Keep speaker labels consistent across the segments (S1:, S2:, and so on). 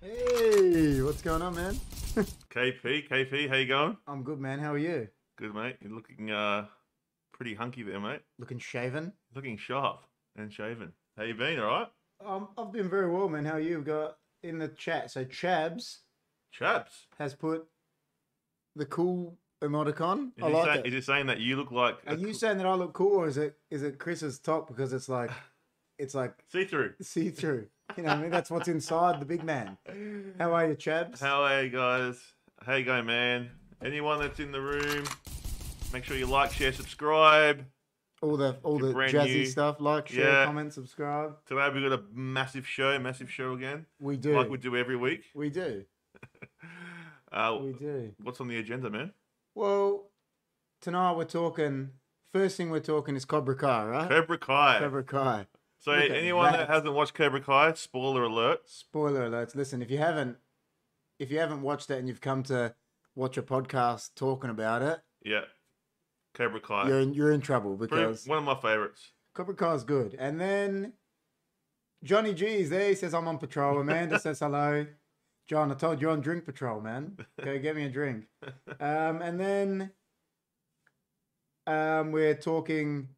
S1: Hey, what's going on, man?
S2: KP, KP, how you going?
S1: I'm good, man. How are you?
S2: Good, mate. You're looking uh pretty hunky there, mate.
S1: Looking shaven?
S2: Looking sharp and shaven. How you been? All right.
S1: Um, I've been very well, man. How are you? We've got in the chat. So Chabs
S2: Chaps.
S1: has put the cool emoticon.
S2: Is,
S1: I
S2: he
S1: like
S2: saying,
S1: it.
S2: is he saying that you look like
S1: are you saying that I look cool, or is it is it Chris's top because it's like it's like
S2: see through?
S1: see through? You know, what I mean that's what's inside the big man. How are you, Chabs?
S2: How are you guys? How you going, man? Anyone that's in the room, make sure you like, share, subscribe.
S1: all the all
S2: You're
S1: the
S2: brand
S1: jazzy
S2: new.
S1: stuff. Like, share,
S2: Yeah.
S1: comment, subscribe.
S2: Today we've got a massive show, massive show again,
S1: We do.
S2: like we do every week.
S1: we do.
S2: Uh,
S1: We do.
S2: what's on the agenda, man?
S1: Well, tonight we're talking. First thing we're talking is Cobra Kai, right?
S2: Cobra Kai.
S1: Cobra Kai.
S2: so
S1: Look at
S2: anyone
S1: that.
S2: that hasn't watched Cobra Kai, spoiler alert.
S1: Spoiler alerts. Listen, if you haven't, if you haven't watched it and you've come to watch a podcast talking about it,
S2: Yeah, Cobra Kai.
S1: you're in, you're in trouble
S2: Pretty-
S1: because
S2: one of my favorites.
S1: Cobra Kai is good. And then Johnny G's there. He says I'm on patrol. Amanda says hello. John, I told you on drink patrol, man. Go get me a drink. Um, and then um, we're talking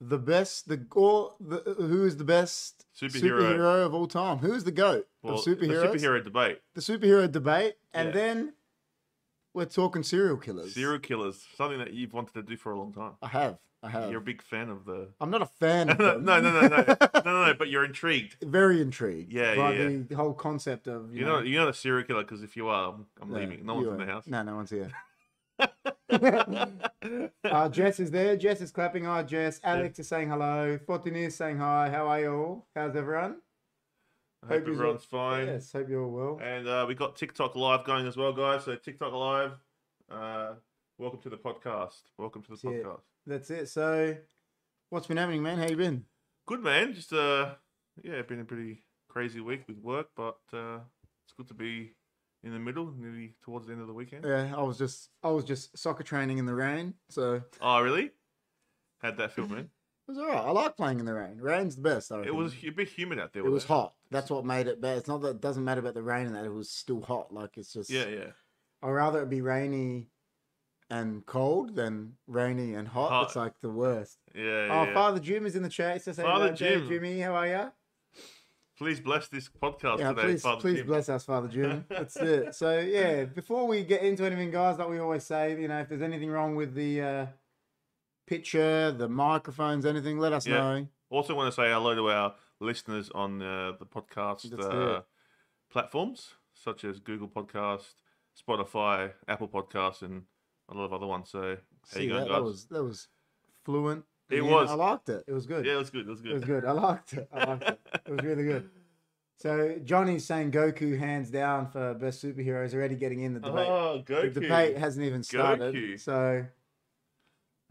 S1: the best, the or the who is the best
S2: Superhero.
S1: superhero of all time? Who is the goat
S2: Well,
S1: of
S2: the
S1: superheroes?
S2: superhero debate.
S1: The superhero debate, and
S2: Yeah.
S1: then we're talking serial killers.
S2: Serial killers, something that you've wanted to do for a long time.
S1: I have, I have.
S2: You're a big fan of the.
S1: I'm not a fan. Oh. Of
S2: no,
S1: them.
S2: no, no, no, no, no, no, no, But you're intrigued.
S1: Very intrigued.
S2: Yeah,
S1: by
S2: yeah, yeah.
S1: The whole concept of you
S2: You're
S1: know,
S2: not. You're not a serial killer because if you are, I'm, I'm
S1: Yeah,
S2: leaving. No
S1: you
S2: one's in
S1: are.
S2: the house.
S1: No, no one's here. uh, Jess is there. Jess is clapping. Hi, Jess. Alex is saying hello. Fortune is saying hi. How are you all? How's everyone?
S2: I
S1: Hope
S2: hope
S1: you're-
S2: everyone's fine.
S1: Yes, hope you're all well.
S2: And uh, we got TikTok live going as well, guys. So TikTok live. Uh, welcome to the podcast. Welcome to the
S1: That's it.
S2: podcast.
S1: That's it. So, what's been happening, man? How you been?
S2: Good man. Just uh, yeah, been a pretty crazy week with work, but uh, it's good to be in the middle, nearly towards the end of the weekend.
S1: Yeah, I was just I was just soccer training in the rain, so it
S2: Oh, really? Had that feel, man.
S1: was all right. I like playing in the rain. Rain's the best. I
S2: It
S1: reckon.
S2: was hu- a bit humid out there.
S1: It was
S2: wasn't
S1: hot. That's what made it bad. It's not that it doesn't matter about the rain and that it was still hot. Like it's just
S2: Yeah, yeah.
S1: I'd rather it be rainy and cold than rainy and hot.
S2: Hot.
S1: It's like the worst.
S2: Yeah,
S1: oh,
S2: yeah.
S1: Father Jim is in the chat. He says, hello,
S2: Father
S1: Jay,
S2: Jim.
S1: Jimmy, how are you?
S2: Please bless this podcast
S1: Yeah,
S2: today,
S1: please,
S2: Father
S1: please
S2: Jim.
S1: bless us, Father Jim. That's it. So yeah, before we get into anything, guys, like we always say, you know, if there's anything wrong with the uh, picture, the microphones, anything, let us
S2: Yeah.
S1: know.
S2: Also, want to say hello to our listeners on uh, the podcast
S1: That's
S2: uh,
S1: it.
S2: platforms such as Google Podcast, Spotify, Apple Podcasts, and a lot of other ones. So, how
S1: See
S2: you going,
S1: that,
S2: guys?
S1: that was that was fluent.
S2: It
S1: Yeah,
S2: was.
S1: I liked it. It was good.
S2: Yeah, that's good. That's
S1: It
S2: good.
S1: was good. I liked it. I liked it. It was really good. So Johnny's saying Goku hands down for best superheroes already getting in the debate.
S2: Oh,
S1: the
S2: Goku.
S1: debate hasn't even started.
S2: Goku.
S1: So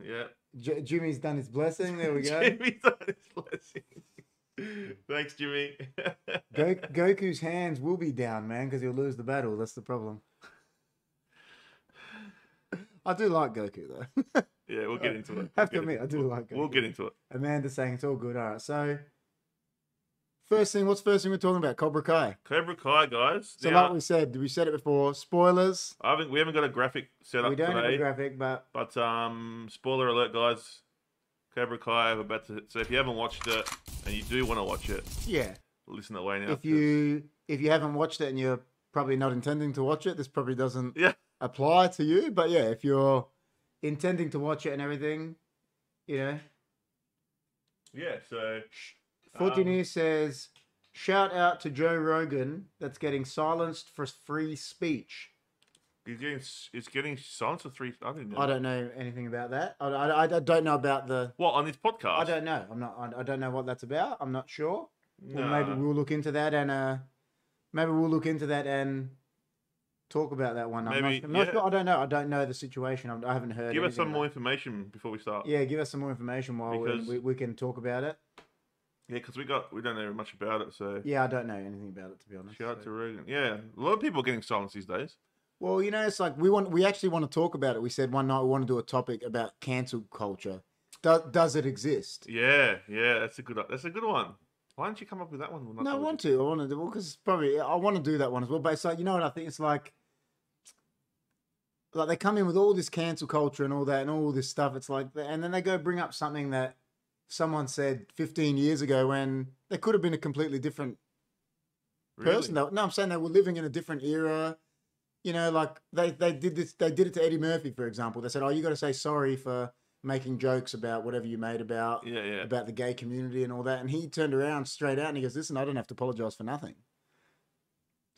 S2: Yeah.
S1: J- Jimmy's done his blessing. There we go.
S2: Jimmy's on his blessing. Thanks, Jimmy.
S1: go. Goku's hands will be down, man, because he'll lose the battle. That's the problem. I do like Goku though.
S2: yeah, we'll get into it.
S1: Have to
S2: We'll get
S1: admit, I
S2: into
S1: do
S2: it.
S1: like Goku.
S2: We'll get into it.
S1: Amanda's saying it's all good. All right. So first thing, what's the first thing we're talking about? Cobra Kai.
S2: Cobra Kai, guys.
S1: So
S2: Now,
S1: like we said, we said it before. Spoilers.
S2: I haven't, we haven't got a graphic set up
S1: We don't have
S2: today,
S1: a graphic, but
S2: but um, spoiler alert, guys. Cobra Kai, we're about to. So if you haven't watched it and you do want to watch it,
S1: yeah.
S2: listen away now.
S1: if you if you haven't watched it and you're probably not intending to watch it, this probably doesn't
S2: Yeah.
S1: apply to you. But yeah, if you're intending to watch it and everything, you know.
S2: Yeah, so.
S1: Forty
S2: Um,
S1: News says, shout out to Joe Rogan that's getting silenced for free speech.
S2: He's getting, s- he's getting silence for three. I didn't know.
S1: I don't know anything about that. I, I, I don't know about the.
S2: What, on this podcast?
S1: I don't know. I'm not. I, I don't know what that's about. I'm not sure. Well,
S2: Nah.
S1: maybe we'll look into that and uh, maybe we'll look into that and talk about that one. I'm
S2: Maybe,
S1: not, I'm not
S2: yeah.
S1: sure. I don't know. I don't know the situation. I'm, I haven't heard.
S2: Give us
S1: anything
S2: some more
S1: about-
S2: information before we start.
S1: Yeah, give us some more information while we,
S2: Because-
S1: we, we can talk about it.
S2: Yeah, because we got we don't know much about it, so
S1: Yeah, I don't know anything about it to be honest.
S2: shout out
S1: so-
S2: to Rogan. Yeah, a lot of people are getting silenced these days.
S1: Well, you know, it's like we want we actually want to talk about it. We said one night we want to do a topic about cancel culture. Does does it exist?
S2: Yeah, yeah, that's a good that's a good one. Why don't you come up with that one? We're not
S1: No, I
S2: sure
S1: want to. I want to do because probably I want to do that one as well. But it's like you know what I think. It's like like they come in with all this cancel culture and all that and all this stuff. It's like and then they go bring up something that someone said 15 years ago when they could have been a completely different
S2: which- really?
S1: person. Though. No, I'm saying they were living in a different era. You know, like they they did this. They did it to Eddie Murphy, for example. They said, "Oh, you got to say sorry for making jokes about whatever you made about."
S2: Yeah, yeah.
S1: about the gay community and all that. And he turned around straight out and he goes, Listen, I don't have to apologize for nothing.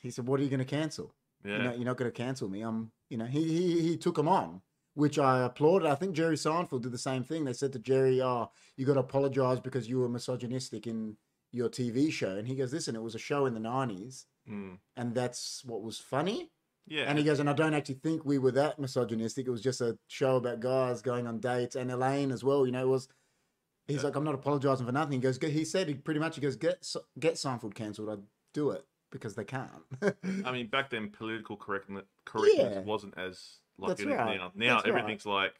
S1: He said, What are you going to cancel?
S2: Yeah.
S1: You know, you're not going to cancel me. I'm, you know, he, he, he took him on, which I applauded. I think Jerry Seinfeld did the same thing. They said to Jerry, Oh, you got to apologize because you were misogynistic in your TV show. And he goes, Listen, it was a show in the 90s
S2: Mm.
S1: and that's what was funny.
S2: Yeah.
S1: And he goes, and I don't actually think we were that misogynistic. It was just a show about guys going on dates. And Elaine as well, you know, it was. He's
S2: Yeah.
S1: like, I'm not apologizing for nothing. He goes, he said, he pretty much, he goes, get S- get Seinfeld cancelled. I'd do it because they can't.
S2: I mean, back then, political correctness, correctness
S1: Yeah.
S2: wasn't as like
S1: That's
S2: it is
S1: right.
S2: now. Now
S1: That's right.
S2: everything's like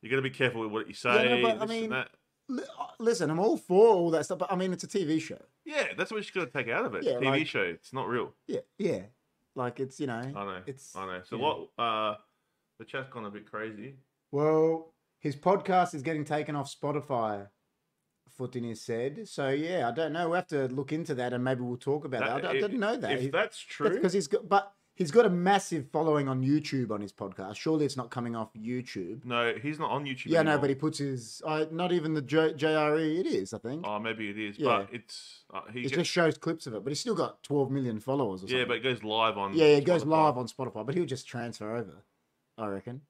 S2: you got to be careful with what you
S1: no,
S2: say.
S1: but, I
S2: this
S1: mean-
S2: and that.
S1: Li- uh, Listen, I'm all for all that stuff, but I mean, it's a TV show.
S2: yeah, that's what you got to take out of it.
S1: Yeah,
S2: TV
S1: like-
S2: show, it's not real.
S1: Yeah, yeah. Like it's you know,
S2: I know.
S1: it's
S2: I know. So
S1: yeah.
S2: what? Uh, the chat's gone a bit crazy.
S1: Well, his podcast is getting taken off Spotify. Footin said. So yeah, I don't know. We will have to look into that, and maybe we'll talk about that. I,
S2: That-
S1: don't- I
S2: if-
S1: didn't know that.
S2: If
S1: He-
S2: that's true,
S1: because he's got, but he's got a massive following on YouTube on his podcast. Surely it's not coming off YouTube.
S2: no, he's not on YouTube.
S1: Yeah, no,
S2: anymore.
S1: but he puts his. I not even the J, JRE. It is, I think.
S2: Oh, maybe it is,
S1: Yeah.
S2: but it's uh, he.
S1: it
S2: get-
S1: just shows clips of it, but he's still got 12 million followers. Or
S2: yeah,
S1: something.
S2: but it goes live on.
S1: yeah, yeah, it goes
S2: Spotify.
S1: live on Spotify, but he'll just transfer over, I reckon.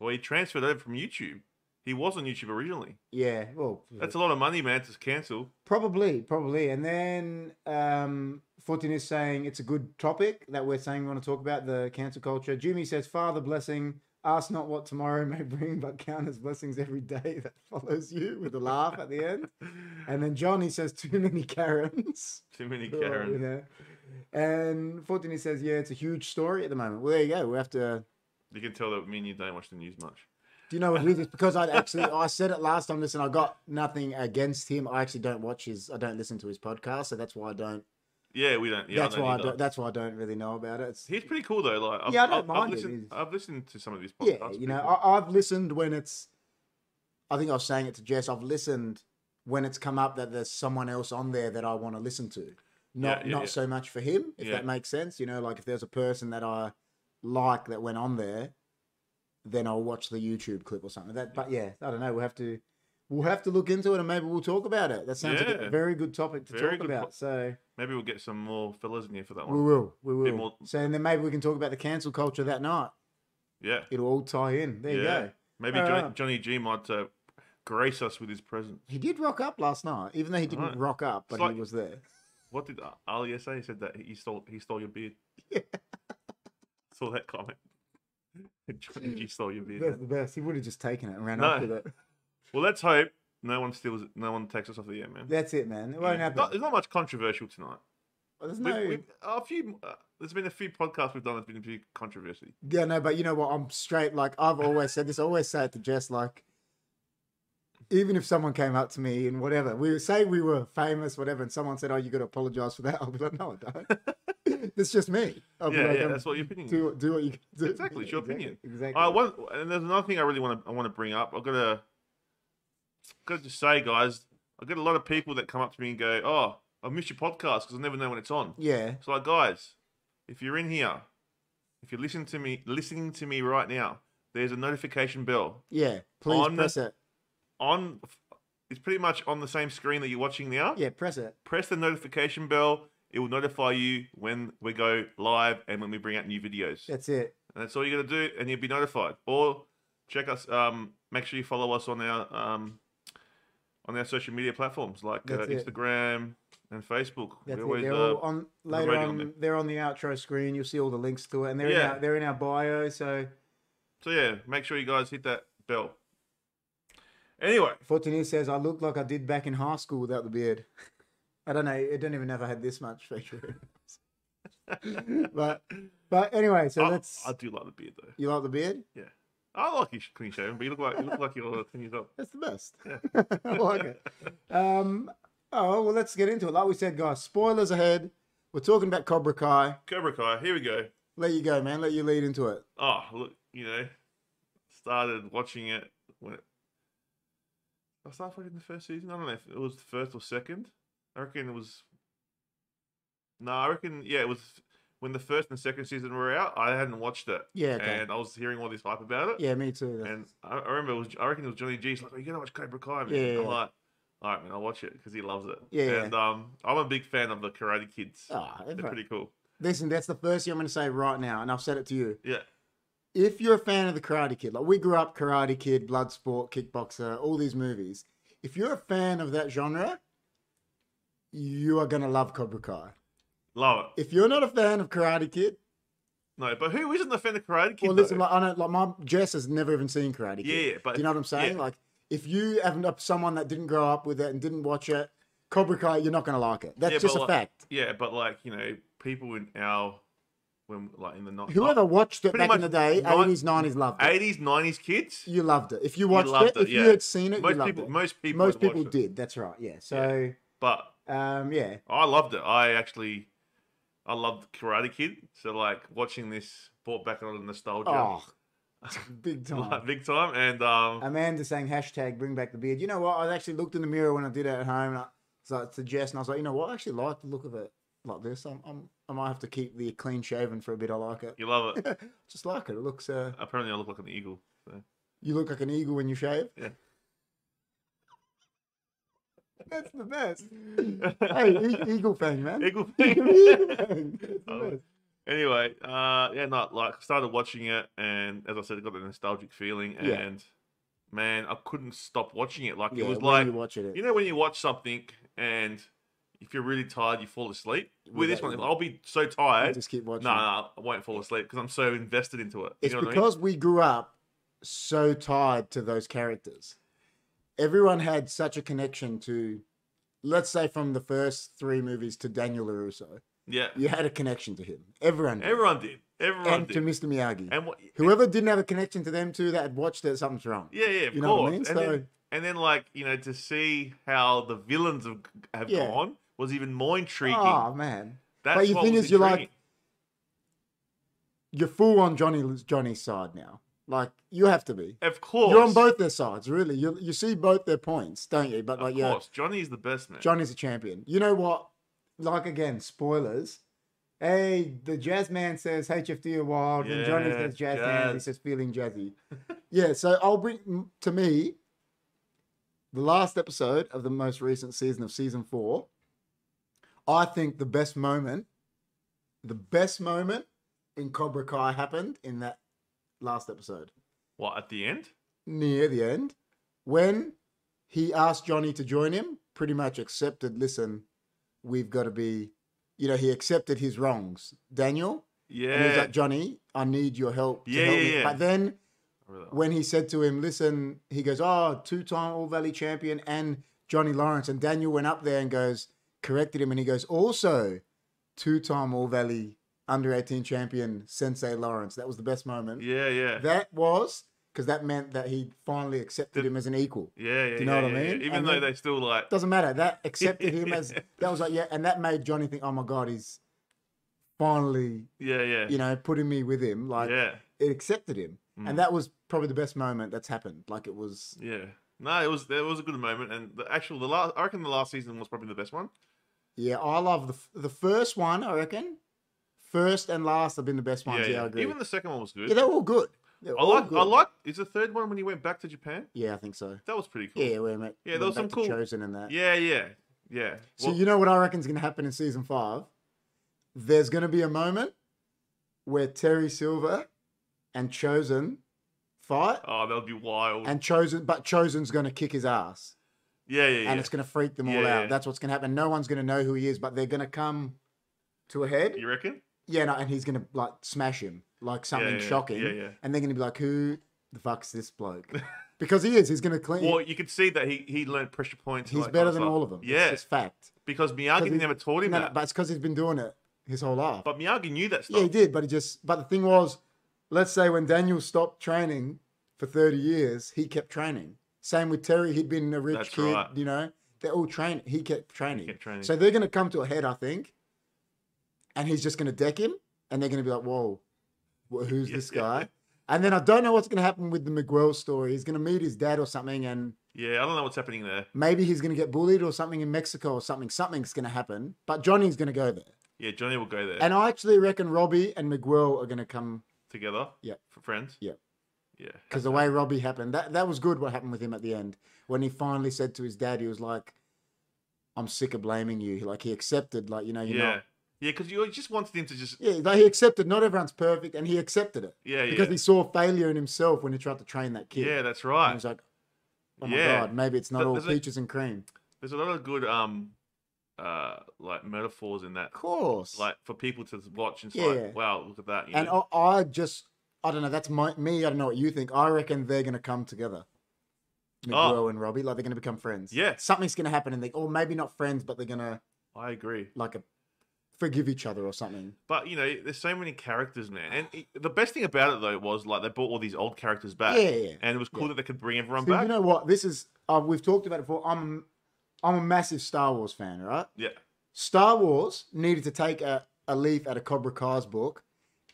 S2: Well, he transferred over from YouTube. He was on YouTube originally.
S1: Yeah, well,
S2: That's a lot of money, man. To cancel.
S1: probably, probably. And then um, Fortin is saying it's a good topic that we're saying we want to talk about the cancer culture. Jimmy says, "Father blessing." Ask not what tomorrow may bring, but count as blessings every day that follows you with a laugh at the end. And then Johnny says, too many Karens.
S2: Too many
S1: Well, you
S2: Karen.
S1: know. And Fortini says, yeah, it's a huge story at the moment. Well, there you go. We have to.
S2: You can tell that me and you don't watch the news much.
S1: Do you know what it is? It's because I actually I said it last time. Listen, I got nothing against him. I actually don't watch his. I don't listen to his podcast, so that's why I don't.
S2: Yeah, we don't. Yeah,
S1: that's why I
S2: either.
S1: don't. That's why I don't really know about it. It's,
S2: He's pretty cool though. Like, I've,
S1: Yeah, I don't
S2: I've- I've
S1: mind it,
S2: listened,
S1: he's-
S2: I've listened to some of these podcasts.
S1: yeah, you know,
S2: people-
S1: I, I've listened when it's. I think I was saying it to Jess. I've listened when it's come up that there's someone else on there that I want to listen to. Not
S2: Yeah, yeah,
S1: not
S2: yeah.
S1: so much for him, if
S2: Yeah.
S1: that makes sense. You know, like if there's a person that I like that went on there, then I'll watch the YouTube clip or something. That, but yeah, I don't know. We'll have to we'll have to look into it and maybe we'll talk about it. That sounds like a
S2: Yeah.
S1: very good topic to
S2: Very
S1: talk
S2: good
S1: about.
S2: po-
S1: so
S2: maybe we'll get some more fellas in here for that
S1: we
S2: one.
S1: will, we will.
S2: more-
S1: So and then maybe we can talk about the cancel culture that night.
S2: Yeah,
S1: It'll all tie in. There you
S2: Yeah.
S1: go.
S2: maybe
S1: All
S2: Johnny,
S1: right.
S2: Johnny G might uh, grace us with his presence.
S1: He did rock up last night, even though he didn't
S2: Right.
S1: rock up, but
S2: like-
S1: he was there.
S2: What did A- Ali say? He said that he stole he stole your beard.
S1: Yeah.
S2: Saw that comment. Johnny G stole your beard.
S1: That's the best. He would have just taken it and ran
S2: No.
S1: off with it.
S2: Well, let's hope no one steals, no one takes us off the air, man.
S1: That's it, man. It won't
S2: Yeah.
S1: happen.
S2: Not- there's not much controversial tonight.
S1: There's
S2: We've-
S1: no.
S2: we've- a few. Uh, there's been a few podcasts we've done. There's been a few controversy.
S1: Yeah, no, but you know what? I'm straight. Like I've always said this. I always say it to Jess. Like, even if someone came up to me and whatever, we would say we were famous, whatever, and someone said, "Oh, you got to apologize for that," I'll be like, "No, I don't. it's just me." I'll be
S2: Yeah,
S1: like,
S2: yeah,
S1: um,
S2: that's what your opinion
S1: Do what- do what you do.
S2: Exactly, it's your
S1: Exactly,
S2: opinion.
S1: Exactly.
S2: Uh, one, and there's another thing I really want to I want to bring up. I've got to got to just say, guys, I get a lot of people that come up to me and go, "Oh, I miss your podcast because I never know when it's on."
S1: yeah,
S2: It's like, guys, if you're in here, if you're listening to me, listening to me right now, there's a notification bell
S1: yeah. Please
S2: On the-
S1: press it.
S2: on. It's pretty much on the same screen that you're watching now.
S1: Yeah, press it.
S2: Press the notification bell. It will notify you when we go live and when we bring out new videos.
S1: That's it.
S2: And that's all you got to do, and you'll be notified. Or check us. Um, make sure you follow us on our um, on our social media platforms like uh,
S1: That's it.
S2: Instagram and Facebook.
S1: That's it.
S2: we always
S1: They're
S2: uh,
S1: all on later
S2: rating on
S1: on.
S2: there.
S1: they're on the outro screen. You'll see all the links to it, and they're in
S2: Yeah.
S1: our, they're in our bio. So
S2: so yeah. Make sure you guys hit that bell. Anyway,
S1: Fortuny says I look like I did back in high school without the beard. I don't know. I don't even know if I had this much facial. hair. but but anyway, so
S2: I,
S1: that's
S2: I do like the beard though.
S1: you like the beard.
S2: I like you clean shaven, but you look like you look like you're ten years old.
S1: That's the best.
S2: Yeah.
S1: I like it. Um, Oh, well, let's get into it. Like we said, guys, spoilers ahead. We're talking about Cobra Kai.
S2: Cobra Kai. Here we go.
S1: Let you go, man. Let you lead into it.
S2: Oh, look, you know, started watching it when it, I started watching the first season. I don't know if it was the first or second. I reckon it was. No, I reckon yeah, it was when the first and second season were out. I hadn't watched it,
S1: Yeah, okay.
S2: and I was hearing all this hype about it.
S1: yeah, me too.
S2: And I, I remember it was I reckon it was Johnny G's like, oh, you gotta watch Cobra Kai. Man.
S1: Yeah, yeah,
S2: I'm
S1: yeah.
S2: like, all right, man, I'll watch it because he loves it.
S1: Yeah, yeah.
S2: And um, I'm a big fan of the Karate Kids.
S1: oh,
S2: They're pretty cool.
S1: Listen, that's the first thing I'm going to say right now, and I've said it to you.
S2: Yeah,
S1: If you're a fan of the Karate Kid, like we grew up Karate Kid, Bloodsport, Kickboxer, all these movies. If you're a fan of that genre, you are going to love Cobra Kai.
S2: love it.
S1: If you're not a fan of Karate Kid,
S2: No, but who isn't a fan of Karate Kid?
S1: well, listen,
S2: though?
S1: like, I know, like my Jess has never even seen Karate Kid.
S2: yeah, yeah, but
S1: Do you know what I'm saying?
S2: yeah.
S1: Like, if you haven't up someone that didn't grow up with it and didn't watch it, Cobra Kai, you're not going to like it. That's
S2: Yeah,
S1: just a
S2: but, like,
S1: fact.
S2: Yeah, but like you know, people in our when like in the not
S1: Whoever watched it
S2: pretty
S1: back in the
S2: much
S1: day,
S2: nine-
S1: 80s, 90s, loved it.
S2: eighties, nineties kids,
S1: You loved it. If you watched
S2: loved
S1: it,
S2: it,
S1: if you
S2: yeah.
S1: had seen it, you
S2: most
S1: loved
S2: people,
S1: it.
S2: most people,
S1: Most
S2: would watch
S1: people
S2: it.
S1: did. That's right. Yeah. So,
S2: But
S1: um, yeah,
S2: I loved it. I actually, I loved Karate Kid. So like watching this brought back a lot of nostalgia,
S1: oh, big
S2: like,
S1: time.
S2: big time. And um,
S1: Amanda saying hashtag bring back the beard. You know what? I actually looked in the mirror when I did it at home, and I so it's a jest, and I was like, you know what? I actually like the look of it like this. I'm, I'm, I might have to keep the clean shaven for a bit. I like it.
S2: you love it.
S1: Just like it. It looks. Uh,
S2: Apparently, I look like an eagle. So.
S1: you look like an eagle when you shave.
S2: Yeah.
S1: That's the best. hey, e- eagle fang, man.
S2: Eagle
S1: Eagle
S2: thing.
S1: fang. It's the
S2: Oh,
S1: best.
S2: anyway, uh, yeah, no, like started watching it, and as I said, I got the nostalgic feeling, and
S1: Yeah.
S2: man, I couldn't stop watching it. Like
S1: Yeah,
S2: it was
S1: when
S2: like
S1: you watch it.
S2: You know when you watch something and if you're really tired, you fall asleep.
S1: Yeah,
S2: With this
S1: that-
S2: one, I'll be so
S1: I
S2: tired.
S1: just keep
S2: No,
S1: watching.
S2: no, I won't fall asleep because I'm so invested into it. You
S1: It's
S2: know what I mean?
S1: because we grew up so tied to those characters. Everyone had such a connection to, let's say, from the first three movies to Daniel LaRusso.
S2: Yeah,
S1: You had a connection to him. Everyone did.
S2: everyone did. Everyone
S1: and
S2: did.
S1: to Mr. Miyagi.
S2: and what?
S1: Whoever didn't have a connection to them two that had watched it, something's wrong.
S2: Yeah, yeah, of
S1: you know what I
S2: course.
S1: mean?
S2: and,
S1: So-
S2: then, and then, like you know, to see how the villains have, have
S1: Yeah.
S2: gone was even more intriguing.
S1: Oh, man.
S2: That's
S1: your
S2: what
S1: thing
S2: was
S1: is, you're like-
S2: intriguing.
S1: You're full on Johnny Johnny's side now. Like, you have to be.
S2: of course,
S1: You're on both their sides, really. You, you see both their points, don't you? But,
S2: Of
S1: like, yeah,
S2: course, Johnny's the best man.
S1: Johnny's a champion. You know what? Like again, spoilers. Hey, the jazz man says HFD are wild, and Johnny
S2: Yeah,
S1: says jazz, man. He
S2: jazz.
S1: says feeling jazzy. yeah, so I'll bring m- to me the last episode of the most recent season of season four. I think the best moment, the best moment in Cobra Kai happened in that last episode
S2: what at the end?
S1: near the end when he asked Johnny to join him, pretty much accepted, listen, we've got to be, you know, he accepted his wrongs. Daniel, and he was
S2: Yeah,
S1: like, Johnny, I need your help. To
S2: Yeah,
S1: help
S2: yeah,
S1: me.
S2: yeah.
S1: But then
S2: I really-
S1: when he said to him, listen, he goes, oh, two time All Valley champion and Johnny Lawrence. And Daniel went up there and goes, corrected him. And he goes, also two time All Valley under 18 champion Sensei Lawrence. That was the best moment.
S2: yeah, yeah.
S1: That was because that meant that he finally accepted
S2: The-
S1: him as an equal.
S2: Yeah, yeah.
S1: you know
S2: yeah,
S1: what I
S2: yeah, yeah.
S1: mean?
S2: Even
S1: And
S2: though
S1: then-
S2: they still like,
S1: Doesn't matter. That accepted him as
S2: Yeah.
S1: that was like yeah, and that made Johnny think, oh my god, he's finally
S2: yeah, yeah,
S1: you know putting me with him. Like
S2: yeah,
S1: it accepted him,
S2: Mm.
S1: and that was probably the best moment that's happened. Like it was.
S2: yeah. No, it was it was a good moment, and the actual the last I reckon the last season was probably the best one.
S1: Yeah, I love the f- the first one. I reckon first and last have been the best ones. Yeah,
S2: yeah,
S1: I
S2: yeah.
S1: agree.
S2: Even the second one was good.
S1: yeah, they're all good. They're
S2: I
S1: all
S2: like
S1: good.
S2: I like is the third one when he went back to Japan.
S1: Yeah, I think so.
S2: That was pretty cool.
S1: Yeah, we met.
S2: Yeah, there was some cool-
S1: chosen in that.
S2: yeah, yeah. yeah.
S1: So
S2: Well,
S1: you know what I reckon is going to happen in season five? There's going to be a moment where Terry Silver and Chosen fight,
S2: oh, that would be wild.
S1: and Chosen, but Chosen's going to kick his ass,
S2: yeah, yeah, yeah.
S1: and it's going to freak them all
S2: Yeah,
S1: out.
S2: yeah.
S1: That's what's going to happen. No one's going to know who he is, but they're going to come to a head.
S2: you reckon?
S1: Yeah, no, and he's going to like smash him, like
S2: Yeah,
S1: something
S2: yeah,
S1: shocking,
S2: Yeah, yeah.
S1: and they're going to be like, "Who the fuck's this bloke?" Because he is. He's going to clean.
S2: Well, you could see that he he learned pressure points. and
S1: he's
S2: all that
S1: better
S2: kind
S1: than
S2: of stuff.
S1: all of them.
S2: Yeah,
S1: it's just fact.
S2: because Miyagi
S1: 'Cause he-
S2: never taught him
S1: No, no,
S2: that.
S1: but it's because he's been doing it his whole life.
S2: but Miyagi knew that stuff.
S1: Yeah, he did, but he just. But the thing was, let's say when Daniel stopped training for thirty years, he kept training. Same with Terry; he'd been a rich
S2: That's
S1: kid,
S2: right.
S1: you know, they're all train. He kept training.
S2: Kept training.
S1: So they're going to come to a head, I think, and he's just going to deck him, and they're going to be like, "Whoa, wh- who's
S2: Yeah,
S1: this
S2: yeah,
S1: guy?" And then I don't know what's going to happen with the Miguel story. He's going to meet his dad or something, and
S2: yeah, I don't know what's happening there.
S1: maybe he's going to get bullied or something in Mexico or something. Something's going to happen, but Johnny's going to go there.
S2: Yeah, Johnny will go there
S1: And I actually reckon Robbie and Miguel are going to come
S2: together.
S1: Yeah.
S2: For friends.
S1: Yeah.
S2: Yeah.
S1: because the way Robbie happened, that, that was good what happened with him at the end. When he finally said to his dad, he was like, I'm sick of blaming you. Like, he accepted, like, you know,
S2: Yeah.
S1: you're
S2: Yeah,
S1: not.
S2: because you just wanted him to just
S1: Yeah, like he accepted not everyone's perfect and he accepted it
S2: yeah yeah
S1: because he saw failure in himself when he tried to train that kid.
S2: yeah that's
S1: And he
S2: right.
S1: was like, oh my
S2: Yeah.
S1: God, maybe it's not
S2: Th-
S1: all
S2: there's a-
S1: peaches and cream.
S2: There's a lot of good um uh like metaphors in that
S1: Of course.
S2: like for people to watch and it's
S1: Yeah.
S2: like wow look at that you
S1: and
S2: know?
S1: I, I just, I don't know, that's my, me. I don't know what you think. I reckon they're going to come together.
S2: Oh.
S1: Miguel and Robbie, like they're going to become friends.
S2: Yeah.
S1: Something's going to happen and they, or maybe not friends, but they're going to.
S2: I agree.
S1: like a forgive each other or something.
S2: But you know, there's so many characters, man. And it, the best thing about it though was like they brought all these old characters back,
S1: Yeah, yeah.
S2: and it was cool
S1: Yeah.
S2: that they could bring everyone
S1: See,
S2: back.
S1: you know what? This is uh, we've talked about it before. I'm I'm a massive Star Wars fan, right?
S2: yeah,
S1: Star Wars needed to take a, a leaf out of Cobra Kai's book,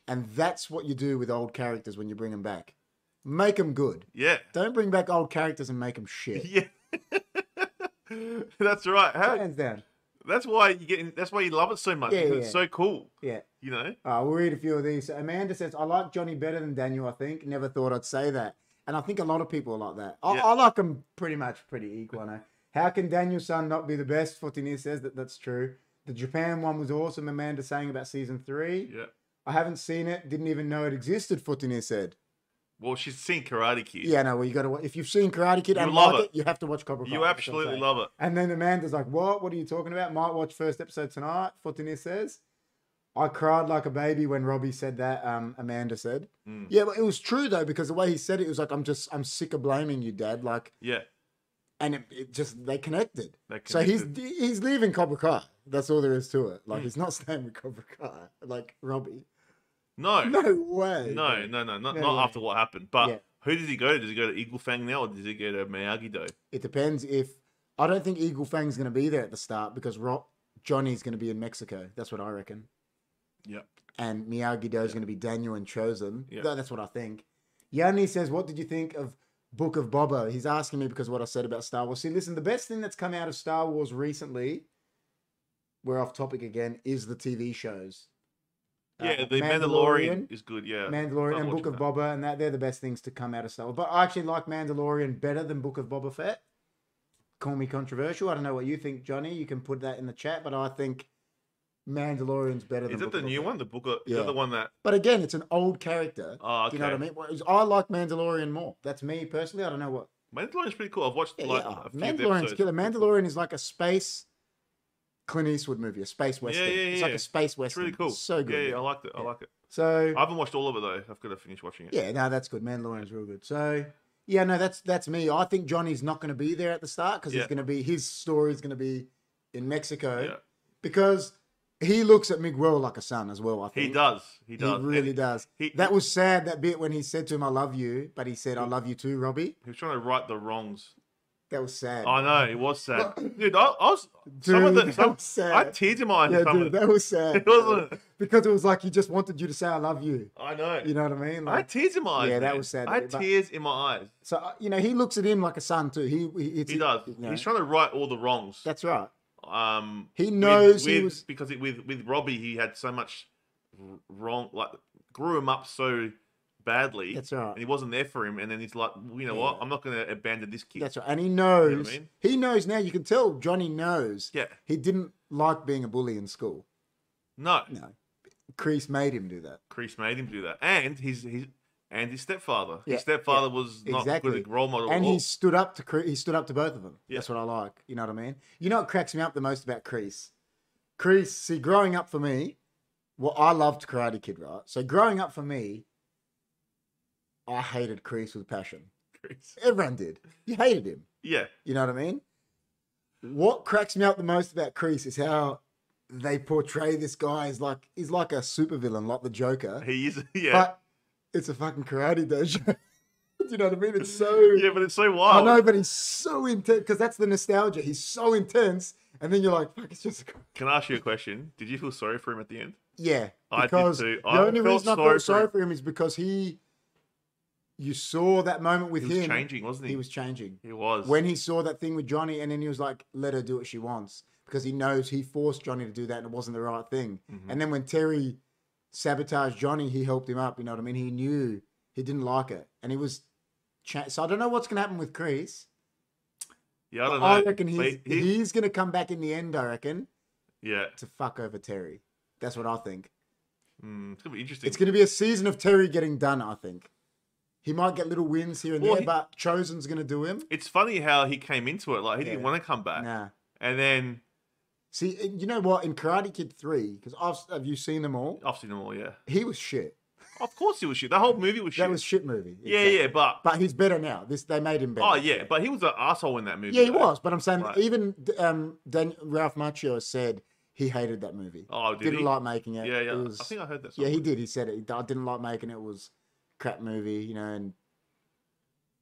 S1: and that's what you do with old characters when you bring them back. Make them good.
S2: yeah,
S1: Don't bring back old characters and make them shit.
S2: yeah. that's right. How,
S1: Hands down.
S2: that's why you get. That's why you love it so much.
S1: Yeah,
S2: because
S1: yeah.
S2: It's so cool.
S1: Yeah.
S2: You know.
S1: Uh, we'll read a few of these. So Amanda says, I like Johnny better than Daniel, I think. Never thought I'd say that. And I think a lot of people are like that. I,
S2: Yeah.
S1: I like them pretty much pretty equal, I know. How can Daniel's son not be the best? Fortinier says that that's true. The Japan one was awesome, Amanda saying about season three.
S2: Yeah.
S1: I haven't seen it, didn't even know it existed, Fortinier said.
S2: Well, she's seen Karate Kid.
S1: Yeah, no, well, you gotta wa- if you've seen Karate Kid
S2: You
S1: and
S2: love
S1: like it.
S2: it.
S1: you have to watch Cobra Kai.
S2: You
S1: that's what I'm
S2: absolutely
S1: saying.
S2: love it.
S1: And then Amanda's like, What? What are you talking about? Might watch first episode tonight, Fortinier says. I cried like a baby when Robbie said that, um, Amanda said.
S2: Mm.
S1: Yeah, but it was true though because the way he said it, it was like, "I'm just, I'm sick of blaming you, Dad." Like,
S2: Yeah.
S1: and it, it just they connected.
S2: They
S1: So he's
S2: connected.
S1: he's leaving Cobra Kai. That's all there is to it. Like,
S2: Mm.
S1: he's not staying with Cobra Kai. Like Robbie.
S2: no. No.
S1: No way.
S2: No. No. Not,
S1: No
S2: not
S1: way.
S2: after what happened. But
S1: Yeah.
S2: who does he go to? Does he go to Eagle Fang now, or does he go to Miyagi Do?
S1: It depends if I don't think Eagle Fang's going to be there at the start because Rob Johnny's going to be in Mexico. That's what I reckon.
S2: Yep.
S1: and Miyagi Do is
S2: Yeah.
S1: going to be Daniel and Chosen.
S2: Yeah.
S1: Tha- That's what I think. Yanni says, "What did you think of Book of Boba?" He's asking me because of what I said about Star Wars. See, listen, the best thing that's come out of Star Wars recently, we're off topic again, is the TV shows. Uh,
S2: Yeah, the Mandalorian, is good. Yeah.
S1: Mandalorian,
S2: I'm
S1: and Book
S2: watching
S1: of Boba, and that they're the best things to come out of Star Wars. But I actually like Mandalorian better than Book of Boba Fett. Call me controversial. I don't know what you think, Johnny. You can put that in the chat, but I think Mandalorian's better than
S2: Is it
S1: Book
S2: the
S1: of Boba
S2: new
S1: Fett.
S2: one? The book of is
S1: Yeah.
S2: that the one that
S1: But again, it's an old character.
S2: oh okay.
S1: Do you know what I mean? Whereas I like Mandalorian more. That's me personally. I don't know what.
S2: Mandalorian's pretty cool. I've watched
S1: Yeah,
S2: like
S1: yeah.
S2: a few of the
S1: Mandalorian's
S2: episodes.
S1: killer. Mandalorian is like a space Clint Eastwood movie, a space western.
S2: yeah,
S1: It's like
S2: yeah.
S1: a space
S2: It's
S1: western.
S2: really cool.
S1: So good.
S2: Yeah, yeah, I
S1: man.
S2: liked it. I
S1: Yeah.
S2: like it.
S1: So
S2: I haven't watched all of it though. I've got to finish watching it.
S1: yeah, no, that's good. Mandalorian's real good. So yeah, no, that's that's me. I think Johnny's not going to be there at the start because
S2: Yeah.
S1: he's going to be his story's going to be in Mexico
S2: Yeah.
S1: because he looks at Miguel like a son as well. I think
S2: He does. He does.
S1: He really
S2: And
S1: does.
S2: he-
S1: that was sad that bit when he said to him, "I love you," but he said, "I love you too, Robbie."
S2: He was trying to right the wrongs.
S1: That was sad.
S2: I know. It was sad, dude. I, I was
S1: dude,
S2: some of the
S1: that
S2: some,
S1: was sad.
S2: I teared in my eyes.
S1: yeah,
S2: some
S1: dude,
S2: of it.
S1: that was sad.
S2: It wasn't.
S1: because it was like he just wanted you to say, "I love you."
S2: I know.
S1: You know what I mean?
S2: I had
S1: Like,
S2: tears in my eyes.
S1: Yeah, that
S2: man.
S1: was sad,
S2: I had
S1: but-
S2: tears in my eyes.
S1: so uh, you know, he looks at him like a son too. He he, it's,
S2: He does.
S1: you know,
S2: He's trying to right all the wrongs.
S1: that's right.
S2: Um,
S1: He
S2: with-
S1: knows he
S2: with-
S1: was-
S2: because it, with with Robbie he had so much r- wrong like grew him up so badly
S1: That's right.
S2: and he wasn't there for him and then he's like "Well, you know what
S1: Yeah.
S2: I'm not gonna abandon this kid
S1: That's right. And he
S2: what
S1: knows.
S2: I mean?
S1: He knows now. You can tell Johnny knows.
S2: yeah
S1: He didn't like being a bully in school.
S2: no
S1: No, Crease made him do that.
S2: Chris made him do that and his his and his stepfather
S1: Yeah,
S2: his stepfather was not
S1: exactly.
S2: good a role model
S1: and
S2: at all.
S1: he stood up to Cre- he stood up to both of them.
S2: Oh, Yeah.
S1: That's what I like. You know what I mean? You know what cracks me up the most about Crease? Crease, see, growing up for me, well, I loved Karate Kid, right? So growing up for me, I hated Crease with passion.
S2: Chris.
S1: Everyone did. You hated him.
S2: yeah
S1: You know what I mean? What cracks me up the most about Crease is how they portray this guy as like he's like a supervillain, like the Joker.
S2: he is yeah
S1: But it's a fucking karate dojo. Do you know what I mean? It's so.
S2: yeah, but it's so
S1: I
S2: wild.
S1: know, but he's so intense because that's the nostalgia. He's so intense, and then you're like, "Fuck, it's just." a co-
S2: Can I ask you a question? Did you feel sorry for him at the end?
S1: Yeah,
S2: I did
S1: because
S2: too.
S1: the
S2: I
S1: only
S2: felt
S1: reason I
S2: sorry for
S1: felt sorry
S2: him.
S1: for him is because he, you saw that moment with
S2: He was
S1: him.
S2: changing, wasn't he?
S1: He was changing
S2: He was.
S1: when he saw that thing with Johnny, and then he was like, "Let her do what she wants," because he knows he forced Johnny to do that, and it wasn't the right thing.
S2: Mhm.
S1: And then when Terry sabotaged Johnny, he helped him up. You know what I mean? He knew he didn't like it, and he was. Cha- so I don't know what's gonna happen with Chris.
S2: yeah, I don't know.
S1: I reckon he's
S2: But he-
S1: he's gonna come back in the end. I reckon
S2: yeah,
S1: to fuck over Terry. That's what I think.
S2: Mm, it's gonna be interesting.
S1: It's gonna be a season of Terry getting done. I think he might get little wins here and
S2: Well,
S1: there,
S2: he-
S1: but Chosen's gonna do him.
S2: It's funny how he came into it like he didn't
S1: Yeah.
S2: want to come back,
S1: Nah.
S2: and then
S1: See, eh, you know what? In Karate Kid three, because I've have you seen them all?
S2: I've seen them all. Yeah,
S1: He was shit.
S2: of course he was shit. The whole movie was shit.
S1: That was shit movie.
S2: yeah,
S1: Exactly.
S2: yeah, but,
S1: But he's better now. This they made him better.
S2: oh yeah, but he was an asshole in that movie.
S1: yeah, he
S2: though.
S1: was. But I'm saying
S2: Right.
S1: even um, Dan, Ralph Macchio said he hated that movie.
S2: Oh, did
S1: didn't
S2: he?
S1: like making it.
S2: yeah, yeah.
S1: It was-
S2: I think I heard that.
S1: yeah, he
S2: somewhere.
S1: did. He said it. I didn't like making it. It was crap movie, you know. And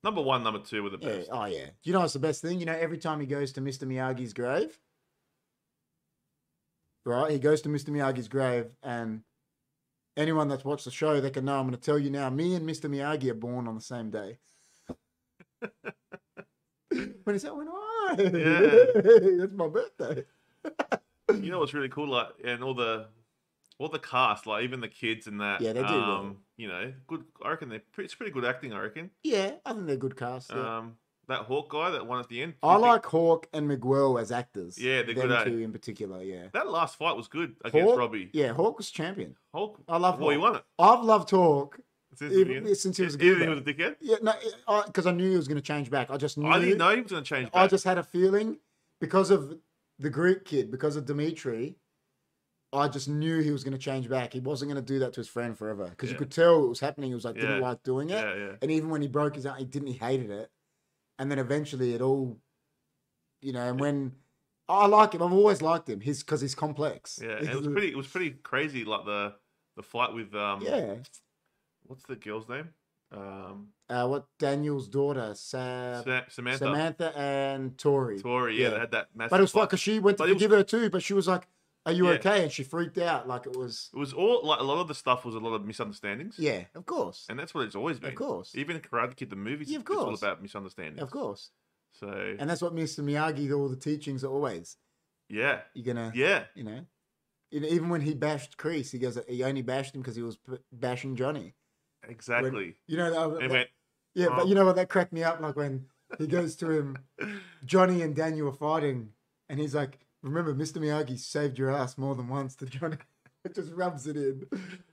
S2: Number one, number two were the
S1: yeah,
S2: best.
S1: oh yeah. You know, it's the best thing. You know, every time he goes to Mr. Miyagi's grave, right? He goes to Mr. Miyagi's grave, and anyone that's watched the show, they can know. I'm going to tell you now. Me and Mr. Miyagi are born on the same day. when is that? When I?
S2: Yeah.
S1: that's my birthday.
S2: You know what's really cool, like, and all the, all the cast, like even the kids and that.
S1: Yeah, they do well.
S2: Um, you know, good. I reckon they're pretty, it's pretty good acting. I reckon.
S1: Yeah, I think they're good cast. yeah.
S2: Um, that Hawk guy that won at the end. do you
S1: I
S2: think-
S1: like Hawk and Miguel as actors.
S2: Yeah, they're
S1: Them
S2: good, eh?
S1: two in particular. Yeah.
S2: that last fight was good against
S1: Hawk?
S2: Robbie.
S1: Yeah, Hawk was champion.
S2: Hulk.
S1: I love
S2: Well, he
S1: Hawk.
S2: won it.
S1: I've loved Hawk
S2: Since the
S1: even,
S2: beginning.
S1: since he was a
S2: Either he
S1: good.
S2: was a dickhead.
S1: Yeah, no, because I, knew he was going to change back. I just knew.
S2: I didn't know he was going to change.
S1: I
S2: Back.
S1: just had a feeling because of the Greek kid, because of Dimitri. I just knew he was going to change back. He wasn't going to do that to his friend forever because you
S2: Yeah.
S1: could tell it was happening. He was like,
S2: Yeah.
S1: didn't like doing it.
S2: yeah, yeah.
S1: And even when he broke his arm, he didn't. He hated it. And then eventually, it all, you know. And when I like him, I've always liked him. He's because he's complex.
S2: Yeah, and it was pretty. It was pretty crazy, like the the fight with um.
S1: Yeah.
S2: What's the girl's name? Um,
S1: Uh, what Daniel's daughter, Sa-
S2: Sa- Samantha.
S1: Uh, Samantha. and Tori.
S2: Tori. Yeah,
S1: yeah.
S2: they had that massive.
S1: But it was
S2: fight.
S1: fucked because she went to
S2: But it was-
S1: forgive her too, but she was like, "Are you
S2: Yeah.
S1: okay?" And she freaked out, like it was.
S2: It was all like a lot of the stuff was a lot of misunderstandings.
S1: Yeah, of course,
S2: And that's what it's always been.
S1: of course,
S2: Even Karate Kid the movie,
S1: Yeah, of
S2: it's all
S1: course.
S2: about misunderstandings.
S1: of course.
S2: So
S1: And that's what Mr. Miyagi, all the teachings are always.
S2: yeah,
S1: You're gonna,
S2: yeah,
S1: you know, you know, even when he bashed Crease, he goes, he only bashed him because he was p- bashing Johnny.
S2: exactly.
S1: You know, that,
S2: And
S1: that-
S2: it
S1: yeah,
S2: oh.
S1: but you know what? That cracked me up. Like when he goes to him,
S2: went,
S1: Johnny and Daniel are fighting, and he's like, "Remember, Mr. Miyagi saved your ass more than once." To Johnny, it just rubs it in.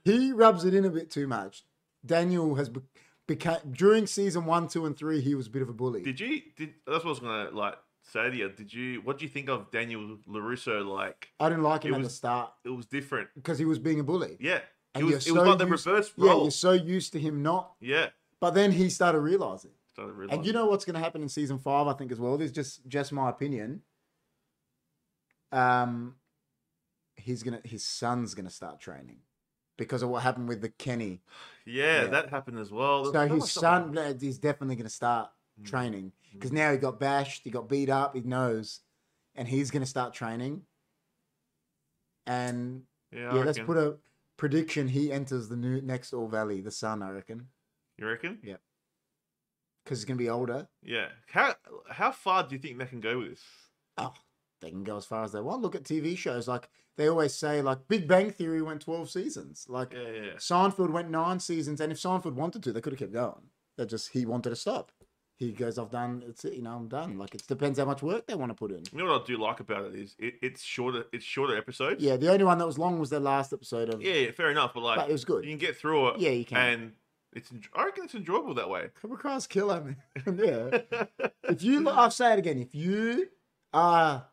S1: He rubs it in a bit too much. Daniel has be- became during season one, two, and three. He was a bit of a bully.
S2: did you? Did that's what I was gonna like say to you. Did you? What do you think of Daniel Larusso? Like
S1: I didn't like him
S2: It
S1: at
S2: was-
S1: the start
S2: it was different.
S1: because he was being a bully.
S2: Yeah, it
S1: And
S2: was.
S1: you're
S2: It
S1: so
S2: was like the
S1: used-
S2: reverse
S1: Yeah,
S2: role.
S1: you're so used to him not.
S2: Yeah.
S1: But then he started realizing.
S2: started to
S1: And
S2: realise.
S1: you know what's going to happen in season five, I think, as well. This is just just my opinion. Um, he's gonna his son's gonna start training because of what happened with the Kenny.
S2: yeah,
S1: yeah.
S2: that happened as well.
S1: So
S2: There's so
S1: his
S2: much stuff
S1: son
S2: happened.
S1: like, he's definitely gonna start
S2: Mm.
S1: training because now he got bashed, he got beat up, he knows, and he's gonna start training. And
S2: Yeah,
S1: yeah,
S2: I
S1: let's
S2: reckon.
S1: put a prediction. He enters the new next All Valley, the son, I reckon,
S2: You reckon?
S1: because he's gonna be older.
S2: Yeah. How how far do you think they can go with this?
S1: oh, they can go as far as they want. Look at TV shows. Like they always say, like Big Bang Theory went 12 seasons. Like
S2: Yeah, yeah. yeah.
S1: Seinfeld went nine seasons. And if Seinfeld wanted to, they could have kept going. They just, he wanted to stop. He goes, I've done, it's it, you know, I'm done. Like it depends how much work they want to put in.
S2: You know what I do like about it is it, it's shorter. It's shorter episodes.
S1: Yeah, the only one that was long was their last episode of,
S2: Yeah, yeah, fair enough. But like,
S1: but it was
S2: you
S1: good.
S2: can get through it.
S1: Yeah, you can.
S2: And it's en- I reckon it's enjoyable that way.
S1: Cobra Kai's killer, man. yeah.
S2: yeah,
S1: If you, I'll say it again. If you are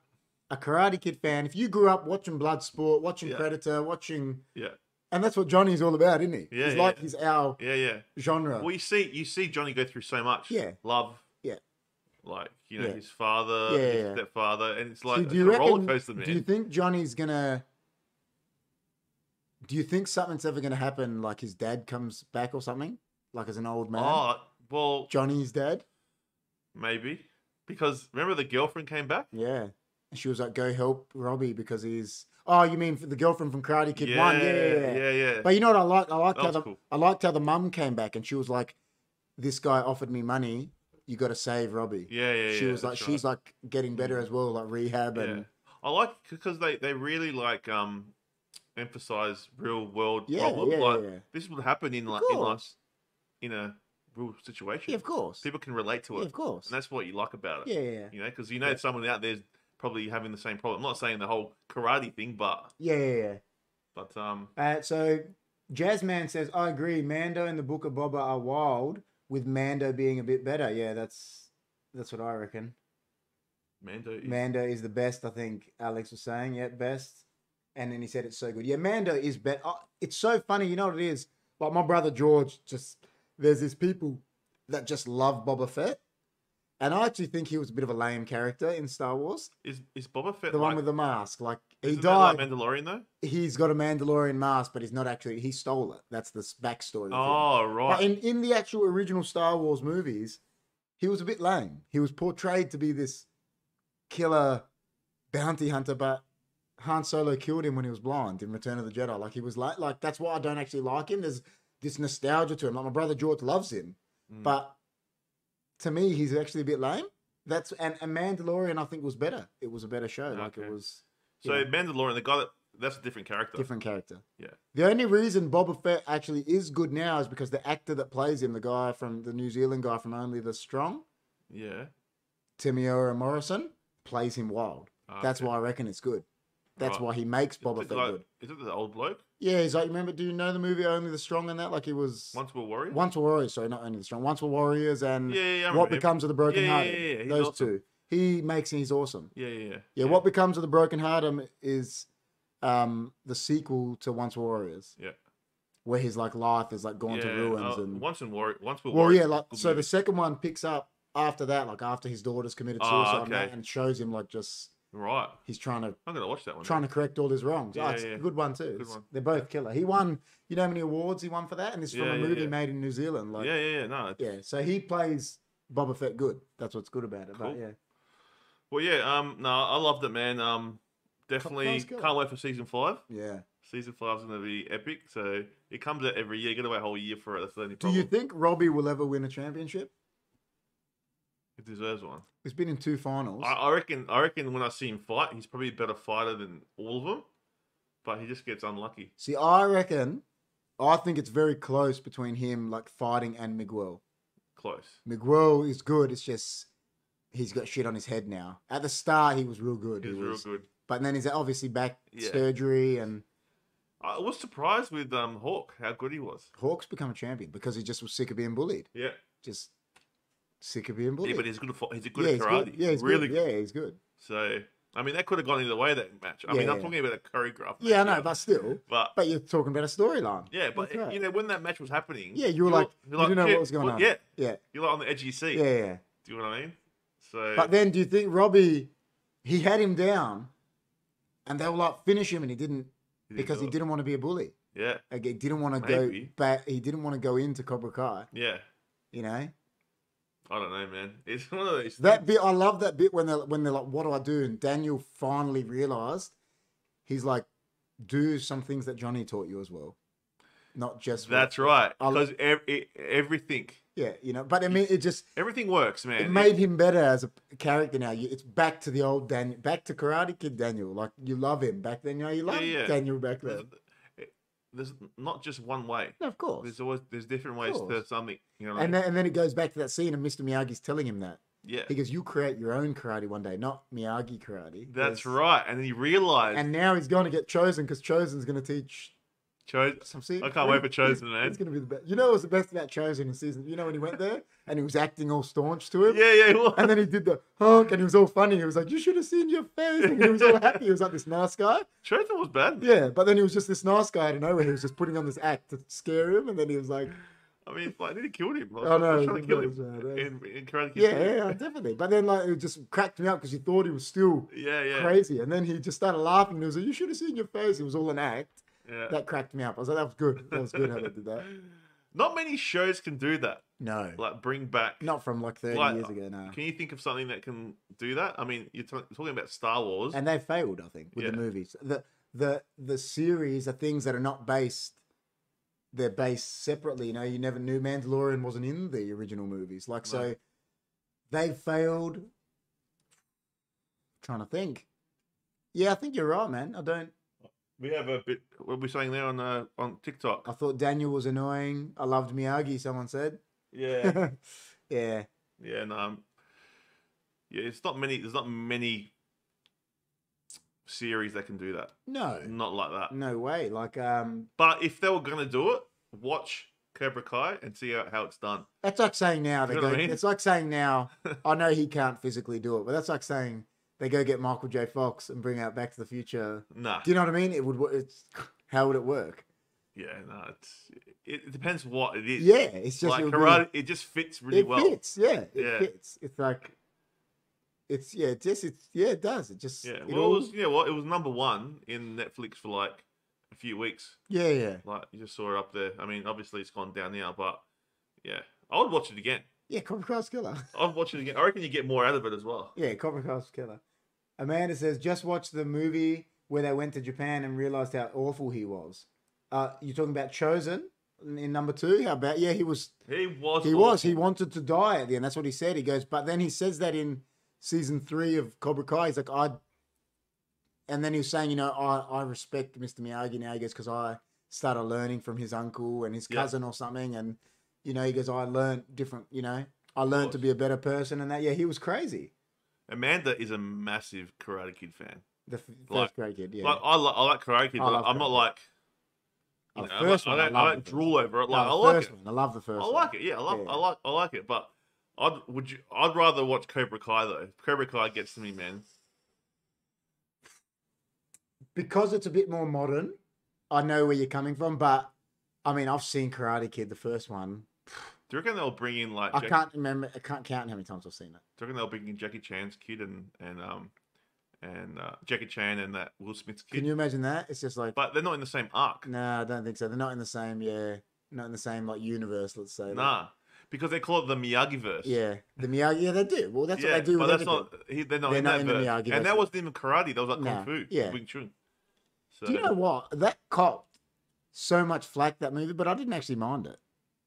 S1: a Karate Kid fan, if you grew up watching Bloodsport, watching
S2: Yeah.
S1: Predator, watching
S2: Yeah.
S1: and that's what Johnny's all about, isn't he?
S2: Yeah,
S1: he's
S2: yeah.
S1: like he's our
S2: yeah.
S1: genre.
S2: Well, you see, you see Johnny go through so much.
S1: Yeah.
S2: Love.
S1: Yeah.
S2: Like you know
S1: Yeah. his
S2: his father,
S1: Yeah,
S2: his
S1: yeah.
S2: stepfather, and it's
S1: So
S2: like
S1: do
S2: it's
S1: you
S2: a roller
S1: reckon?
S2: coaster,
S1: do you
S2: man.
S1: think Johnny's gonna? Do you think something's ever gonna happen? Like his dad comes back or something? Like as an old man?
S2: Oh, Well,
S1: Johnny's dad.
S2: maybe because remember the girlfriend came back.
S1: Yeah. And She was like, go help Robbie because he's. Oh, you mean the girlfriend from Karate Kid 1? Yeah, yeah, yeah.
S2: yeah, yeah.
S1: But you know what I liked? I liked,
S2: That
S1: how
S2: was
S1: the,
S2: cool.
S1: I liked how the mum came back and she was like, this guy offered me money. You got to save Robbie.
S2: yeah, yeah,
S1: she
S2: yeah,
S1: was like,
S2: that's right. Mm.
S1: she's like getting better as well, like rehab and
S2: I like because they they really like um emphasize real world
S1: yeah, yeah,
S2: problem.
S1: yeah,
S2: like
S1: yeah, yeah.
S2: this would happen in like in life,
S1: course.
S2: in a real situation.
S1: Yeah, of course.
S2: People can relate to it,
S1: Yeah, of course.
S2: and that's what you like about it.
S1: Yeah, yeah,
S2: You know, because you know
S1: Yeah.
S2: someone out there's probably having the same problem. I'm not saying the whole karate thing, but
S1: yeah, yeah, yeah.
S2: but um
S1: Uh, so Jazzman says, I agree. Mando and the Book of Boba are wild, with Mando being a bit better. Yeah, that's that's what I reckon.
S2: Mando. Is,
S1: Mando is the best, I think Alex was saying. Yeah, best. And then he said it's so good. Yeah, Mando is bet. Oh, it's so funny. You know what it is? Like my brother George, just there's these people that just love Boba Fett. And I actually think he was a bit of a lame character in Star Wars.
S2: is is Boba Fett
S1: The one
S2: like-
S1: with the mask. Like, he
S2: isn't that like
S1: died.
S2: Mandalorian though.
S1: he's got a Mandalorian mask, but he's not actually. He stole it. That's the s- backstory. of him.
S2: Oh right.
S1: But in, in the actual original Star Wars movies, he was a bit lame. He was portrayed to be this killer bounty hunter, but Han Solo killed him when he was blind in Return of the Jedi. Like he was like like that's why I don't actually like him. There's this nostalgia to him. Like my brother George loves him,
S2: Mm.
S1: but to me, he's actually a bit lame. That's and, and Mandalorian I think was better. It was a better show. Like
S2: Okay.
S1: it was
S2: so
S1: yeah.
S2: Mandalorian, the guy that that's a different character.
S1: different character.
S2: Yeah.
S1: The only reason Boba Fett actually is good now is because the actor that plays him, the guy from the New Zealand guy from Only the Strong,
S2: Yeah.
S1: Timiora Morrison, plays him wild.
S2: Ah,
S1: That's
S2: okay.
S1: why I reckon it's good. That's
S2: Right.
S1: why he makes
S2: Is it
S1: Boba
S2: the
S1: Fett
S2: guy-
S1: good.
S2: Is it the old bloke?
S1: Yeah, he's like, remember, do you know the movie Only the Strong and that? Like he was
S2: Once we were warriors.
S1: Once Were Warriors, sorry, not Only the Strong. Once Were Warriors and
S2: Yeah, yeah, yeah. I
S1: What
S2: remember him.
S1: Becomes of the Broken Hearted.
S2: Yeah, yeah, yeah, yeah, he's
S1: Those
S2: awesome.
S1: two. He makes he's awesome.
S2: Yeah, yeah, yeah.
S1: Yeah, What Becomes of the Broken Hearted is um, the sequel to Once Were Warriors.
S2: Yeah.
S1: Where his like life is like gone to
S2: Yeah,
S1: ruins
S2: uh,
S1: and
S2: once in war, once we
S1: well, yeah, like so the second one picks up after that, like after his daughter's committed
S2: Ah,
S1: suicide and,
S2: okay.
S1: that, and shows him like just
S2: right.
S1: he's trying to
S2: I'm gonna watch that one.
S1: trying to correct all his wrongs. Oh,
S2: Yeah,
S1: it's
S2: yeah.
S1: a good one too.
S2: Good
S1: It's-
S2: one.
S1: They're both killer. He won, you know how many awards he won for that, and it's from
S2: Yeah,
S1: a
S2: yeah,
S1: movie
S2: yeah.
S1: made in New Zealand. Like,
S2: yeah, yeah, yeah. No. it's-
S1: yeah, so he plays Boba Fett good. That's what's good about it.
S2: Cool.
S1: But yeah,
S2: Well, yeah. Um, no, I loved it, man. Um, definitely
S1: Nice guy.
S2: can't wait for season five.
S1: yeah.
S2: Season five's gonna be epic. So it comes out every year. Gonna wait a whole year for it. That's the only
S1: Do
S2: problem.
S1: you think Robbie will ever win a championship?
S2: it deserves one.
S1: He's been in two finals.
S2: I, I reckon. I reckon when I see him fight, he's probably a better fighter than all of them. But he just gets unlucky.
S1: See, I reckon, I think it's very close between him like fighting and Miguel.
S2: Close.
S1: Miguel is good. It's just he's got shit on his head now. At the start, he was real good.
S2: He was real good.
S1: But then he's obviously back
S2: Yeah.
S1: surgery, and
S2: I was surprised with um Hawk how good he was.
S1: Hawk's become a champion because he just was sick of being bullied.
S2: Yeah.
S1: Just sick of being bullied.
S2: Yeah, but he's good. At, fi- he's good
S1: Yeah,
S2: at
S1: he's
S2: karate.
S1: good. Yeah, he's
S2: really
S1: good. Yeah, he's good.
S2: So I mean, that could have gone either way. That match. I
S1: Yeah,
S2: mean, I'm
S1: yeah.
S2: talking about a choreographed.
S1: Yeah, I
S2: match,
S1: know, but still.
S2: but
S1: But you're talking about a storyline.
S2: yeah, but
S1: That's right.
S2: you know when that match was happening,
S1: Yeah, you were like- you didn't know what
S2: "Shit,
S1: was going on."
S2: Yeah,
S1: yeah,
S2: you're like on the edge of your seat.
S1: yeah, yeah.
S2: Do you know what I mean? So
S1: But then, do you think Robbie? He had him down, and they were like, finish him, and he didn't
S2: didn't
S1: because
S2: do
S1: he
S2: it.
S1: didn't want to be a bully.
S2: Yeah,
S1: Like, he didn't want to go
S2: Maybe.
S1: back. He didn't want to go into Cobra Kai.
S2: yeah.
S1: You know,
S2: I don't know, man. It's one of those.
S1: That bit, I love that bit when they're when they're like, "What do I do?" And Daniel finally realized he's like, "Do some things that Johnny taught you as well, not just
S2: things.
S1: what-"
S2: that's right.
S1: I'll-
S2: Because ev- e- everything,
S1: yeah, you know." But I mean, it just
S2: everything works, man.
S1: it made him better as a character now. You- It's back to the old Daniel, back to Karate Kid Daniel. Like you love him back then. You know, you love
S2: yeah.
S1: Daniel back
S2: there's,
S1: then.
S2: there's not just one way.
S1: No, of course.
S2: There's always there's different ways to
S1: course.
S2: something. You know. What
S1: And
S2: I mean?
S1: then, and then it goes back to that scene, and Mr. Miyagi's telling him that
S2: yeah.
S1: he goes, "You create your own karate one day, not Miyagi karate."
S2: That's
S1: Yes.
S2: right. And then you realize
S1: And now he's going to get chosen because chosen's going to teach
S2: chose
S1: some season.
S2: I can't wait for Chosen, man.
S1: It's gonna be the best. You know what was the best about Chosen in season? You know when he went there and he was acting all staunch to him?
S2: Yeah, yeah, what?
S1: And then he did the honk and he was all funny. He was like, You should have seen your face. And he was all happy. He was like this nice guy.
S2: Chosen was bad.
S1: Yeah, but then he was just this nice guy out of nowhere. He was just putting on this act to scare him. And then he was like,
S2: I mean, like, they killed him. Like,
S1: Oh,
S2: they were
S1: no,
S2: trying to
S1: that
S2: kill
S1: was bad,
S2: him.
S1: that
S2: In, in Karate Kid
S1: Yeah,
S2: two.
S1: yeah, yeah, definitely. But then like it just cracked me up because he thought he was still
S2: yeah, yeah,
S1: crazy. And then he just started laughing. He was like, You should have seen your face. It was all an act.
S2: yeah.
S1: That cracked me up. I was like, That was good. That was good how they did that.
S2: Not many shows can do that.
S1: No,
S2: Like bring back.
S1: not from like thirty
S2: Like, uh,
S1: years ago. No,
S2: Can you think of something that can do that? I mean, you're ta- talking about Star Wars.
S1: and they failed. I think with
S2: Yeah.
S1: the movies, the the the series are things that are not based. They're based separately. You know, you never knew Mandalorian wasn't in the original movies. Like so,
S2: No.
S1: they failed. trying to think. Yeah, I think you're right, man. I don't.
S2: we have a bit. What were we saying there on uh, on TikTok?
S1: I thought Daniel was annoying. I loved Miyagi. Someone said.
S2: yeah,
S1: yeah.
S2: yeah, no. um, yeah, it's not many. There's not many series that can do that.
S1: No.
S2: Not like that.
S1: No way. Like um,
S2: But if they were gonna do it, watch Cobra Kai and see how, how it's done.
S1: That's like saying now they
S2: You know
S1: go.
S2: what I mean?
S1: It's like saying now. I know he can't physically do it, but that's like saying they go get Michael J. Fox and bring out Back to the Future.
S2: Nah.
S1: Do you know what I mean? It would. wo- It's how would it work?
S2: Yeah, no. It's it, it depends what it is.
S1: Yeah, it's just
S2: like
S1: it would be-
S2: karate, it just fits really
S1: it
S2: well.
S1: fits. Yeah, it
S2: Yeah.
S1: fits. It's like it's yeah. It just it's yeah. It does. It just
S2: Yeah.
S1: It
S2: Well, it
S1: all-
S2: was you know what? It was number one in Netflix for like a few weeks.
S1: yeah, yeah,
S2: Like you just saw it up there. I mean, obviously it's gone down now, but yeah, I would watch it again.
S1: yeah. Cobra Kai's killer.
S2: I'd watch it again. I reckon you get more out of it as well.
S1: Yeah, Cobra Kai's killer. Amanda says, just watch the movie where they went to Japan and realized how awful he was. Uh, you're talking about Chosen in number two? How about, yeah, he was,
S2: He was.
S1: he was, he
S2: awful.
S1: wanted to die at the end. That's what he said. He goes, but then he says that in season three of Cobra Kai. He's like, I, and then he was saying, you know, I, I respect Mr. Miyagi now, he goes, because I started learning from his uncle and his
S2: Yeah.
S1: cousin or something. And, you know, he goes, I learned different, you know, I learned to be a better person and that. Yeah, he was crazy.
S2: Amanda is a massive Karate Kid fan.
S1: The f- first
S2: Like-
S1: grade kid, yeah.
S2: Like oh, I, li- I like Karate Kid.
S1: I
S2: but
S1: love
S2: I'm not
S1: Karate
S2: like.
S1: Oh,
S2: you know,
S1: the first
S2: I
S1: one, I
S2: don't, I
S1: love the
S2: don't
S1: first
S2: drool over
S1: No,
S2: it. Like
S1: the
S2: I like
S1: first
S2: it.
S1: one. I love the first
S2: I
S1: one.
S2: like it. Yeah, I like,
S1: Yeah.
S2: I like, I like it. But I'd would you? I'd rather watch Cobra Kai though. Cobra Kai gets to me, man.
S1: Because it's a bit more modern, I know where you're coming from, but I mean, I've seen Karate Kid, the first one.
S2: Do you reckon they'll bring in like?
S1: I
S2: Jack-
S1: can't remember, I can't count how many times I've seen it.
S2: Do you reckon they'll bring in Jackie Chan's kid and and um and uh, Jackie Chan and that Will Smith's kid?
S1: Can you imagine that? It's just like,
S2: But they're not in the same arc.
S1: no, I don't think so. They're not in the same, yeah, not in the same like universe, let's say. like-
S2: Nah, because they call it the Miyagi verse.
S1: Yeah. The Miyagi, yeah, they do. Well, that's
S2: yeah,
S1: what they do
S2: but
S1: with
S2: that's
S1: everything.
S2: not. He, they're not
S1: They're
S2: in
S1: not
S2: that
S1: in the
S2: verse.
S1: Miyagi
S2: and
S1: verse.
S2: that wasn't even karate. That was like
S1: Nah,
S2: kung fu.
S1: yeah.
S2: Wing Chun. So
S1: Do you know what? That cop so much flack that movie, but I didn't actually mind it.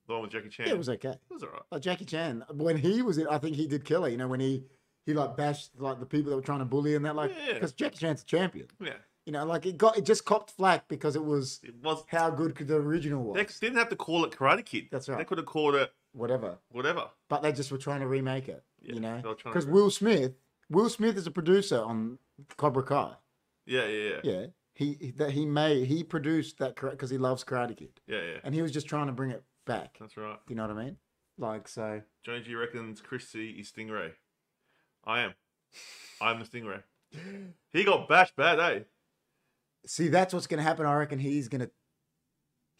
S2: the one with Jackie Chan.
S1: Yeah, it was okay.
S2: It was alright.
S1: Like Jackie Chan, when he was in, I think he did killer. You know, when he he like bashed like the people that were trying to bully and that, like
S2: Yeah.
S1: because Jackie Chan's a champion.
S2: Yeah,
S1: You know, like it got it just copped flack because it was
S2: it was.
S1: how good could the original was.
S2: They didn't have to call it Karate Kid.
S1: That's
S2: They
S1: right.
S2: could have called it
S1: Whatever,
S2: whatever.
S1: but they just were trying to remake it.
S2: Oh, Yeah,
S1: you know,
S2: they were trying to
S1: because
S2: re-
S1: Will Smith, Will Smith is a producer on Cobra Kai.
S2: Yeah, yeah, yeah,
S1: Yeah, he he- that he made he produced that because he loves Karate Kid,
S2: yeah, yeah.
S1: and he was just trying to bring it back.
S2: That's right.
S1: You know what I mean? Like so.
S2: Johnny G reckons Christie is Stingray. I am. I'm the Stingray. He got bashed bad, eh?
S1: See, that's what's going to happen. I reckon he's going to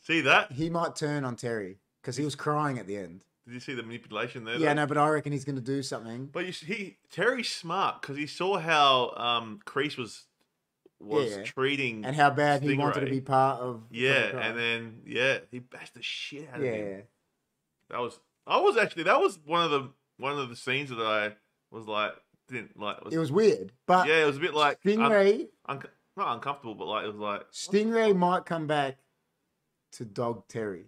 S2: See that?
S1: he might turn on Terry because he was crying at the end.
S2: Did you see the manipulation there?
S1: Yeah,
S2: though?
S1: no, but I reckon he's going to do something.
S2: But you see, he Terry's smart because he saw how um Crease was was
S1: Yeah.
S2: treating.
S1: And how bad he wanted to
S2: Stingray.
S1: be part of.
S2: yeah,
S1: Cobra Kai.
S2: and then yeah, he bashed the shit out of him.
S1: yeah,
S2: That was I was actually that was one of the one of the scenes that I was like didn't like was,
S1: it was weird, but
S2: yeah it was a bit like un-
S1: Stingray,
S2: unco- not uncomfortable but like it was like
S1: Stingray might come back to dog Terry.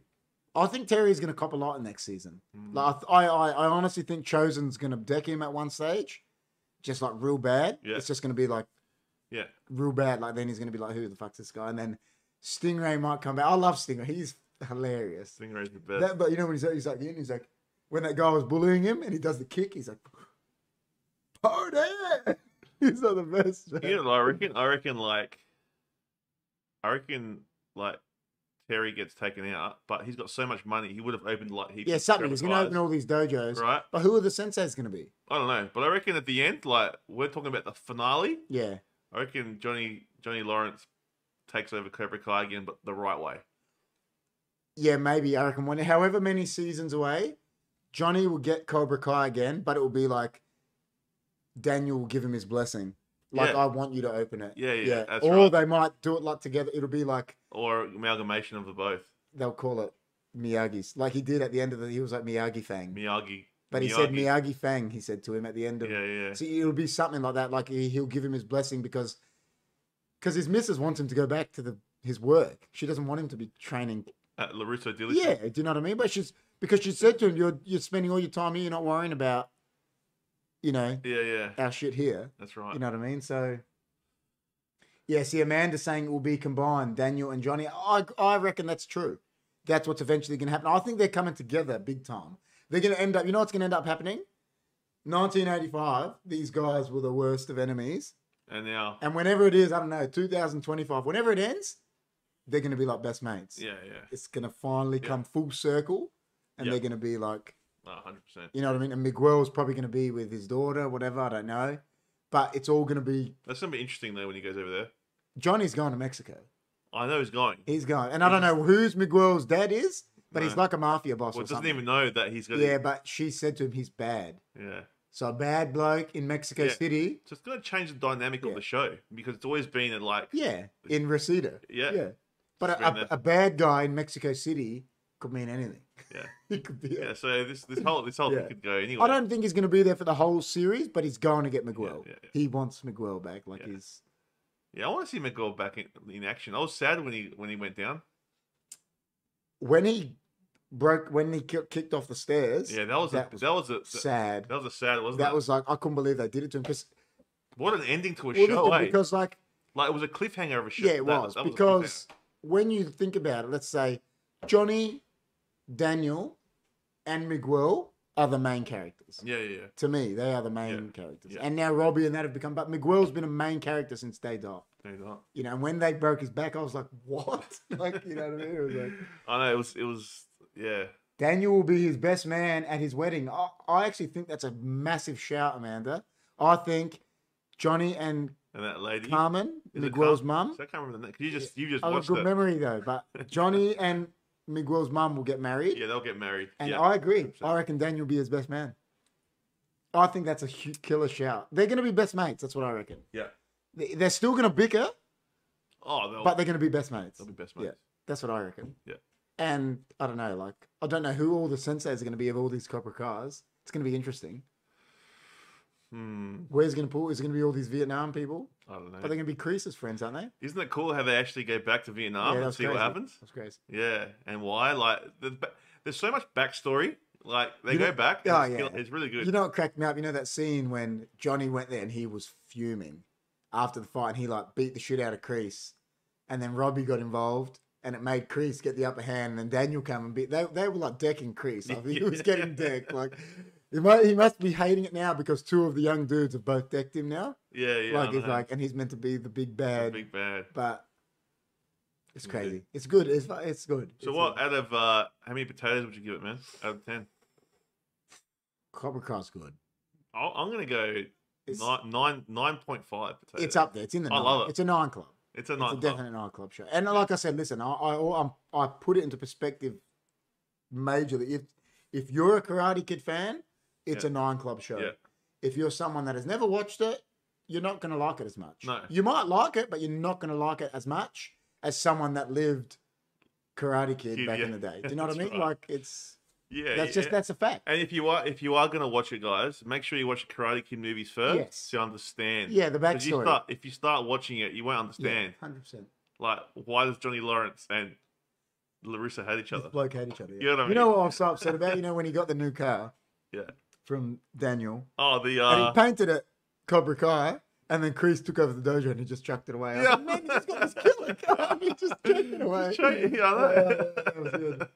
S1: I think Terry's going to cop a lot next season.
S2: mm,
S1: Like I, th- I, I, I honestly think Chosen's going to deck him at one stage, just like real bad.
S2: Yeah.
S1: It's just going to be like
S2: yeah
S1: real bad. Like then he's going to be like, who the fuck's this guy? And then Stingray might come back. I love Stingray. He's hilarious.
S2: Stingray's the best
S1: That, but you know when he's, he's like in, he's like when that guy was bullying him and he does the kick, he's like, "Party!" He's not the best. man.
S2: you know I reckon I reckon like I reckon like Terry gets taken out but he's got so much money he would have opened like he
S1: yeah, something. He's gonna open all these dojos,
S2: right
S1: but who are the senseis gonna be?
S2: I don't know but I reckon at the end like we're talking about the finale
S1: Yeah,
S2: I reckon Johnny Johnny Lawrence takes over Cobra Kai again but the right way
S1: yeah, maybe. I reckon when, however many seasons away, Johnny will get Cobra Kai again, but it will be like Daniel will give him his blessing. Like
S2: Yeah.
S1: I want you to open it.
S2: Yeah, yeah, that's
S1: or
S2: right.
S1: they might do it like together. It'll be like
S2: or amalgamation of the both
S1: they'll call it Miyagi's, like he did at the end of the. He was like Miyagi Fang,
S2: Miyagi.
S1: but he said Miyagi Fang. He said to him at the end of.
S2: Yeah, yeah.
S1: So it'll be something like that. Like he- he'll give him his blessing because, because his missus wants him to go back to the his work. She doesn't want him to be training
S2: At Uh, Larusso dealership.
S1: Yeah, do you know what I mean? But she's because she said to him, "You're you're spending all your time here. You're not worrying about, you know,
S2: Yeah, yeah.
S1: our shit here."
S2: That's right.
S1: You know what I mean? So, yeah. See, Amanda saying it will be combined, Daniel and Johnny. I I reckon that's true. That's what's eventually going to happen. I think they're coming together big time. They're going to end up. You know what's going to end up happening? 1985. These guys were the worst of enemies,
S2: and now,
S1: and whenever it is, I don't know, 2025. Whenever it ends, they're going to be like best mates
S2: yeah, yeah.
S1: it's gonna finally
S2: Yeah.
S1: come full circle, and
S2: Yeah.
S1: they're gonna be like,
S2: hundred percent.
S1: you know what I mean. And Miguel's probably gonna be with his daughter, whatever. I don't know, but it's all gonna be.
S2: That's gonna be interesting though when he goes over there.
S1: Johnny's going to Mexico.
S2: I know he's going.
S1: He's going, and I don't know who's Miguel's dad is, but he's
S2: No.
S1: like a mafia boss
S2: Well,
S1: or
S2: it doesn't
S1: something.
S2: even know that he's gonna.
S1: yeah, but she said to him, he's bad.
S2: yeah.
S1: So a bad bloke in Mexico
S2: Yeah.
S1: City.
S2: So it's gonna change the dynamic
S1: Yeah.
S2: of the show because it's always been a, like.
S1: Yeah, in Reseda.
S2: Yeah.
S1: yeah. But
S2: It's
S1: a, a,
S2: been there.
S1: a bad guy in Mexico City could mean anything.
S2: Yeah.
S1: it could be.
S2: Yeah, so this this whole this whole
S1: Yeah.
S2: thing could go anyway.
S1: I don't think he's going to be there for the whole series, but he's going to get Miguel.
S2: yeah, yeah.
S1: He wants Miguel back. Like
S2: Yeah.
S1: he's
S2: Yeah, I want to see Miguel back in, in action. I was sad when he when he went down.
S1: when he broke when he ki- kicked off the stairs.
S2: Yeah, that was
S1: That
S2: a,
S1: was
S2: that was a
S1: sad.
S2: that was a sad, wasn't
S1: That
S2: it?
S1: was like I couldn't believe they did it to him 'cause-
S2: what an ending to a
S1: well,
S2: show,
S1: listen,
S2: eh?
S1: because like
S2: Like it was a cliffhanger of a show.
S1: yeah, it
S2: That-
S1: was
S2: that a
S1: because when you think about it, let's say Johnny, Daniel, and Miguel are the main characters.
S2: cliffhanger. yeah, yeah, yeah,
S1: To me, they are the main characters,
S2: yeah.
S1: and now Robbie and that have become. But Miguel's been a main character since day dot.
S2: No, you're not.
S1: you know, and when they broke his back, I was like, what? Like, you know what I mean? It was like,
S2: I know it was it was yeah.
S1: Daniel will be his best man at his wedding. I, I actually think that's a massive shout, Amanda. I think Johnny and
S2: And that lady,
S1: Carmen,
S2: Is it
S1: Miguel's
S2: Car-
S1: mum.
S2: So I can't remember the name. 'cause You just you just
S1: I have
S2: watched
S1: a good
S2: it.
S1: memory though, but Johnny and Miguel's mum will get married.
S2: Yeah, they'll get married.
S1: and
S2: yeah,
S1: I agree.
S2: 100%.
S1: I reckon Daniel will be his best man. I think that's a hu killer shout. They're going to be best mates. That's what I reckon.
S2: Yeah.
S1: They- They're still going to bicker,
S2: Oh, they'll,
S1: but they're going to be best mates.
S2: they'll be best
S1: yeah.
S2: mates.
S1: That's what I reckon.
S2: Yeah.
S1: And I don't know, like I don't know who all the senseis are going to be of all these copper cars. It's going to be interesting.
S2: Hmm.
S1: Where's going to pull? Is it going to be all these Vietnam people?
S2: I don't know.
S1: But they're going to be Crease's friends, aren't they?
S2: Isn't it cool how they actually go back to Vietnam and
S1: that's
S2: see what
S1: crazy.
S2: happens?
S1: That's crazy.
S2: Yeah, and why? Like, the, ba- there's so much backstory. Like, they
S1: You
S2: go
S1: know-
S2: back.
S1: Oh,
S2: it's,
S1: yeah.
S2: it's really good.
S1: You know what cracked me up? You know that scene when Johnny went there and he was fuming after the fight, and he like beat the shit out of Crease, and then Robbie got involved. And it made Crease get the upper hand, and then Daniel come and beat. They, they were like decking Crease. I think he was getting decked. Like he must, he must be hating it now because two of the young dudes have both decked him now.
S2: yeah, yeah. I
S1: like it's
S2: know.
S1: like, uh, and he's meant to be the big
S2: It's a
S1: bad,
S2: big bad.
S1: but it's
S2: It's
S1: crazy.
S2: good.
S1: It's good. It's it's good.
S2: So,
S1: It's
S2: what
S1: Good.
S2: out of uh, how many potatoes would you give it, man? Out of ten?
S1: Cobra Kai's good.
S2: I'll, I'm gonna go
S1: It's,
S2: nine nine nine point five potatoes.
S1: it's up there. It's in the.
S2: I
S1: nine.
S2: love it.
S1: It's a nine club.
S2: It's a
S1: It's
S2: nine.
S1: a definite nine club show. And like I said, listen, I I I'm, I put it into perspective majorly. If if you're a Karate Kid fan, it's
S2: Yeah.
S1: a nine club show.
S2: Yeah.
S1: If you're someone that has never watched it, you're not going to like it as much.
S2: No.
S1: You might like it, but you're not going to like it as much as someone that lived Karate Kid
S2: Kid,
S1: back
S2: yeah.
S1: in the day. Do you know what I
S2: That's
S1: mean?
S2: right.
S1: Like it's.
S2: Yeah,
S1: That's
S2: yeah.
S1: just that's a fact.
S2: And if you are if you are gonna watch it, guys, make sure you watch the Karate Kid movies first
S1: Yes.
S2: to understand.
S1: Yeah, the
S2: 'Cause You
S1: backstory.
S2: start, if you start watching it, you won't understand.
S1: Hundred percent.
S2: Like, why does Johnny Lawrence and Larissa hate each
S1: This
S2: other?
S1: bloke hate each other. Yeah.
S2: You know what I
S1: You know what I was so upset about? You know when he got the new car
S2: Yeah.
S1: from Daniel
S2: Oh, the
S1: and he
S2: uh,
S1: painted it Cobra Kai, and then Chris took over the dojo and he just chucked it away. I was
S2: Yeah.
S1: like, man, he just got this killer car. He just chucked it away.
S2: Just chuck- yeah, I
S1: Uh,
S2: know.
S1: that was good.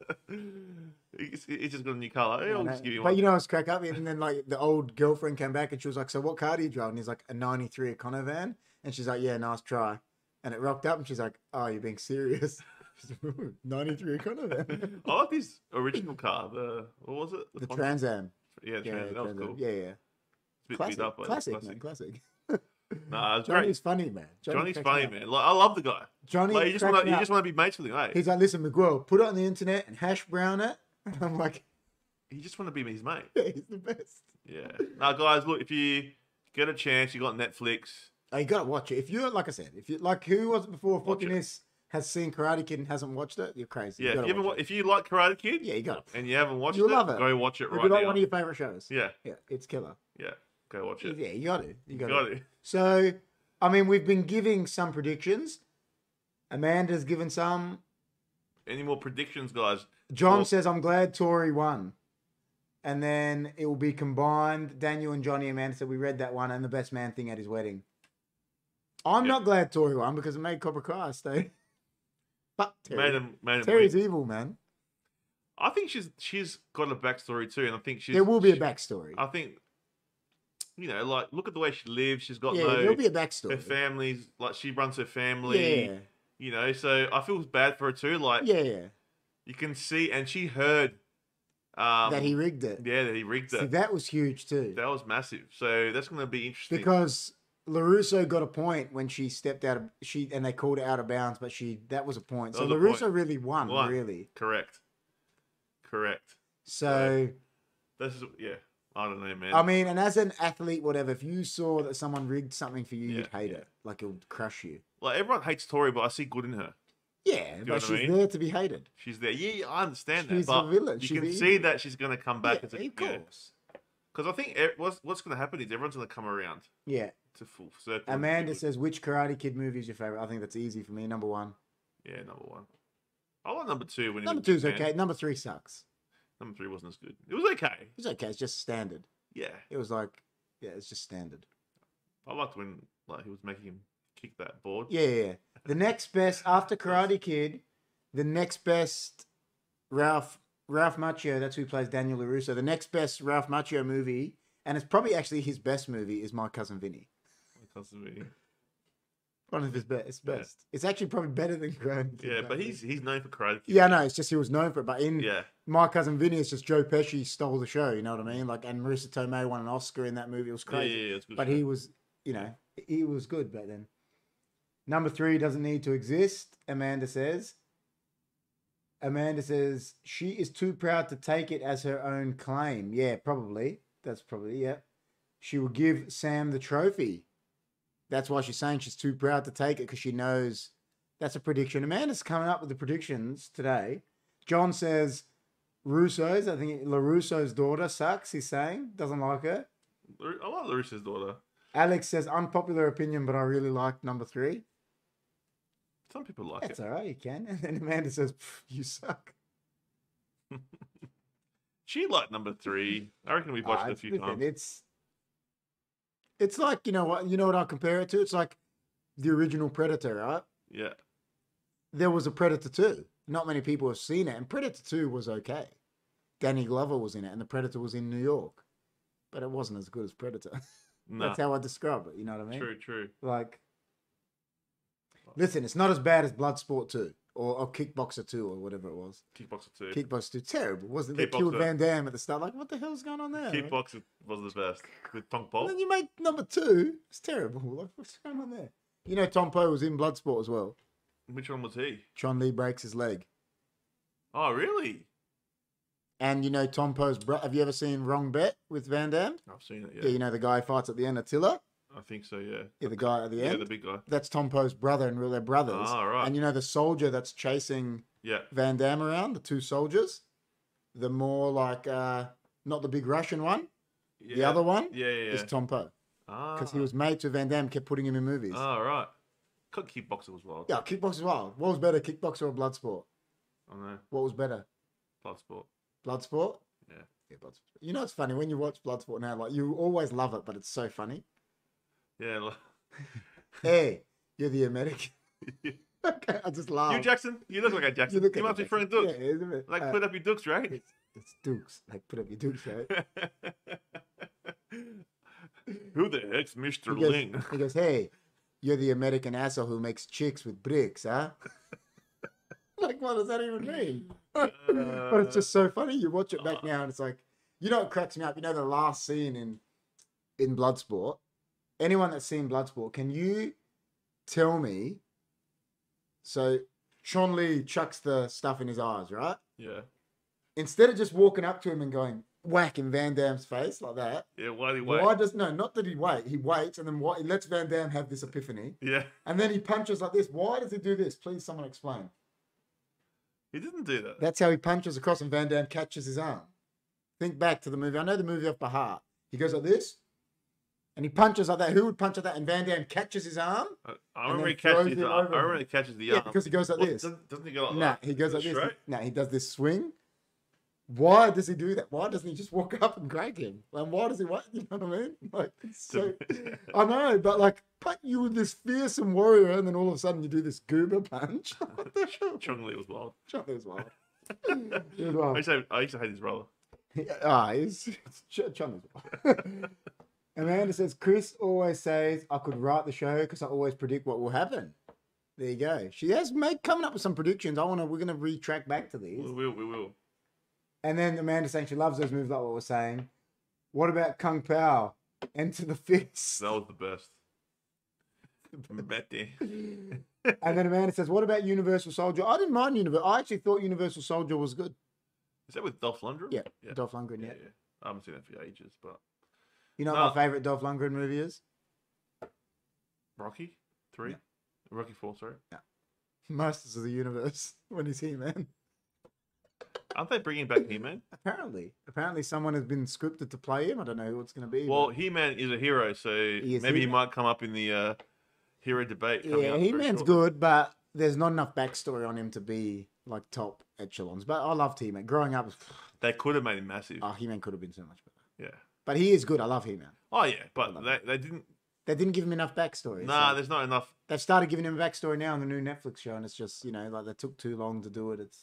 S2: He's, he's just got a new color.
S1: Yeah, I
S2: I'll
S1: know.
S2: just give you
S1: but
S2: one.
S1: you know, I was crack up, and then like the old girlfriend came back and she was like, "So what car do you drive?" And he's like, "A '93 Econovan," and she's like, "Yeah, nice try." And it rocked up, and she's like, "Oh, you're being serious." '93 Econovan.
S2: I like his original car. The what was it?
S1: The
S2: Fon-
S1: Trans Am.
S2: Yeah, the
S1: Yeah,
S2: trans. that was
S1: Trans Am.
S2: cool.
S1: yeah, yeah.
S2: It's a bit
S1: Classic,
S2: beat up, but it's
S1: classic, man,
S2: classic.
S1: classic.
S2: Nah, it's great.
S1: Johnny's funny, man. Johnny
S2: Johnny's
S1: cracks me
S2: funny,
S1: up.
S2: man. Like, I love the guy.
S1: Johnny,
S2: Like, you just
S1: cracks
S2: want
S1: me
S2: to, you
S1: up.
S2: just want to be mates with him, eh?
S1: He's like, listen, Miguel, put it on the internet and hash brown it. And I'm like,
S2: You just want to be his mate.
S1: yeah, he's the best.
S2: Yeah. Now, guys, look, if you get a chance, you got Netflix.
S1: Oh, you gotta watch it. If you're like I said, if you like, who was it before?
S2: Watch it.
S1: Fortunis has seen Karate Kid and hasn't watched it, you're crazy.
S2: Yeah,
S1: you
S2: if
S1: gotta
S2: you, haven't,
S1: watch
S2: wa- if you like Karate Kid
S1: it. yeah, you got it.
S2: and you haven't watched
S1: You'll
S2: it,
S1: love it.
S2: go watch it
S1: It'll be
S2: right
S1: like
S2: now.
S1: one of your favorite shows.
S2: Yeah,
S1: yeah, it's killer.
S2: yeah, go watch it.
S1: Yeah, you got it. You got, it.
S2: Got it.
S1: So, I mean, we've been giving some predictions. Amanda's given some.
S2: Any more predictions, guys?
S1: John
S2: Well-
S1: says, I'm glad Tory won. And then it will be combined. Daniel and Johnny Amanda said, We read that one and the best man thing at his wedding. I'm
S2: Yeah.
S1: not glad Tory won because it made Copper Christ, though. Fuck Terry.
S2: Made him, made him
S1: Terry's
S2: weak.
S1: evil, man.
S2: I think she's she's got a backstory too, and I think she's
S1: there will be a
S2: she-
S1: backstory.
S2: I think you know, like look at the way she lives. She's got
S1: yeah,
S2: no
S1: there'll be a
S2: her
S1: backstory.
S2: family's like she runs her family.
S1: yeah,
S2: You know, so I feel bad for her too. Like
S1: yeah, yeah.
S2: you can see, and she heard um,
S1: that he rigged it.
S2: yeah that he rigged
S1: See,
S2: it.
S1: that was huge, too.
S2: That was massive. So that's going to be interesting.
S1: because Larusso got a point when she stepped out of she and they called it out of bounds, but she that was a point.
S2: That
S1: So
S2: was a
S1: Larusso
S2: point.
S1: really won,
S2: Won.
S1: really.
S2: Correct. Correct.
S1: So
S2: This is yeah. I don't know, man.
S1: I mean, and as an athlete, whatever, if you saw that someone rigged something for you,
S2: Yeah,
S1: you'd hate
S2: yeah.
S1: it, like it would crush you.
S2: like everyone hates Tori, but I see good in her.
S1: Yeah,
S2: know
S1: but
S2: what I
S1: she's
S2: mean?
S1: there to be hated.
S2: She's there. Yeah, I understand
S1: She's
S2: that,
S1: a
S2: but
S1: villain.
S2: you
S1: she's
S2: can
S1: evil.
S2: see that she's going to come back.
S1: Yeah,
S2: as a,
S1: of course.
S2: Because I think e- what's what's going to happen is everyone's going to come around
S1: Yeah.
S2: to full circle. and
S1: Amanda
S2: be good.
S1: says, "Which Karate Kid movie is your favorite?" I think that's easy for me. Number one.
S2: "Yeah, number one. I like number two when he
S1: Number
S2: was in
S1: two's
S2: Japan.
S1: okay. Number three sucks.
S2: Number three wasn't as good. It was okay.
S1: It's okay. It's just standard.
S2: Yeah,
S1: It was like, yeah, it's just standard.
S2: I liked when like he was making him kick that board.
S1: Yeah, yeah. yeah. The next best after Karate Kid, the next best Ralph Ralph Macchio. That's who plays Daniel Larusso. The next best Ralph Macchio movie, and it's probably actually his best movie, is My Cousin Vinny.
S2: Constantly.
S1: One of his best. It's
S2: Yeah.
S1: best. It's actually probably better than Grand.
S2: Yeah, but he's he's known for karate. Kid.
S1: Yeah, no, it's just he was known for it. But in
S2: Yeah,
S1: My Cousin Vinny, it's just Joe Pesci stole the show. You know what I mean? Like, and Marissa Tomei won an Oscar in that movie. It was
S2: yeah, yeah,
S1: crazy.
S2: yeah, it's good
S1: But
S2: shit.
S1: he was, you know, he was good back then. Number three doesn't need to exist, Amanda says. Amanda says she is too proud to take it as her own claim. Yeah, probably. That's probably, yeah. She will give Sam the trophy. That's why she's saying she's too proud to take it because she knows that's a prediction. Amanda's coming up with the predictions today. John says Russo's, I think LaRusso's daughter sucks, he's saying, doesn't like her.
S2: Lar- I like Larissa's daughter.
S1: Alex says unpopular opinion, but I really like number three.
S2: Some people like
S1: That's
S2: it.
S1: all right, you can. And then Amanda says, "Pff, "You suck."
S2: She liked number three. I reckon we've watched
S1: Ah,
S2: it a
S1: it's
S2: few
S1: different.
S2: times.
S1: It's it's like you know what you know what I'll compare it to. It's like the original Predator, right?
S2: Yeah,
S1: There was a Predator two. Not many people have seen it, and Predator two was okay. Danny Glover was in it, and the Predator was in New York, but it wasn't as good as Predator.
S2: no,
S1: That's how I describe it. You know what I mean?
S2: true, true.
S1: Like, listen, it's not as bad as Bloodsport two or, or Kickboxer two or whatever it was.
S2: Kickboxer two.
S1: Kickboxer two, terrible, wasn't it? They killed
S2: Kickboxer.
S1: Van Damme at the start. Like, what the hell's going on there?
S2: Kickboxer was the best with Punk
S1: And
S2: Bowl.
S1: then you make number two. It's terrible. Like, what's going on there? You know, Tom Poe was in Bloodsport as well.
S2: Which one was he?
S1: John Lee breaks his leg,
S2: Oh, really?
S1: and you know Tom Poe's. Bro- Have you ever seen Wrong Bet with Van Damme?
S2: I've seen it.
S1: Yeah.
S2: Yeah,
S1: you know the guy who fights at the end, Attila.
S2: I think so. Yeah,
S1: Yeah, the guy at the
S2: yeah,
S1: end.
S2: the big guy.
S1: That's Tom Poe's brother, and real they're brothers.
S2: Ah, right.
S1: And you know the soldier that's chasing
S2: Yeah,
S1: Van Damme around, the two soldiers. The more like, uh not the big Russian one.
S2: yeah.
S1: The other one
S2: Yeah, yeah,
S1: is
S2: yeah.
S1: Tom Poe. because
S2: Because
S1: he was made to Van Damme, kept putting him in movies.
S2: Oh, right. Cut kickboxer was wild.
S1: yeah, Kickboxer Wild. What was better, Kickboxer or Bloodsport?
S2: I know.
S1: What was better,
S2: Bloodsport.
S1: Bloodsport?
S2: Yeah.
S1: yeah, Bloodsport. You know, it's funny when you watch Bloodsport now. Like you always love it, but it's so funny.
S2: Yeah. Like...
S1: Hey, you're the American. okay, I just laugh.
S2: You Jackson? You look like a Jackson. You,
S1: Oh. look at
S2: must
S1: the
S2: be friend
S1: Jackson.
S2: Dukes.
S1: Yeah, isn't it?
S2: Like
S1: Uh,
S2: put up your Dukes, right?
S1: it's Dukes. Like put up your Dukes, right?
S2: Who the heck's Mr.
S1: He goes-
S2: Ling?
S1: He goes, hey, you're the American asshole who makes chicks with bricks, huh? like, what does that even mean? but it's just so funny. You watch it back
S2: Uh.
S1: now, and it's like, you know, what cracks me up. You know, the last scene in in Bloodsport. Anyone that's seen Bloodsport, can you tell me? So, Sean Lee chucks the stuff in his eyes, right?
S2: Yeah.
S1: Instead of just walking up to him and going, whack in Van Damme's face like that.
S2: Yeah, why do you wait?
S1: Why does no? Not that he wait. He waits and then why, he lets Van Damme have this epiphany,
S2: Yeah,
S1: and then he punches like this. Why does he do this? Please, someone explain.
S2: he didn't do that.
S1: That's how he punches across, and Van Damme catches his arm. Think back to the movie. I know the movie off by heart. He goes like this, and he punches like that. Who would punch like that? And Van Damme catches his arm.
S2: I, I remember
S1: then
S2: he catches
S1: throws
S2: his
S1: him
S2: arm.
S1: over
S2: I remember
S1: him.
S2: he catches the
S1: Yeah,
S2: arm.
S1: because he goes like
S2: What-
S1: this.
S2: Doesn't, doesn't he go like
S1: Nah,
S2: that?
S1: he goes like this.
S2: Straight?
S1: Nah, he does this swing. Why does he do that? Why doesn't he just walk up and crack him? Like, why does he wait? You know what I mean? Like, it's so I know, but like, put you were this fearsome warrior, and then all of a sudden you do this goober punch. what the hell? Oh.
S2: Chung Lee was wild.
S1: Chuck was wild. He was
S2: I
S1: wild.
S2: used, to, I used to hate his brother.
S1: Yeah, Ah, he's it's Ch- Chung is wild. Amanda says Chris always says I could write the show because I always predict what will happen. There you go. She has made coming up with some predictions. I want to. We're gonna retrack back to these.
S2: We will, we will.
S1: And then Amanda saying she loves those moves like what we're saying. What about Kung Pao? Enter the fist.
S2: That was the best. Mete.
S1: and then Amanda says, "What about Universal Soldier? I didn't mind Universal. I actually thought Universal Soldier was good.
S2: Is that with Dolph Lundgren?
S1: Yeah,
S2: Yeah.
S1: Dolph Lundgren.
S2: yeah,
S1: Yeah.
S2: yeah. I haven't seen that for ages, but
S1: You know what
S2: No.
S1: my favorite Dolph Lundgren movie is?
S2: Rocky three,
S1: No.
S2: Rocky four. Sorry,
S1: Masters of the Universe. When he's here, man.
S2: aren't they bringing back He Man?
S1: Apparently, apparently someone has been scripted to play him. I don't know who it's going to be.
S2: Well,
S1: but-
S2: He Man is a hero, so
S1: is
S2: maybe he
S1: He-Man.
S2: might come up in the uh, hero debate. Coming
S1: yeah,
S2: up
S1: He
S2: very
S1: Man's
S2: shortly.
S1: good, but there's not enough backstory on him to be like top echelons. But I loved He Man. Growing up,
S2: They could have made him massive.
S1: oh, He Man could have been so much better.
S2: yeah.
S1: But he is good. I love He Man.
S2: Oh yeah, but
S1: love
S2: they, they didn't.
S1: They didn't give him enough backstory. It's
S2: Nah,
S1: like-
S2: there's not enough.
S1: they've started giving him a backstory now on the new Netflix show, and it's just you know like they took too long to do it. It's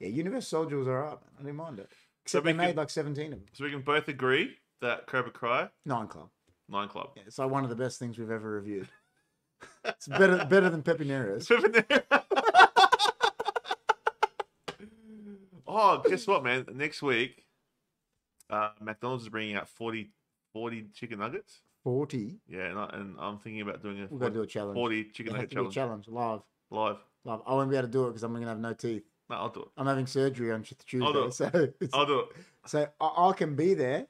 S1: yeah, Universe Soldier was alright. man. I didn't mind it. Except
S2: we
S1: they made
S2: could-
S1: like seventeen of them.
S2: So we can both agree that Cobra Cry
S1: Nine Club.
S2: Nine Club.
S1: Yeah, it's like one of the best things we've ever reviewed. it's better better than Pepe Nero's.
S2: oh, guess what, man? Next week, uh, McDonald's is bringing out 40, 40 chicken nuggets.
S1: Forty.
S2: Yeah, and, I, and I'm thinking about doing a
S1: We've got to
S2: 40,
S1: do a challenge.
S2: chicken
S1: It has to
S2: nugget
S1: be a challenge
S2: challenge
S1: live.
S2: live.
S1: Live. I won't be able to do it because I'm gonna have no teeth.
S2: No, I'll do it.
S1: I'm having surgery on Tues-
S2: I'll do
S1: Tuesday,
S2: it.
S1: so it's,
S2: I'll do it.
S1: so I, I can be there,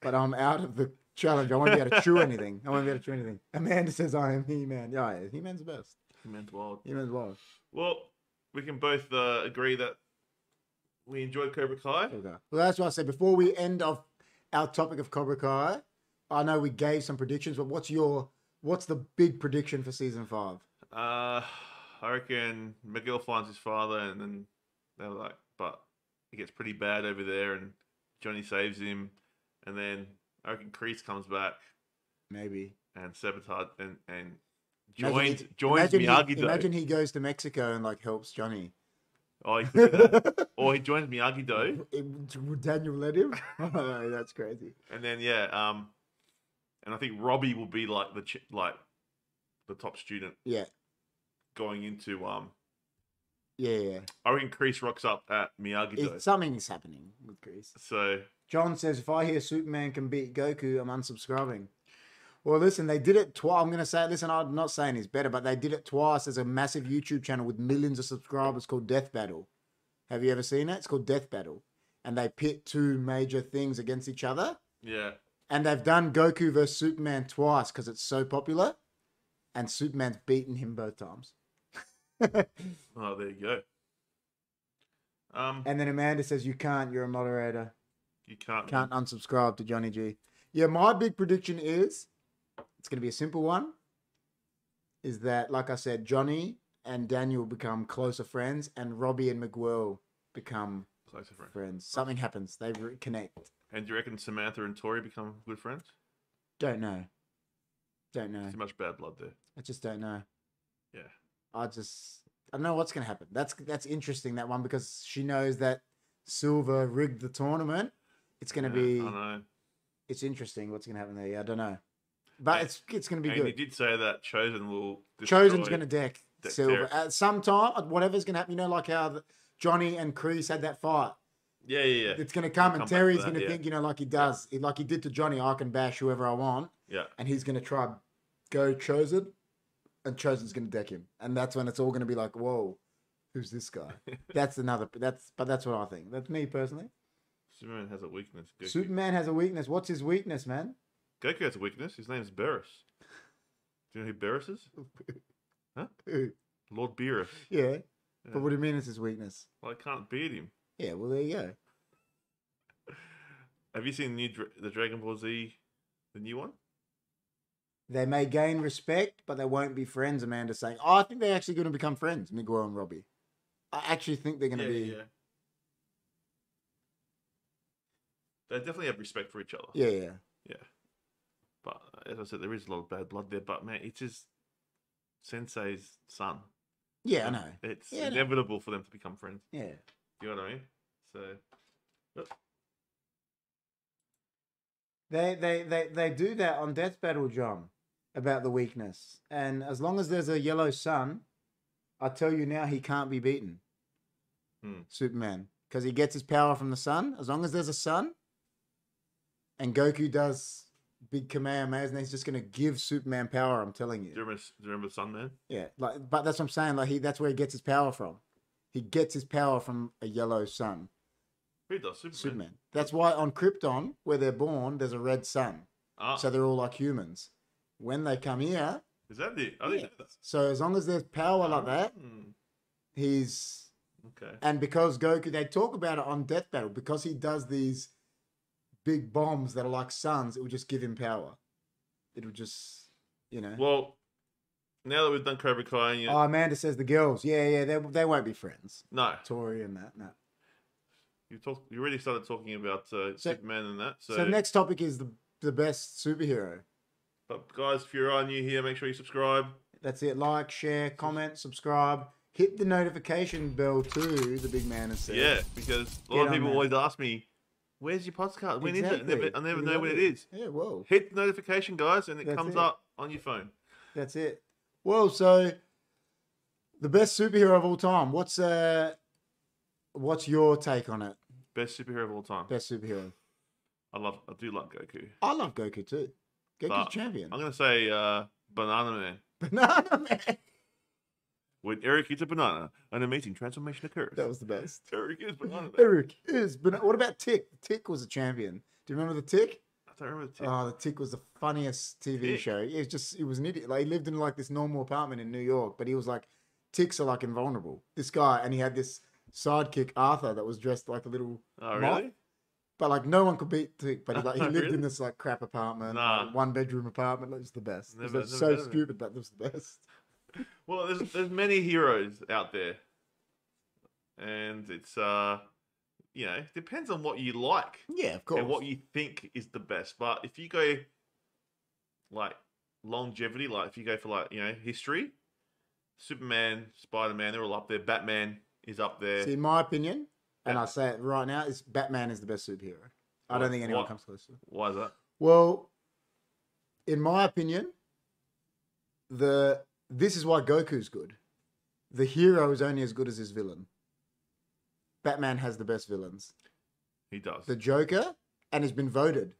S1: but I'm out of the challenge. I won't be able to chew anything. I won't be able to chew anything. Amanda says I am He-Man. Yeah, yeah, He-Man's the best.
S2: Man's wild.
S1: He-Man's wild.
S2: Well, we can both uh, agree that we enjoyed Cobra Kai.
S1: There we go. Well, that's what I said. Before we end off our topic of Cobra Kai, I know we gave some predictions, but what's your what's the big prediction for season five?
S2: Uh, I reckon Miguel finds his father, and then they're like, but it gets pretty bad over there, and Johnny saves him, and then I reckon Kreese comes back
S1: Maybe
S2: and sabotage and and
S1: Imagine
S2: joins
S1: he-
S2: joins
S1: imagine
S2: Miyagi
S1: He,
S2: Do.
S1: imagine he goes to Mexico and like helps Johnny.
S2: Oh, he could do that.
S1: It-
S2: or he joins Miyagi Do,
S1: Would Daniel let him? Oh, that's crazy.
S2: and then yeah, um, and I think Robbie will be like the ch- like the top student
S1: Yeah,
S2: going into um.
S1: yeah, yeah.
S2: I reckon Kreese rocks up at Miyagi Do.
S1: It, something's happening with Greece.
S2: So
S1: John says, if I hear Superman can beat Goku, I'm unsubscribing. Well, listen, they did it twice. I'm going to say, listen, I'm not saying he's better, but they did it twice. There's a massive YouTube channel with millions of subscribers called Death Battle. Have you ever seen it? It's called Death Battle. And they pit two major things against each other.
S2: yeah,
S1: And they've done Goku versus Superman twice because it's so popular. And Superman's beaten him both times.
S2: oh there you go. Um,
S1: And then Amanda says, you can't, you're a moderator.
S2: You can't.
S1: Can't unsubscribe to Johnny G. Yeah, my big prediction is it's going to be a simple one. Is that, like I said, Johnny and Daniel become closer friends, and Robbie and McGuirl become
S2: Closer friend.
S1: friends. Something happens; they re- connect.
S2: And do you reckon Samantha and Tori become good friends?
S1: Don't know. Don't know.
S2: Too much bad blood there.
S1: I just don't know.
S2: Yeah.
S1: I just I don't know what's going to happen. That's that's interesting that one because she knows that Silver rigged the tournament. It's going to
S2: Yeah,
S1: be.
S2: I know.
S1: It's interesting what's going to happen there. Yeah, I don't know. But
S2: And-
S1: it's it's going to be
S2: And
S1: good.
S2: you did say that Chosen will.
S1: Chosen's
S2: destroy-
S1: going to deck
S2: Deck
S1: Silver
S2: Derek.
S1: at some time. uh, Whatever's going to happen, you know, like how the, Johnny and Kreese had that fight.
S2: Yeah, yeah, yeah.
S1: It's going to come,
S2: come back
S1: and
S2: to
S1: Terry's
S2: that,
S1: going to
S2: yeah.
S1: think, you know, like he does, he- like he did to Johnny. I can bash whoever I want,
S2: Yeah.
S1: and he's going to try go Chosen, and Chosen's going to deck him, and that's when it's all going to be like, whoa, who's this guy? that's another. That's but that's what I think. That's me personally.
S2: Superman has a weakness. Goku.
S1: Superman has a weakness. What's his weakness, man?
S2: Goku has a weakness. His name's Beerus. Do you know who Beerus is?
S1: Ooh,
S2: Lord Beerus.
S1: yeah.
S2: Yeah.
S1: But what do you mean it's his weakness?
S2: Well, I can't beat him.
S1: Yeah, well, there you go.
S2: Have you seen the new Dra- the Dragon Ball Z, the new one?
S1: They may gain respect, but they won't be friends, Amanda's saying. Oh, I think they're actually going to become friends, Miguel and Robbie. I actually think they're going to be.
S2: They definitely have respect for each other.
S1: Yeah, yeah.
S2: But as I said, there is a lot of bad blood there. But man, it's his sensei's son.
S1: Yeah, I know.
S2: It's
S1: Yeah, I know.
S2: inevitable for them to become friends.
S1: Yeah.
S2: You know what I mean? So
S1: They, they, they, they do that on Death Battle, John, about the weakness. And as long as there's a yellow sun, I tell you now, he can't be beaten.
S2: Hmm.
S1: Superman. Because he gets his power from the sun. As long as there's a sun, and Goku does big Kamehameha, and he's just going to give Superman power, I'm telling
S2: do you remember, do you remember Sun Man?
S1: Yeah, like, but that's what I'm saying. Like he, that's where he gets his power from. He gets his power from a yellow sun,
S2: Who does Superman?
S1: Superman. That's why on Krypton, where they're born, there's a red sun,
S2: Ah,
S1: so they're all like humans. When they come here,
S2: is that it? I didn't
S1: Yeah.
S2: know that.
S1: so as long as there's power like that,
S2: Mm,
S1: he's
S2: okay.
S1: and because Goku, they talk about it on Death Battle because he does these big bombs that are like suns. It will just give him power. It will just, you know.
S2: Well, now that we've done Cobra Kai, and you
S1: Oh, Amanda says the girls. Yeah, yeah, they they won't be friends.
S2: no,
S1: Tori and that. No.
S2: you talked. You already started talking about uh, Superman and that. So,
S1: So, next topic is the the best superhero.
S2: but guys, if you're new here, make sure you subscribe.
S1: That's it. Like, share, comment, subscribe, hit the notification bell too. The big man has said.
S2: Yeah, because a lot
S1: Get
S2: of
S1: on
S2: people
S1: there.
S2: always ask me, "Where's your podcast? When is it?" I never, I never know when it is.
S1: Yeah, well,
S2: Hit the notification, guys, and it
S1: That's
S2: comes
S1: it.
S2: up on your phone.
S1: that's it. Well, so the best superhero of all time. What's uh, what's your take on it?
S2: Best superhero of all time.
S1: Best superhero.
S2: I love. I do love Goku.
S1: I love Goku too. Goku's
S2: But
S1: champion.
S2: I'm gonna say uh, Banana Man.
S1: Banana man.
S2: When Eric eats a banana, an amazing transformation occurs.
S1: That was the best.
S2: Eric is banana. Man.
S1: Eric is, but what about Tick? Tick was a champion. Do you remember the Tick?
S2: I don't remember the tick.
S1: Oh, the Tick was the funniest TV
S2: Tick.
S1: show. It was just it was an idiot. Like he lived in like this normal apartment in New York, but he was like ticks are like invulnerable. This guy, and he had this sidekick Arthur that was dressed like a little,
S2: oh
S1: Moth?
S2: really?
S1: but like no one could beat Tick. But he, like, he lived
S2: Oh, Really?
S1: in this like crap apartment,
S2: Nah.
S1: one bedroom apartment. That was the best. It was
S2: Never-
S1: just
S2: never
S1: so
S2: heard of it.
S1: stupid, but it was the best.
S2: Well, there's there's many heroes out there, and it's uh, you know, depends on what you like
S1: Yeah, of course.
S2: and what you think is the best. But if you go like longevity, like if you go for like you know history, Superman, Spider Man, they're all up there. Batman is up there.
S1: See, in my opinion, and I
S2: Batman.
S1: say it right now, is Batman is the best superhero. I
S2: Why-
S1: don't think anyone
S2: why-
S1: comes close to. it.
S2: Why is that?
S1: Well, in my opinion, the this is why Goku's good. The hero is only as good as his villain. Batman has the best villains.
S2: He does.
S1: The Joker and has been voted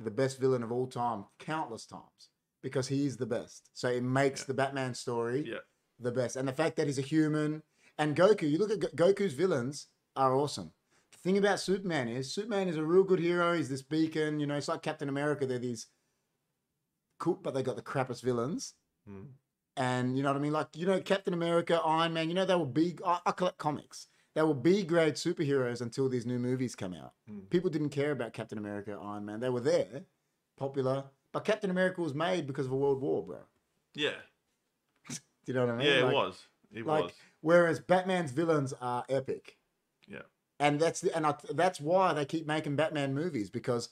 S1: the best villain of all time countless times because he is the best. So it makes
S2: Yeah.
S1: the Batman story
S2: Yeah.
S1: the best. And the fact that he's a human and Goku, you look at Go- Goku's villains are awesome. The thing about Superman is Superman is a real good hero. He's this beacon, you know, it's like Captain America. They're these cool, but they got the crappest villains.
S2: Mm.
S1: And you know what I mean? Like, you know, Captain America, Iron Man, you know, they were B. I, I collect comics. They were B grade superheroes until these new movies come out.
S2: Mm.
S1: People didn't care about Captain America, Iron Man. They were there, popular. But Captain America was made because of a world war, bro.
S2: Yeah,
S1: Do you know what I mean?
S2: yeah, it
S1: Like,
S2: was. It
S1: like-
S2: was.
S1: Whereas Batman's villains are epic.
S2: Yeah.
S1: And that's the, and I, that's why they keep making Batman movies because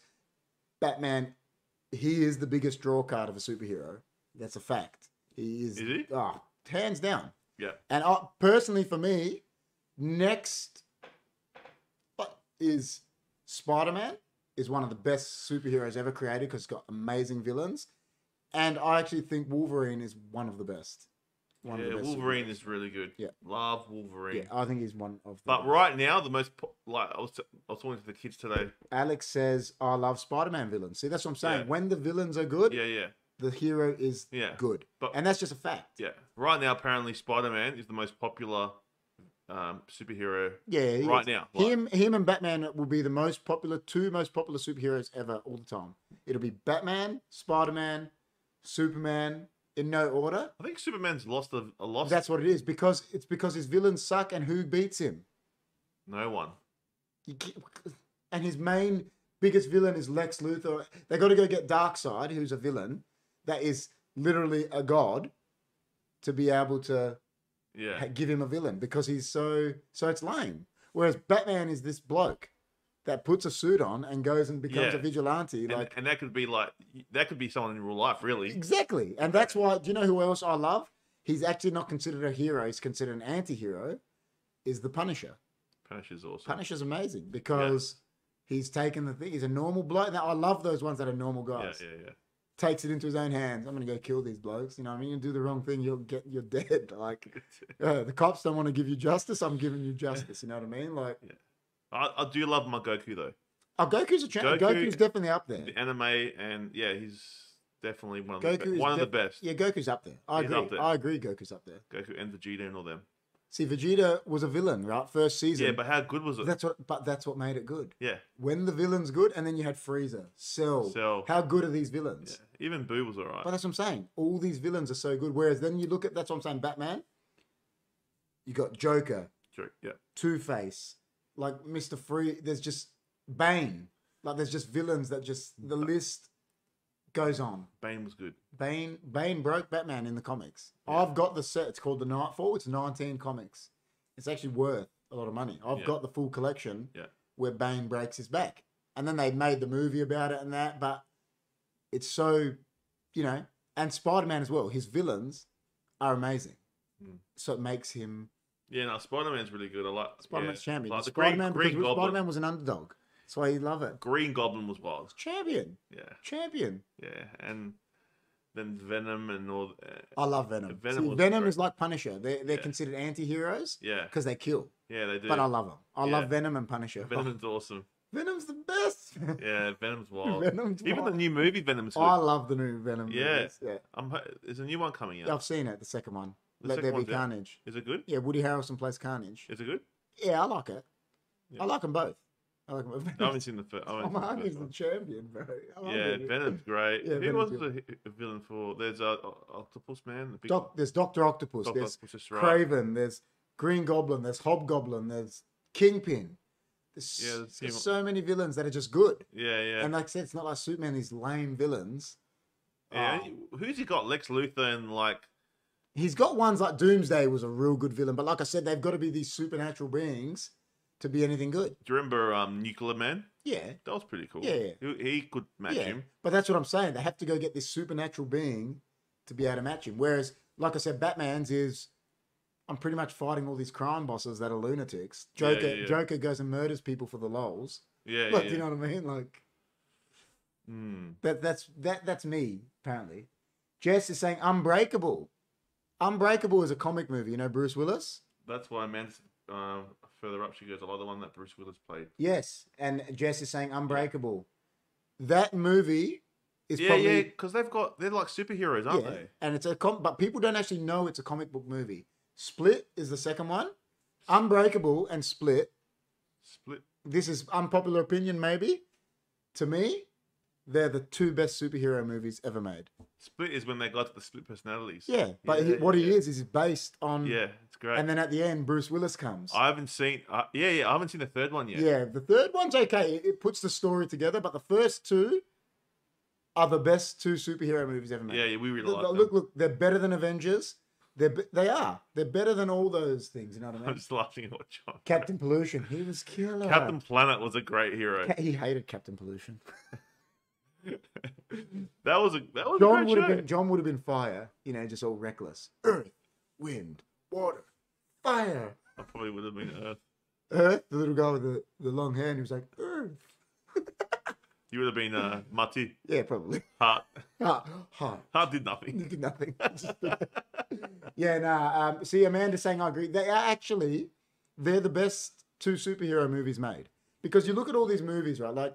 S1: Batman, he is the biggest draw card of a superhero. That's a fact. He is.
S2: Is he?
S1: Oh, hands down.
S2: Yeah.
S1: And I, personally, for me, next uh, is Spider Man is one of the best superheroes ever created because it's got amazing villains, and I actually think Wolverine is one of the best. One of
S2: Yeah,
S1: the best
S2: Wolverine
S1: superheroes.
S2: is really good.
S1: Yeah.
S2: Love Wolverine.
S1: Yeah, I think he's one of. The
S2: But
S1: best.
S2: right now, the most po- like I was t- I was talking to the kids today.
S1: Alex says, "I love Spider-Man villains." See, that's what I'm saying.
S2: Yeah.
S1: When the villains are good,
S2: Yeah, yeah,
S1: the hero is
S2: yeah,
S1: good,
S2: But-
S1: and that's just a fact.
S2: yeah. Right now, apparently, Spider Man is the most popular um, superhero
S1: Yeah, he
S2: right
S1: is.
S2: now. Like,
S1: Him, him, and Batman will be the most popular, two most popular superheroes ever, all the time. It'll be Batman, Spider Man, Superman, in no order.
S2: I think Superman's lost a, a loss.
S1: That's what it is because it's because his villains suck and who beats him.
S2: no one.
S1: You ca- and his main biggest villain is Lex Luthor. They got to go get Darkseid, who's a villain that is literally a god, to be able to
S2: Yeah,
S1: ha- give him a villain because he's so so it's lame. Whereas Batman is this bloke that puts a suit on and goes and becomes a
S2: Yeah.
S1: vigilante.
S2: and,
S1: like
S2: and that could be like that could be someone in real life, really.
S1: exactly, and that's why. Do you know who else I love? He's actually not considered a hero. He's considered an anti-hero. Is the Punisher?
S2: Punisher's awesome.
S1: Punisher's amazing because he's taken the thing. He's a normal bloke. Now I love those ones that are normal
S2: yeah,
S1: guys.
S2: yeah, yeah.
S1: Takes it into his own hands. I'm gonna go kill these blokes. You know, what I mean, you do the wrong thing, you'll get you're dead. Like uh, the cops don't want to give you justice. I'm giving you justice. You know what I mean? Like
S2: I, I do love my Goku though.
S1: Oh, Goku's a champ.
S2: Goku-
S1: Goku's definitely up there.
S2: The anime and yeah, he's definitely one of the,
S1: Goku
S2: be-
S1: is
S2: one of
S1: def-
S2: the best.
S1: Yeah, Goku's up there. I
S2: He's
S1: agree.
S2: up there.
S1: I agree. Goku's up there.
S2: Goku and Vegeta and all them.
S1: See, Vegeta was a villain, right? First season.
S2: Yeah, but how good was it?
S1: that's what. But that's what made it good.
S2: yeah,
S1: When the villain's good, and then you had Frieza, Cell.
S2: Cell.
S1: How good are these
S2: yeah.
S1: villains?
S2: Even Boo was alright.
S1: But that's what I'm saying. All these villains are so good. Whereas then you look at that's what I'm saying. Batman. You got Joker,
S2: Joke. Yeah,
S1: Two Face, like Mister Free. There's just Bane. Like there's just villains that just the list goes on.
S2: Bane was good.
S1: Bane Bane broke Batman in the comics.
S2: Yeah.
S1: I've got the set. It's called the Nightfall. It's 19 comics. It's actually worth a lot of money. I've
S2: Yeah.
S1: got the full collection
S2: Yeah.
S1: where Bane breaks his back. And then they made the movie about it and that, but it's so, you know, and Spider Man as well. His villains are amazing.
S2: Mm.
S1: So it makes him
S2: Yeah, no, Spider Man's really good. I like
S1: Spider Man's
S2: yeah.
S1: champion.
S2: Like the Green-
S1: Spider Man because
S2: Green Goblin.
S1: Spider Man was an underdog. That's why you love it.
S2: Green Goblin was wild.
S1: Champion.
S2: Yeah,
S1: Champion.
S2: yeah, and then Venom and all. Uh,
S1: I love Venom.
S2: Venom
S1: Venom, See,
S2: was
S1: Venom
S2: great.
S1: is like Punisher. They're, they're
S2: Yeah.
S1: considered anti heroes
S2: yeah,
S1: because they kill.
S2: yeah, they do.
S1: But I love them. I love
S2: Yeah.
S1: Venom and Punisher.
S2: Venom's awesome.
S1: Venom's the best.
S2: Yeah, Venom's wild.
S1: Venom's
S2: Even
S1: wild.
S2: the new movie Venom's good.
S1: I love the new Venom.
S2: Yeah.
S1: movies. yeah.
S2: I'm, ho- there's a new one coming out.
S1: I've seen it. The second one.
S2: The
S1: Let
S2: second
S1: there be
S2: one's out.
S1: carnage.
S2: Is it good?
S1: Yeah, Woody Harrelson plays Carnage.
S2: Is it good?
S1: Yeah, I like it.
S2: Yeah.
S1: I like them both. I like them
S2: I
S1: both.
S2: haven't seen the first. I haven't seen the
S1: Mark
S2: first
S1: is the
S2: one.
S1: champion, bro. I love
S2: Yeah,
S1: it.
S2: Venom's great.
S1: Yeah,
S2: Who
S1: Venom's
S2: was the h- villain for? There's a o- octopus man. The big
S1: Doc, there's Doctor Octopus.
S2: Doc
S1: there's
S2: Octopus, that's right.
S1: Craven. There's Green Goblin. There's Hobgoblin. There's Kingpin. There's,
S2: Yeah, there's a few
S1: there's
S2: more.
S1: so many villains that are just good.
S2: Yeah, yeah.
S1: And like I said, it's not like Superman, these lame villains.
S2: yeah.
S1: Oh.
S2: Who's he got? Lex Luthor and like
S1: He's got ones like Doomsday was a real good villain, but like I said, they've got to be these supernatural beings to be anything good.
S2: Do you remember um, Nuclear Man?
S1: Yeah.
S2: That was pretty cool.
S1: Yeah.
S2: He, he could match
S1: yeah.
S2: him.
S1: But that's what I'm saying. They have to go get this supernatural being to be able to match him. Whereas, like I said, Batman's is I'm pretty much fighting all these crime bosses that are lunatics.
S2: Yeah, yeah,
S1: Joker
S2: yeah.
S1: Joker goes and murders people for the lols.
S2: Yeah,
S1: like,
S2: yeah.
S1: you know what I mean? Like
S2: Hmm.
S1: That that's that that's me apparently. Jess is saying Unbreakable. Unbreakable is a comic movie. You know Bruce Willis.
S2: That's why Man's um, further up. She goes, I like the one that Bruce Willis played.
S1: Yes, and Jess is saying Unbreakable. That movie is
S2: yeah, yeah,
S1: probably
S2: because they've got they're like superheroes, aren't they?
S1: and it's a com- but people don't actually know it's a comic book movie. Split is the second one. Unbreakable and Split.
S2: Split.
S1: This is unpopular opinion, maybe. To me, they're the two best superhero movies ever made.
S2: Split is when they got the split personalities.
S1: Yeah, but he,
S2: Yeah,
S1: what he
S2: yeah.
S1: is is based on.
S2: Yeah, it's great.
S1: And then at the end, Bruce Willis comes.
S2: I haven't seen. Uh, yeah, yeah, I haven't seen the third one yet.
S1: Yeah. the third one's okay. It, it puts the story together, but the first two are the best two superhero movies ever made.
S2: yeah, yeah we really
S1: look,
S2: like them.
S1: look, look, they're better than Avengers. They're be- they are. They're better than all those things. You know what I
S2: I'm
S1: mean?
S2: just laughing at what John.
S1: Captain Pollution. He was killer.
S2: Captain Planet was a great hero.
S1: Ca- he hated Captain Pollution.
S2: that was a that was a
S1: John
S2: great
S1: would have
S2: show.
S1: been John would have been fire. You know, just all reckless. Earth, wind, water, fire.
S2: I probably would have been uh, Earth.
S1: Earth, the little guy with the, the long hand, he was like, Earth.
S2: You would have been uh, Mati.
S1: Yeah, probably.
S2: Heart.
S1: Hot, hot.
S2: Heart did nothing.
S1: You did nothing. Just- yeah, nah. Um, see, Amanda's saying I agree. They are actually they're the best two superhero movies made because you look at all these movies, right? Like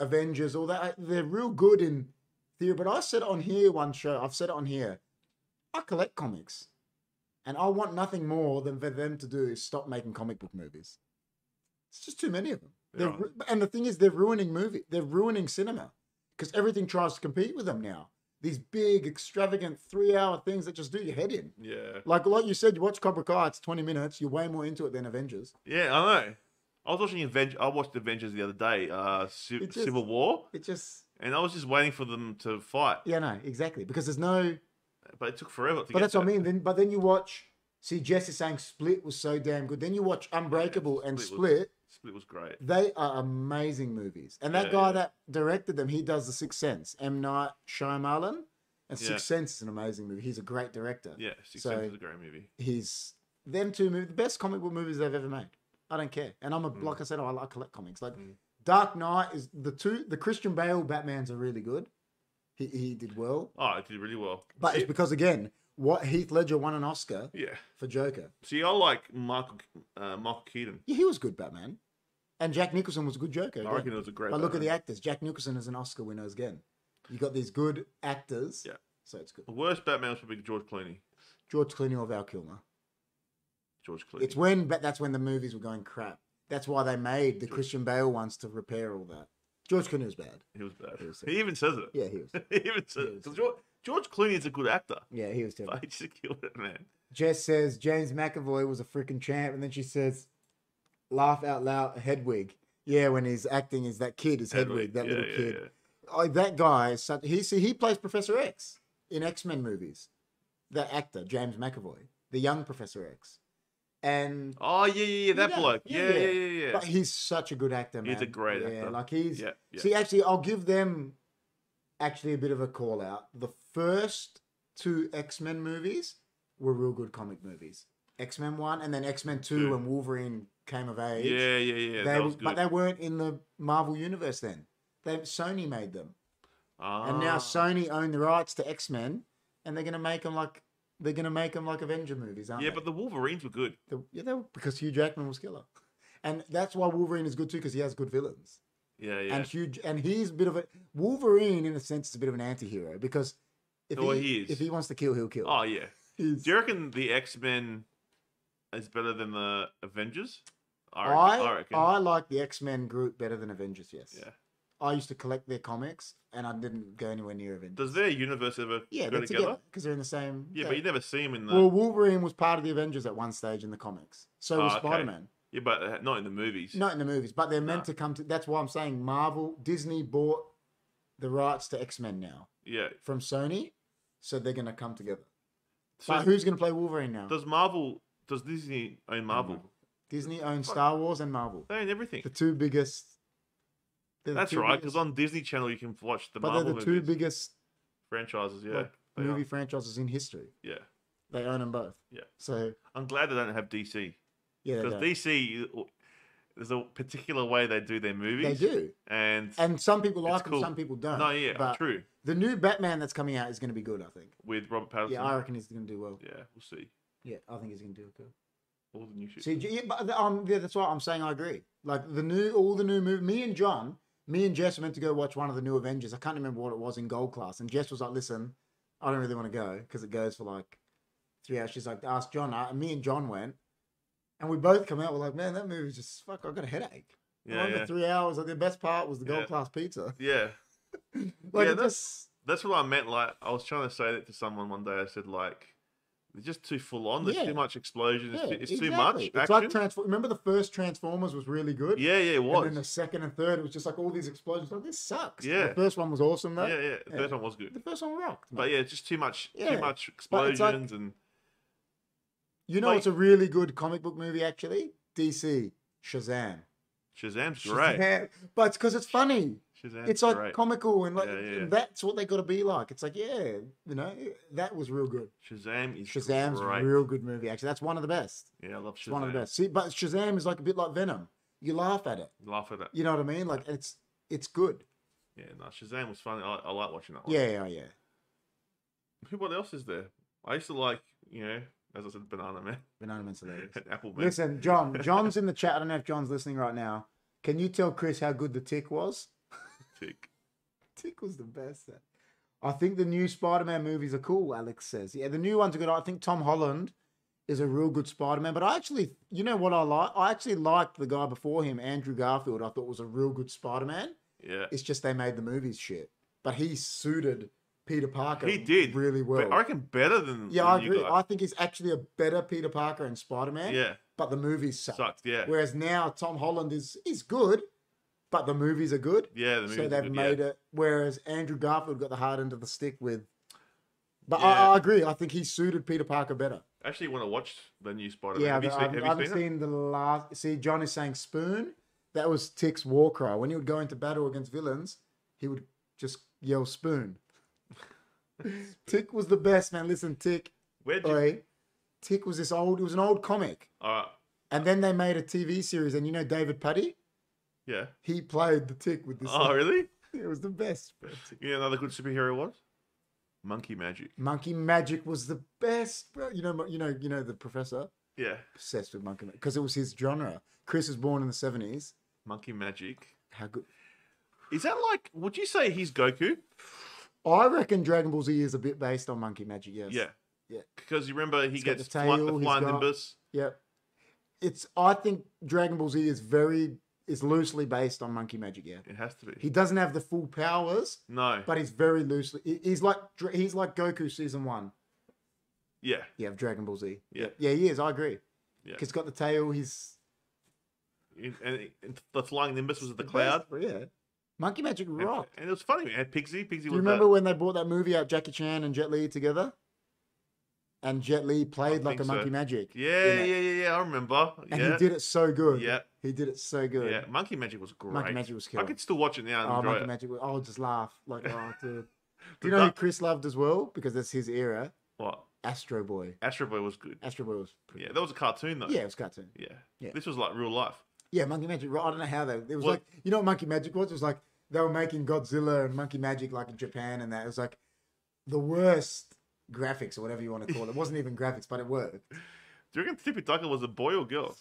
S1: Avengers, all that. uh, They're real good in theory, but I said on here one show. I've said it on here. I collect comics. And I want nothing more than for them to do is stop making comic book movies. It's just too many of them. They're
S2: Yeah.
S1: ru- and the thing is, they're ruining movie. They're ruining cinema because everything tries to compete with them now. These big, extravagant three-hour things that just do your head in.
S2: Yeah.
S1: Like, like you said, you watch Cobra Kai. It's twenty minutes. You're way more into it than Avengers.
S2: Yeah, I know. I was watching Avengers. I watched Avengers the other day, uh, Ci-
S1: It just-
S2: Civil War,
S1: It just,
S2: and I was just waiting for them to fight,
S1: yeah, no, exactly. Because there's no
S2: but it took forever. To
S1: But
S2: get
S1: that's what I
S2: there.
S1: mean. Then, but then you watch. See, Jess is saying Split was so damn good. Then you watch Unbreakable and
S2: Split was-
S1: Split.
S2: Split was great.
S1: They are amazing movies. And that
S2: Yeah,
S1: guy
S2: yeah.
S1: that directed them, he does The Sixth Sense. M. Night Shyamalan. And
S2: Yeah.
S1: Sixth Sense is an amazing movie. He's a great director.
S2: Yeah, Six
S1: So-
S2: Sense was a great movie.
S1: He's them two movies, the best comic book movies they've ever made. I don't care. And I'm a
S2: Mm.
S1: like I said, I like collect comics. Like
S2: Mm.
S1: Dark Knight is the two the Christian Bale Batmans are really good. He he did well.
S2: Oh, it did really well.
S1: But
S2: See-
S1: it's because again, what Heath Ledger won an Oscar
S2: yeah.
S1: for Joker.
S2: See, I like Michael uh, Michael Keaton.
S1: Yeah, he was good Batman, and Jack Nicholson was a good Joker.
S2: I reckon
S1: Again.
S2: it was a great.
S1: But look at the
S2: Batman.
S1: actors. Jack Nicholson is an Oscar winner again. You got these good actors.
S2: Yeah.
S1: So it's good.
S2: The worst Batman was probably George Clooney.
S1: George Clooney or Val Kilmer.
S2: George Clooney.
S1: It's when, but that's when the movies were going crap. That's why they made the
S2: George-
S1: Christian Bale ones to repair all that. George Clooney was bad.
S2: he was bad.
S1: He was
S2: He even says it.
S1: Yeah, he was.
S2: he even
S1: He
S2: says
S1: was
S2: because
S1: terrible.
S2: George, George Clooney is a good actor.
S1: Yeah, he was terrible.
S2: But he just killed it, man.
S1: Jess says James McAvoy was a freaking champ, and then she says, "Laugh out loud, Hedwig." Yeah, when he's acting as that kid, is Hedwig, that
S2: yeah,
S1: little
S2: yeah,
S1: kid.
S2: yeah.
S1: Oh, that guy is such. He see he plays Professor X in X Men movies. The actor James McAvoy, the young Professor X, and
S2: Oh yeah, yeah, yeah. That
S1: does.
S2: bloke.
S1: Yeah,
S2: Yeah, yeah,
S1: yeah.
S2: yeah, yeah.
S1: but he's such a good actor. Man.
S2: He's a great
S1: yeah,
S2: actor.
S1: Like he's
S2: yeah, yeah.
S1: see. Actually, I'll give them actually a bit of a call out. The first two X Men movies were real good comic movies. X Men One and then X Men Two
S2: Two.
S1: when Wolverine came of age.
S2: yeah, yeah, yeah.
S1: they
S2: That
S1: were-
S2: was good.
S1: but they weren't in the Marvel universe then. They Sony made them. and now
S2: Ah.
S1: Sony own the rights to X Men, and they're gonna make them like they're gonna make them like Avenger movies, aren't
S2: Yeah,
S1: they?
S2: but the Wolverines were good.
S1: The, yeah, they were, because Hugh Jackman was killer, and that's why Wolverine is good too because he has good villains.
S2: Yeah, yeah.
S1: And Hugh and he's a bit of a Wolverine in a sense is a bit of an anti-hero because if
S2: Well,
S1: he,
S2: Oh, he is.
S1: if he wants to kill, he'll kill.
S2: oh yeah.
S1: He's-
S2: Do you reckon the X Men is better than the Avengers? I reckon. I,
S1: I
S2: reckon.
S1: I like the X Men group better than Avengers. Yes,
S2: yeah.
S1: I used to collect their comics, and I didn't go anywhere near Avengers.
S2: Does their universe ever
S1: yeah,
S2: go
S1: they're
S2: together?
S1: together because they're in the same.
S2: Yeah,
S1: they-
S2: but you never see them in the.
S1: Well, Wolverine was part of the Avengers at one stage in the comics. So was
S2: Ah, okay.
S1: Spider Man.
S2: yeah, but uh, not in the movies.
S1: Not in the movies, but they're meant
S2: No.
S1: to come to. That's why I'm saying Marvel, Disney bought the rights to X Men now
S2: Yeah.
S1: from Sony, so they're going to come together.
S2: So
S1: But who's going to play Wolverine now?
S2: does Marvel? Does Disney own Marvel?
S1: Disney owns Star Wars and Marvel,
S2: They own everything.
S1: the two biggest. they're the
S2: That's
S1: two
S2: right,
S1: biggest-
S2: because on Disney Channel you can watch the
S1: but
S2: Marvel
S1: they're the two
S2: movies,
S1: biggest
S2: franchises. Yeah,
S1: like,
S2: they
S1: movie
S2: are.
S1: franchises in history.
S2: Yeah,
S1: They own them both.
S2: Yeah.
S1: So
S2: I'm glad they don't have DC
S1: yeah, they,
S2: because
S1: don't.
S2: DC uh, there's a particular way they do their
S1: they
S2: movies.
S1: do,
S2: and,
S1: and some people
S2: It's
S1: like them,
S2: cool.
S1: some people don't.
S2: no, yeah,
S1: but
S2: true.
S1: The new Batman that's coming out is going to be good, I think.
S2: With Robert Pattinson,
S1: Yeah, I reckon he's going to do well.
S2: Yeah, we'll see.
S1: Yeah, I think he's going to do good.
S2: All the new shit.
S1: See, yeah, but the- um, yeah, that's why I'm saying I agree. Like the new, all the new movie. Me and John, me and Jess were meant to go watch one of the new Avengers. I can't remember what it was in Gold Class, and Jess was like, "Listen, I don't really want to go because it goes for like three hours." She's like, "Ask John," uh, and me and John went, and we both come out. We're like, "Man, that movie's just fuck. I got a headache."
S2: yeah,
S1: Like, the
S2: yeah.
S1: three hours. Like the best part was the Gold
S2: Yeah.
S1: Class pizza.
S2: yeah,
S1: Like
S2: Yeah,
S1: it just
S2: that's what I meant. Like I was trying to say that to someone one day. I said like, they're just too full on. There's
S1: Yeah.
S2: too much explosion. It's,
S1: yeah,
S2: too, it's
S1: exactly.
S2: too much
S1: It's
S2: action.
S1: like transform. Remember the first Transformers was really good.
S2: yeah, yeah, it
S1: And then the
S2: was.
S1: second and third was just like all these explosions. Like this sucks.
S2: Yeah.
S1: The first one was awesome though.
S2: Yeah, yeah. The
S1: Yeah.
S2: first one was good.
S1: The first one rocked.
S2: But
S1: mate.
S2: yeah, it's just too much,
S1: Yeah,
S2: too much
S1: but
S2: explosions
S1: it's like-
S2: and
S1: you know
S2: like-
S1: it's a really good comic book movie actually. DC Shazam.
S2: Shazam's great.
S1: Shazam. But it's because it's funny.
S2: Shazam's
S1: It's like
S2: great.
S1: comical and like
S2: Yeah, yeah, yeah.
S1: that's what they got to be like. It's like yeah, you know that was real good.
S2: Shazam is
S1: Shazam's
S2: great.
S1: real good movie actually. That's one of the best.
S2: Yeah, I love Shazam.
S1: It's one of the best. See, but Shazam is like a bit like Venom. You laugh at it.
S2: Laugh at that.
S1: You know what I mean? Like it's it's good.
S2: Yeah, no, Shazam was funny. I, I like watching that one.
S1: Yeah, yeah, yeah.
S2: Who? What else is there? I used to like, you know, as I said, Banana Man,
S1: Banana Man's hilarious.
S2: and Apple Man.
S1: Listen, John. John's in the chat. I don't know if John's listening right now. Can you tell Chris how good the tick was?
S2: Tick.
S1: Tick was the best. eh? At. I think the new Spider-Man movies are cool. Alex says, "Yeah, the new ones are good." I think Tom Holland is a real good Spider-Man. But I actually, you know what I like? I actually liked the guy before him, Andrew Garfield. I thought was a real good Spider-Man.
S2: Yeah.
S1: It's just they made the movies shit. But he suited Peter Parker.
S2: He did,
S1: really well.
S2: But I reckon better than
S1: yeah,
S2: than
S1: I
S2: you
S1: agree. I
S2: guys.
S1: think he's actually a better Peter Parker and Spider-Man.
S2: yeah,
S1: But the movies suck.
S2: sucked. Yeah,
S1: Whereas now Tom Holland is is good, but the movies are good.
S2: yeah. The
S1: so they've made
S2: yeah.
S1: it. Whereas Andrew Garfield got the hard end of the stick with. But
S2: Yeah.
S1: I, I agree. I think he suited Peter Parker better.
S2: Actually, want to watch the new Spider-Man?
S1: Yeah,
S2: have you
S1: but
S2: seen,
S1: I've,
S2: have you
S1: I've
S2: seen,
S1: seen, the last. See, John is saying spoon. That was Tick's war cry. When he would go into battle against villains, he would just yell spoon. Tick was the best man. Listen, Tick,
S2: it? Where'd you? uh,
S1: oi, Tick was this old. It was an old comic,
S2: All right.
S1: and then they made a TV series. And you know David Putty,
S2: Yeah.
S1: he played the Tick with this.
S2: Oh, really?
S1: It was the best.
S2: You know, another good superhero was Monkey Magic.
S1: Monkey Magic was the best. bro. You know, you know, you know the professor
S2: Yeah,
S1: obsessed with Monkey Magic because it was his genre. Chris was born in the seventies.
S2: Monkey Magic.
S1: How good.
S2: Is that like? Would you say he's Goku?
S1: I reckon Dragon Ball Z is a bit based on Monkey Magic. Yes.
S2: Yeah.
S1: Yeah.
S2: Because you remember he
S1: He's got
S2: gets
S1: the
S2: fly,
S1: tail,
S2: the
S1: he's
S2: flying
S1: got-
S2: nimbus.
S1: Yep. It's. I think Dragon Ball Z is very is loosely based on Monkey Magic. Yeah.
S2: It has to be.
S1: He doesn't have the full powers,
S2: no.
S1: but he's very loosely. he- He's like Dra- he's like Goku season one.
S2: yeah.
S1: Yeah, of Dragon Ball Z.
S2: Yeah.
S1: Yeah, he is. I agree.
S2: Yeah.
S1: 'Cause he's got the tail. He's
S2: And, and- and the flying nimbus was in the
S1: best,
S2: cloud.
S1: but Yeah. Monkey Magic
S2: And,
S1: rock.
S2: and it was funny. We had Pigsy. Pigsy
S1: Do
S2: was
S1: you
S2: that-
S1: remember when they brought that movie out, Jackie Chan and Jet Li together? And Jet Li played like
S2: think
S1: a
S2: so.
S1: Monkey Magic.
S2: Yeah,
S1: in it.
S2: yeah, yeah, yeah. I remember.
S1: And
S2: yeah.
S1: he did it so good.
S2: Yeah.
S1: He did it so good.
S2: Yeah. Monkey Magic was great.
S1: Monkey Magic was
S2: I
S1: killer.
S2: could still watch it now and
S1: oh,
S2: enjoy
S1: Monkey
S2: it.
S1: Magic. was- I'll just laugh. Like, oh, dude. Do
S2: The
S1: you know who
S2: duck-
S1: Chris loved as well? Because that's his era.
S2: What?
S1: Astro Boy.
S2: Astro Boy was good.
S1: Astro Boy was pretty
S2: Yeah, that was a cartoon though.
S1: Yeah, it was cartoon.
S2: Yeah.
S1: Yeah.
S2: This was like real life.
S1: Yeah, Monkey Magic. right, I don't know how they. It was
S2: Well-
S1: like you know what Monkey Magic was. It was like they were making Godzilla and Monkey Magic like in Japan and that. It was like the worst graphics or whatever you want to call it. It wasn't even graphics, but it worked.
S2: Do you reckon Tippy Tucker was a boy or girl?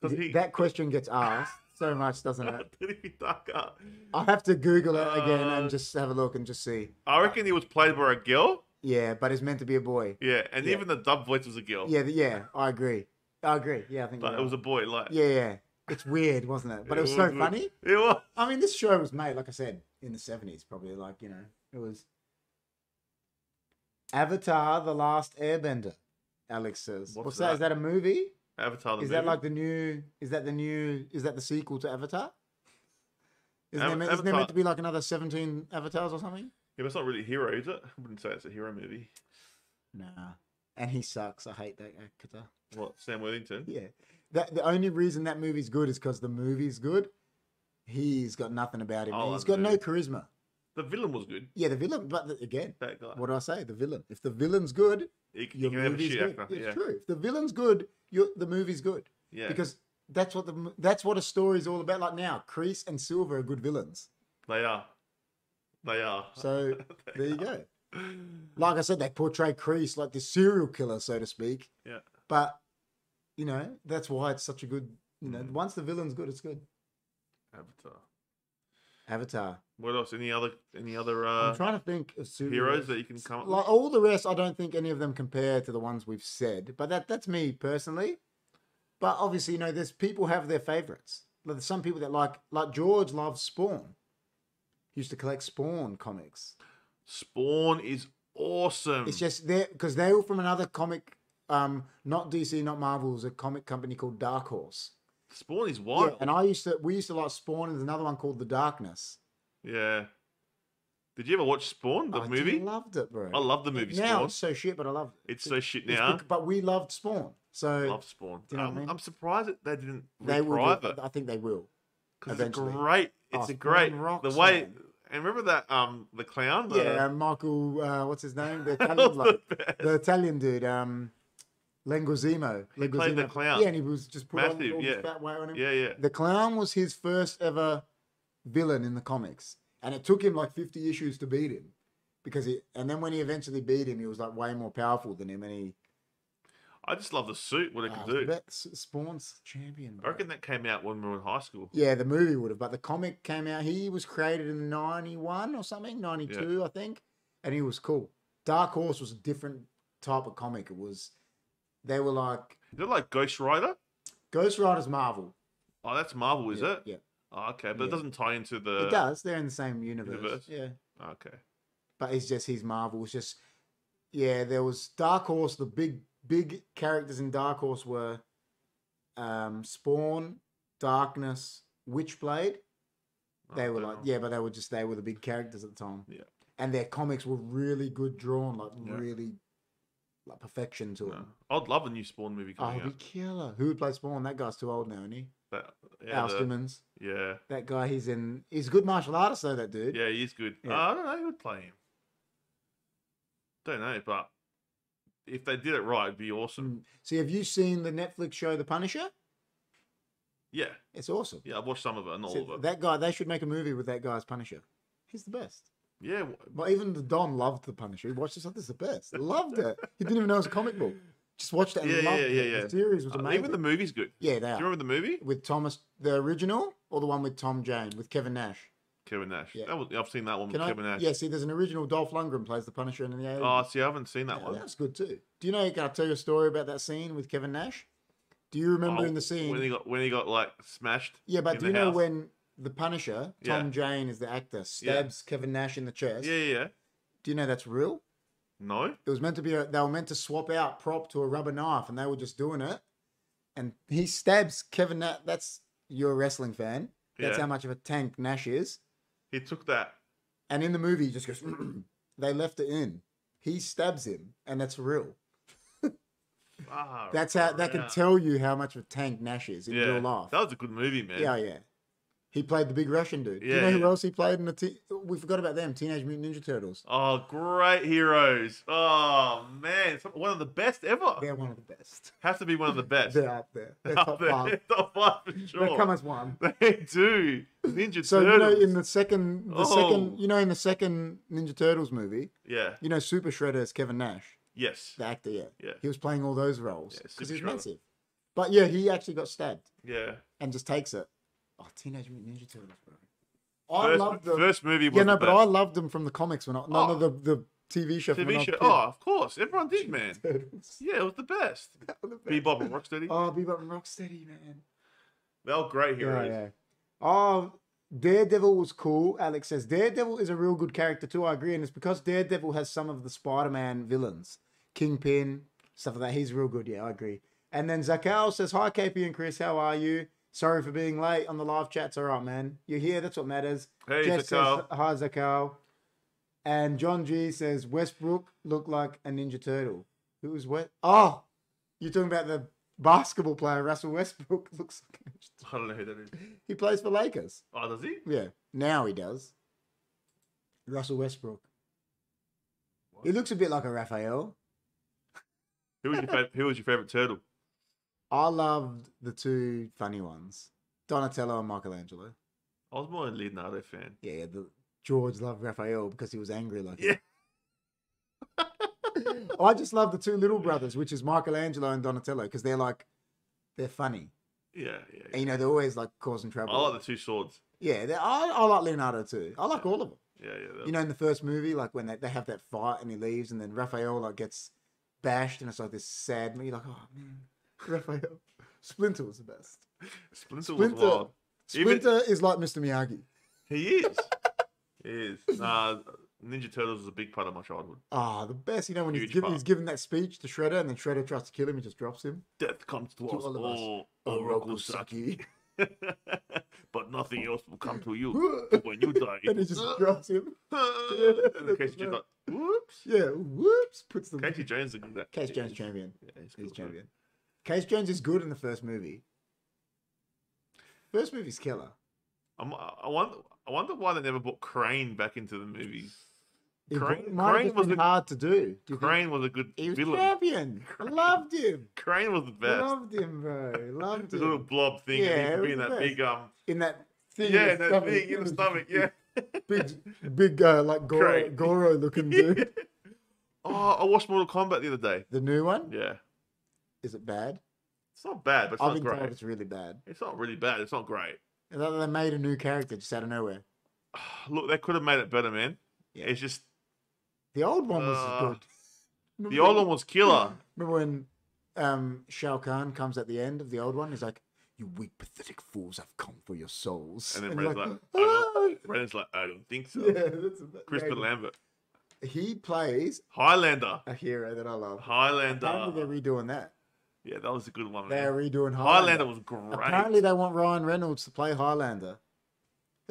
S2: Because he
S1: That question gets asked so much, doesn't it?
S2: Tippy Tucker.
S1: I'll have to Google it again and
S2: Uh,
S1: just have a look and just see.
S2: I reckon he was played by a girl.
S1: Yeah, but it's meant to be a boy.
S2: Yeah, and
S1: Yeah.
S2: even the dub voice was a girl.
S1: Yeah, th- yeah, I agree. I agree. Yeah, I think.
S2: But
S1: you're
S2: it was
S1: right.
S2: a boy, like
S1: Yeah, yeah. It's weird, wasn't it? But it was so funny.
S2: It was
S1: I mean, this show was made, like I said, in the seventies, probably. Like you know, it was Avatar: The Last Airbender. Alex says,
S2: What's
S1: "What's, that? Is
S2: that?
S1: that a movie?
S2: Avatar. The
S1: is that
S2: movie.
S1: like the new? Is that the new? Is that the sequel to Avatar? Isn't,
S2: Ava-
S1: there, meant- isn't there
S2: Avatar-
S1: meant to be like another seventeen avatars or something?
S2: Yeah, but it's not really a hero, is it? I wouldn't say it's a hero movie.
S1: Nah. And he sucks. I hate that actor.
S2: What Sam Worthington?
S1: Yeah. That the only reason that movie's good is because the movie's good. He's got nothing about him.
S2: I
S1: He's
S2: love Oh, the
S1: got no
S2: movie.
S1: charisma.
S2: The villain was good.
S1: Yeah, the villain. But the- again,
S2: That guy.
S1: what do I say? The villain. If the villain's good,
S2: He, he
S1: your
S2: can have a
S1: movie's
S2: shit
S1: good.
S2: actor.
S1: It's
S2: Yeah.
S1: true. If the villain's good, your the movie's good
S2: Yeah.
S1: because that's what the mo- that's what a story's all about. Like now, Crease and Silver are good villains.
S2: They are. They are.
S1: So
S2: They
S1: there you
S2: are.
S1: go. Like I said, they portray Crease like the serial killer, so to speak.
S2: Yeah.
S1: But you know that's why it's such a good. You know,
S2: Mm.
S1: once the villain's good, it's good.
S2: Avatar.
S1: Avatar.
S2: What else? Any other any other
S1: I'm
S2: uh,
S1: trying to think of super
S2: heroes that you can come up with?
S1: Like all the rest, I don't think any of them compare to the ones we've said. But that that's me personally. But obviously, you know, there's people have their favorites. Like there's some people that like like George loves Spawn. He used to collect Spawn comics.
S2: Spawn is awesome.
S1: It's just they because they were from another comic, um, not DC, not Marvel. It was a comic company called Dark Horse.
S2: Spawn is
S1: Yeah,
S2: wild.
S1: and I used to we used to like Spawn, and there's another one called The Darkness.
S2: Yeah. Did you ever watch Spawn, the
S1: I
S2: movie?
S1: did- loved it, bro.
S2: I love the movie
S1: now
S2: Spawn.
S1: it's so shit, but I love it.
S2: It's so shit
S1: It's
S2: now.
S1: bec- but we loved Spawn, so
S2: love Spawn.
S1: Do you know what I
S2: um,
S1: mean?
S2: I'm surprised that they didn't
S1: they will.
S2: reprive
S1: do-
S2: it
S1: I think they will.
S2: because it's a
S1: eventually.
S2: great.
S1: Oh,
S2: It's a
S1: Spawn
S2: great.
S1: rocks,
S2: the way
S1: man.
S2: and remember that um the clown. The,
S1: yeah, uh, Michael, uh, what's his name? The
S2: that
S1: Italian,
S2: was
S1: bloke.
S2: the best.
S1: the Italian dude, um, Lenguzimo.
S2: He played the
S1: Lenguzimo.
S2: clown.
S1: Yeah, and he was just put on
S2: Massive,
S1: all
S2: yeah.
S1: this fat weight on him.
S2: yeah, yeah.
S1: The clown was his first ever villain in the comics, and it took him like fifty issues to beat him. Because he, and then when he eventually beat him, he was like way more powerful than him, and he
S2: I just love the suit. What it
S1: Ah,
S2: could
S1: it was
S2: do.
S1: the best- Spawn's champion.
S2: I
S1: bro.
S2: reckon that came out when we were in high school.
S1: Yeah, the movie would have, but the comic came out. He was created in '91 or something, '92, I think, and he was cool. Dark Horse was a different type of comic. It was They were like
S2: Is it like Ghost Rider?
S1: Ghost Rider's Marvel.
S2: Oh, that's Marvel, is
S1: yeah,
S2: it?
S1: Yeah.
S2: Oh, okay, but
S1: Yeah.
S2: it doesn't tie into the.
S1: it does. They're in the same universe.
S2: universe?
S1: Yeah.
S2: Okay.
S1: But it's just his Marvel. It's just yeah, there was Dark Horse, the big big characters in Dark Horse were um Spawn, Darkness, Witchblade.
S2: Oh,
S1: They were
S2: don't
S1: like
S2: know.
S1: yeah, but they were just they were the big characters at the time.
S2: Yeah.
S1: And their comics were really good drawn, like
S2: Yeah.
S1: really like perfection to them.
S2: No. I'd love a new Spawn movie
S1: Oh,
S2: coming
S1: it'd be
S2: out.
S1: killer. Who would play Spawn? That guy's too old now, isn't he?
S2: That, yeah,
S1: Al
S2: the-
S1: Simmons.
S2: yeah,
S1: That guy, he's in. He's a good martial artist, though. That dude.
S2: yeah, he's good.
S1: Yeah.
S2: Uh, I don't know who would play him. Don't know, but if they did it right, it'd be awesome.
S1: Mm. So, have you seen the Netflix show The Punisher?
S2: Yeah,
S1: It's awesome.
S2: yeah, I've watched some of it, not
S1: So
S2: all of it.
S1: that guy, they should make a movie with that guy's Punisher. He's the best.
S2: yeah, w-
S1: Well, even the Don loved the Punisher. He watched this. Like, this is the best. Loved it. He didn't even know it was a comic book. Just watched it and
S2: Yeah, yeah,
S1: loved
S2: yeah,
S1: it.
S2: yeah.
S1: The series was
S2: uh,
S1: amazing.
S2: even the movie's good.
S1: yeah, they
S2: Do you
S1: are.
S2: remember the movie?
S1: With Thomas, the original or the one with Tom Jane with Kevin Nash.
S2: Kevin Nash.
S1: Yeah.
S2: That was, I've seen that one with
S1: Can I?
S2: Kevin Nash.
S1: Yeah, see, there's an original. Dolph Lundgren plays the Punisher in the 80s.
S2: Oh, see, I haven't seen that
S1: Yeah,
S2: one.
S1: That's good too. Do you know? Can I tell you a story about that scene with Kevin Nash? Do you remember
S2: Oh,
S1: in the scene?
S2: when he got when he got like smashed.
S1: yeah, but do
S2: in the
S1: you know
S2: house.
S1: when the Punisher, Tom
S2: Yeah.
S1: Jane is the actor, stabs Kevin Nash in the chest?
S2: Yeah, yeah, yeah.
S1: Do you know that's real?
S2: No.
S1: It was meant to be. A, they were meant to swap out prop to a rubber knife, and they were just doing it. And he stabs Kevin. Na- that's you're a wrestling fan. That's
S2: yeah.
S1: how much of a tank Nash is.
S2: He took that.
S1: And in the movie, he just goes. they left it in. He stabs him, and that's real.
S2: Far
S1: That's how that can
S2: out.
S1: tell you how much of a tank Nash is in
S2: Oh, yeah.
S1: real life.
S2: That was a good movie, man.
S1: Yeah, yeah. He played the big Russian dude. Do you
S2: Yeah,
S1: know who
S2: yeah.
S1: else he played in the? Te- we forgot about them. Teenage Mutant Ninja Turtles.
S2: Oh, great heroes. Oh man, it's one of the best ever.
S1: They're one of the best.
S2: Has to be one of the best.
S1: They're up there. They're top
S2: Up there.
S1: five.
S2: Top five for
S1: They come
S2: sure.
S1: as one.
S2: They do. Ninja
S1: So you know,
S2: Turtles.
S1: in the second, the
S2: Oh.
S1: second, you know, in the second Ninja Turtles movie,
S2: Yeah.
S1: you know, Super Shredder is Kevin Nash,
S2: Yes.
S1: the actor. Yeah,
S2: Yeah.
S1: he was playing all those roles
S2: Yeah,
S1: because
S2: Super
S1: he's
S2: Shredder.
S1: massive. But yeah, he actually got stabbed
S2: Yeah.
S1: and just takes it. Oh, Teenage Mutant Ninja Turtles, bro! I
S2: first,
S1: love the
S2: first movie was
S1: yeah, no,
S2: the
S1: but I
S2: best.
S1: loved them from the comics when I no, no,
S2: Oh.
S1: the the TV show. from when I
S2: TV
S1: was
S2: show.
S1: a kid.
S2: Oh, of course. Everyone did, man.
S1: Turtles.
S2: Yeah, it was the best. Bebop and Rocksteady.
S1: Oh, Bebop and Rocksteady, man.
S2: They were great
S1: Yeah,
S2: heroes.
S1: yeah. Oh, Daredevil was cool. Alex says Daredevil is a real good character too. I agree, and it's because Daredevil has some of the Spider-Man villains, Kingpin, stuff like that. He's real good. Yeah, I agree. And then Zakal says, "Hi, KP and Chris. How are you? Sorry for being late on the live chats. All right, man. You're here. That's what matters."
S2: Hey,
S1: Jess
S2: Zakal.
S1: says, "Hi, Zakal." And John G says Westbrook looked like a Ninja Turtle. Who was what? Oh, you're talking about the basketball player Russell Westbrook looks like a Ninja Turtle.
S2: I don't know who that is.
S1: He plays for Lakers.
S2: Oh, does he?
S1: Yeah, now he does. Russell Westbrook.
S2: What?
S1: He looks a bit like a Raphael.
S2: Who was your favorite? Who was your favorite turtle?
S1: I loved the two funny ones, Donatello and Michelangelo.
S2: I was more a Leonardo fan.
S1: Yeah, yeah the, George loved Raphael because he was angry like
S2: Yeah.
S1: him. I just love the two little brothers, which is Michelangelo and Donatello, because they're like they're funny.
S2: Yeah, yeah.
S1: And, you know, they're always like causing trouble.
S2: I like Oh, the two swords.
S1: yeah, they're- I, I like Leonardo too. I like all of them.
S2: Yeah, yeah.
S1: You know, in the first movie, like when they, they have that fight and he leaves, and then Raphael like gets bashed, and it's like this sad. You're like, oh man, Raphael. Splinter was the best.
S2: Splinter, was
S1: Splinter-
S2: wild. Even-
S1: Splinter is like Mr. Miyagi.
S2: He is. he is. Nah, Ninja Turtles was a big part of my childhood.
S1: Ah, the best. You know when he's
S2: Huge
S1: giving,
S2: part.
S1: he's giving that speech to Shredder, and then Shredder tries to kill him, he just drops him.
S2: Death comes to,
S1: To
S2: us Oh,
S1: all of us.
S2: all,
S1: Orokusaki.
S2: but nothing else will come to you. But when you die, it
S1: and he
S2: will-
S1: just drops him.
S2: and Casey Jones, like, whoops.
S1: Yeah, whoops, puts the
S2: Casey Jones is good.
S1: Case Jones champion.
S2: Yeah,
S1: He's
S2: he's, cool, man.
S1: champion. Case Jones is good in the first movie. First movie's killer.
S2: I'm, I wonder. I wonder why they never brought Crane back into the movies.
S1: It
S2: Crane-
S1: might have
S2: Crane
S1: just
S2: was
S1: been
S2: a-
S1: hard to do. do you think?
S2: Crane was a good
S1: He was
S2: villain.
S1: champion. I
S2: Crane.
S1: Loved him.
S2: Crane was the best.
S1: Loved him, bro. Loved
S2: the little
S1: him.
S2: blob thing
S1: Yeah,
S2: yeah,
S1: it
S2: and
S1: was
S2: being
S1: the
S2: that big um
S1: In that thing.
S2: yeah
S1: in the
S2: that
S1: stomach.
S2: thing in the stomach yeah
S1: Big, big, uh, like Goro,
S2: Crane.
S1: Goro looking dude.
S2: oh I watched Mortal Kombat the other day
S1: The new one?
S2: yeah
S1: Is it bad?
S2: it's not bad but it's
S1: I've
S2: not
S1: been told
S2: great
S1: it's really bad.
S2: it's not really bad it's not great
S1: And They they made a new character just out of nowhere.
S2: look they could have made it better man
S1: Yeah.
S2: it's just
S1: The old one was
S2: Uh,
S1: good.
S2: the old one was killer
S1: Remember when um, Shao Kahn comes at the end of the old one. He's like, "You weak, pathetic fools! I've come for your souls."
S2: And then
S1: you're
S2: Ren's like,
S1: "Ah!"
S2: Brennan's like, I don't think so.
S1: yeah, that's a-
S2: Crispin
S1: yeah.
S2: Lambert.
S1: He plays
S2: Highlander.
S1: a hero that I love. Apparently
S2: Highlander.
S1: they're redoing that.
S2: Yeah, that was a good one. man.
S1: They're redoing
S2: Highlander
S1: Highlander.
S2: Oh, was great.
S1: Apparently they want Ryan Reynolds to play Highlander.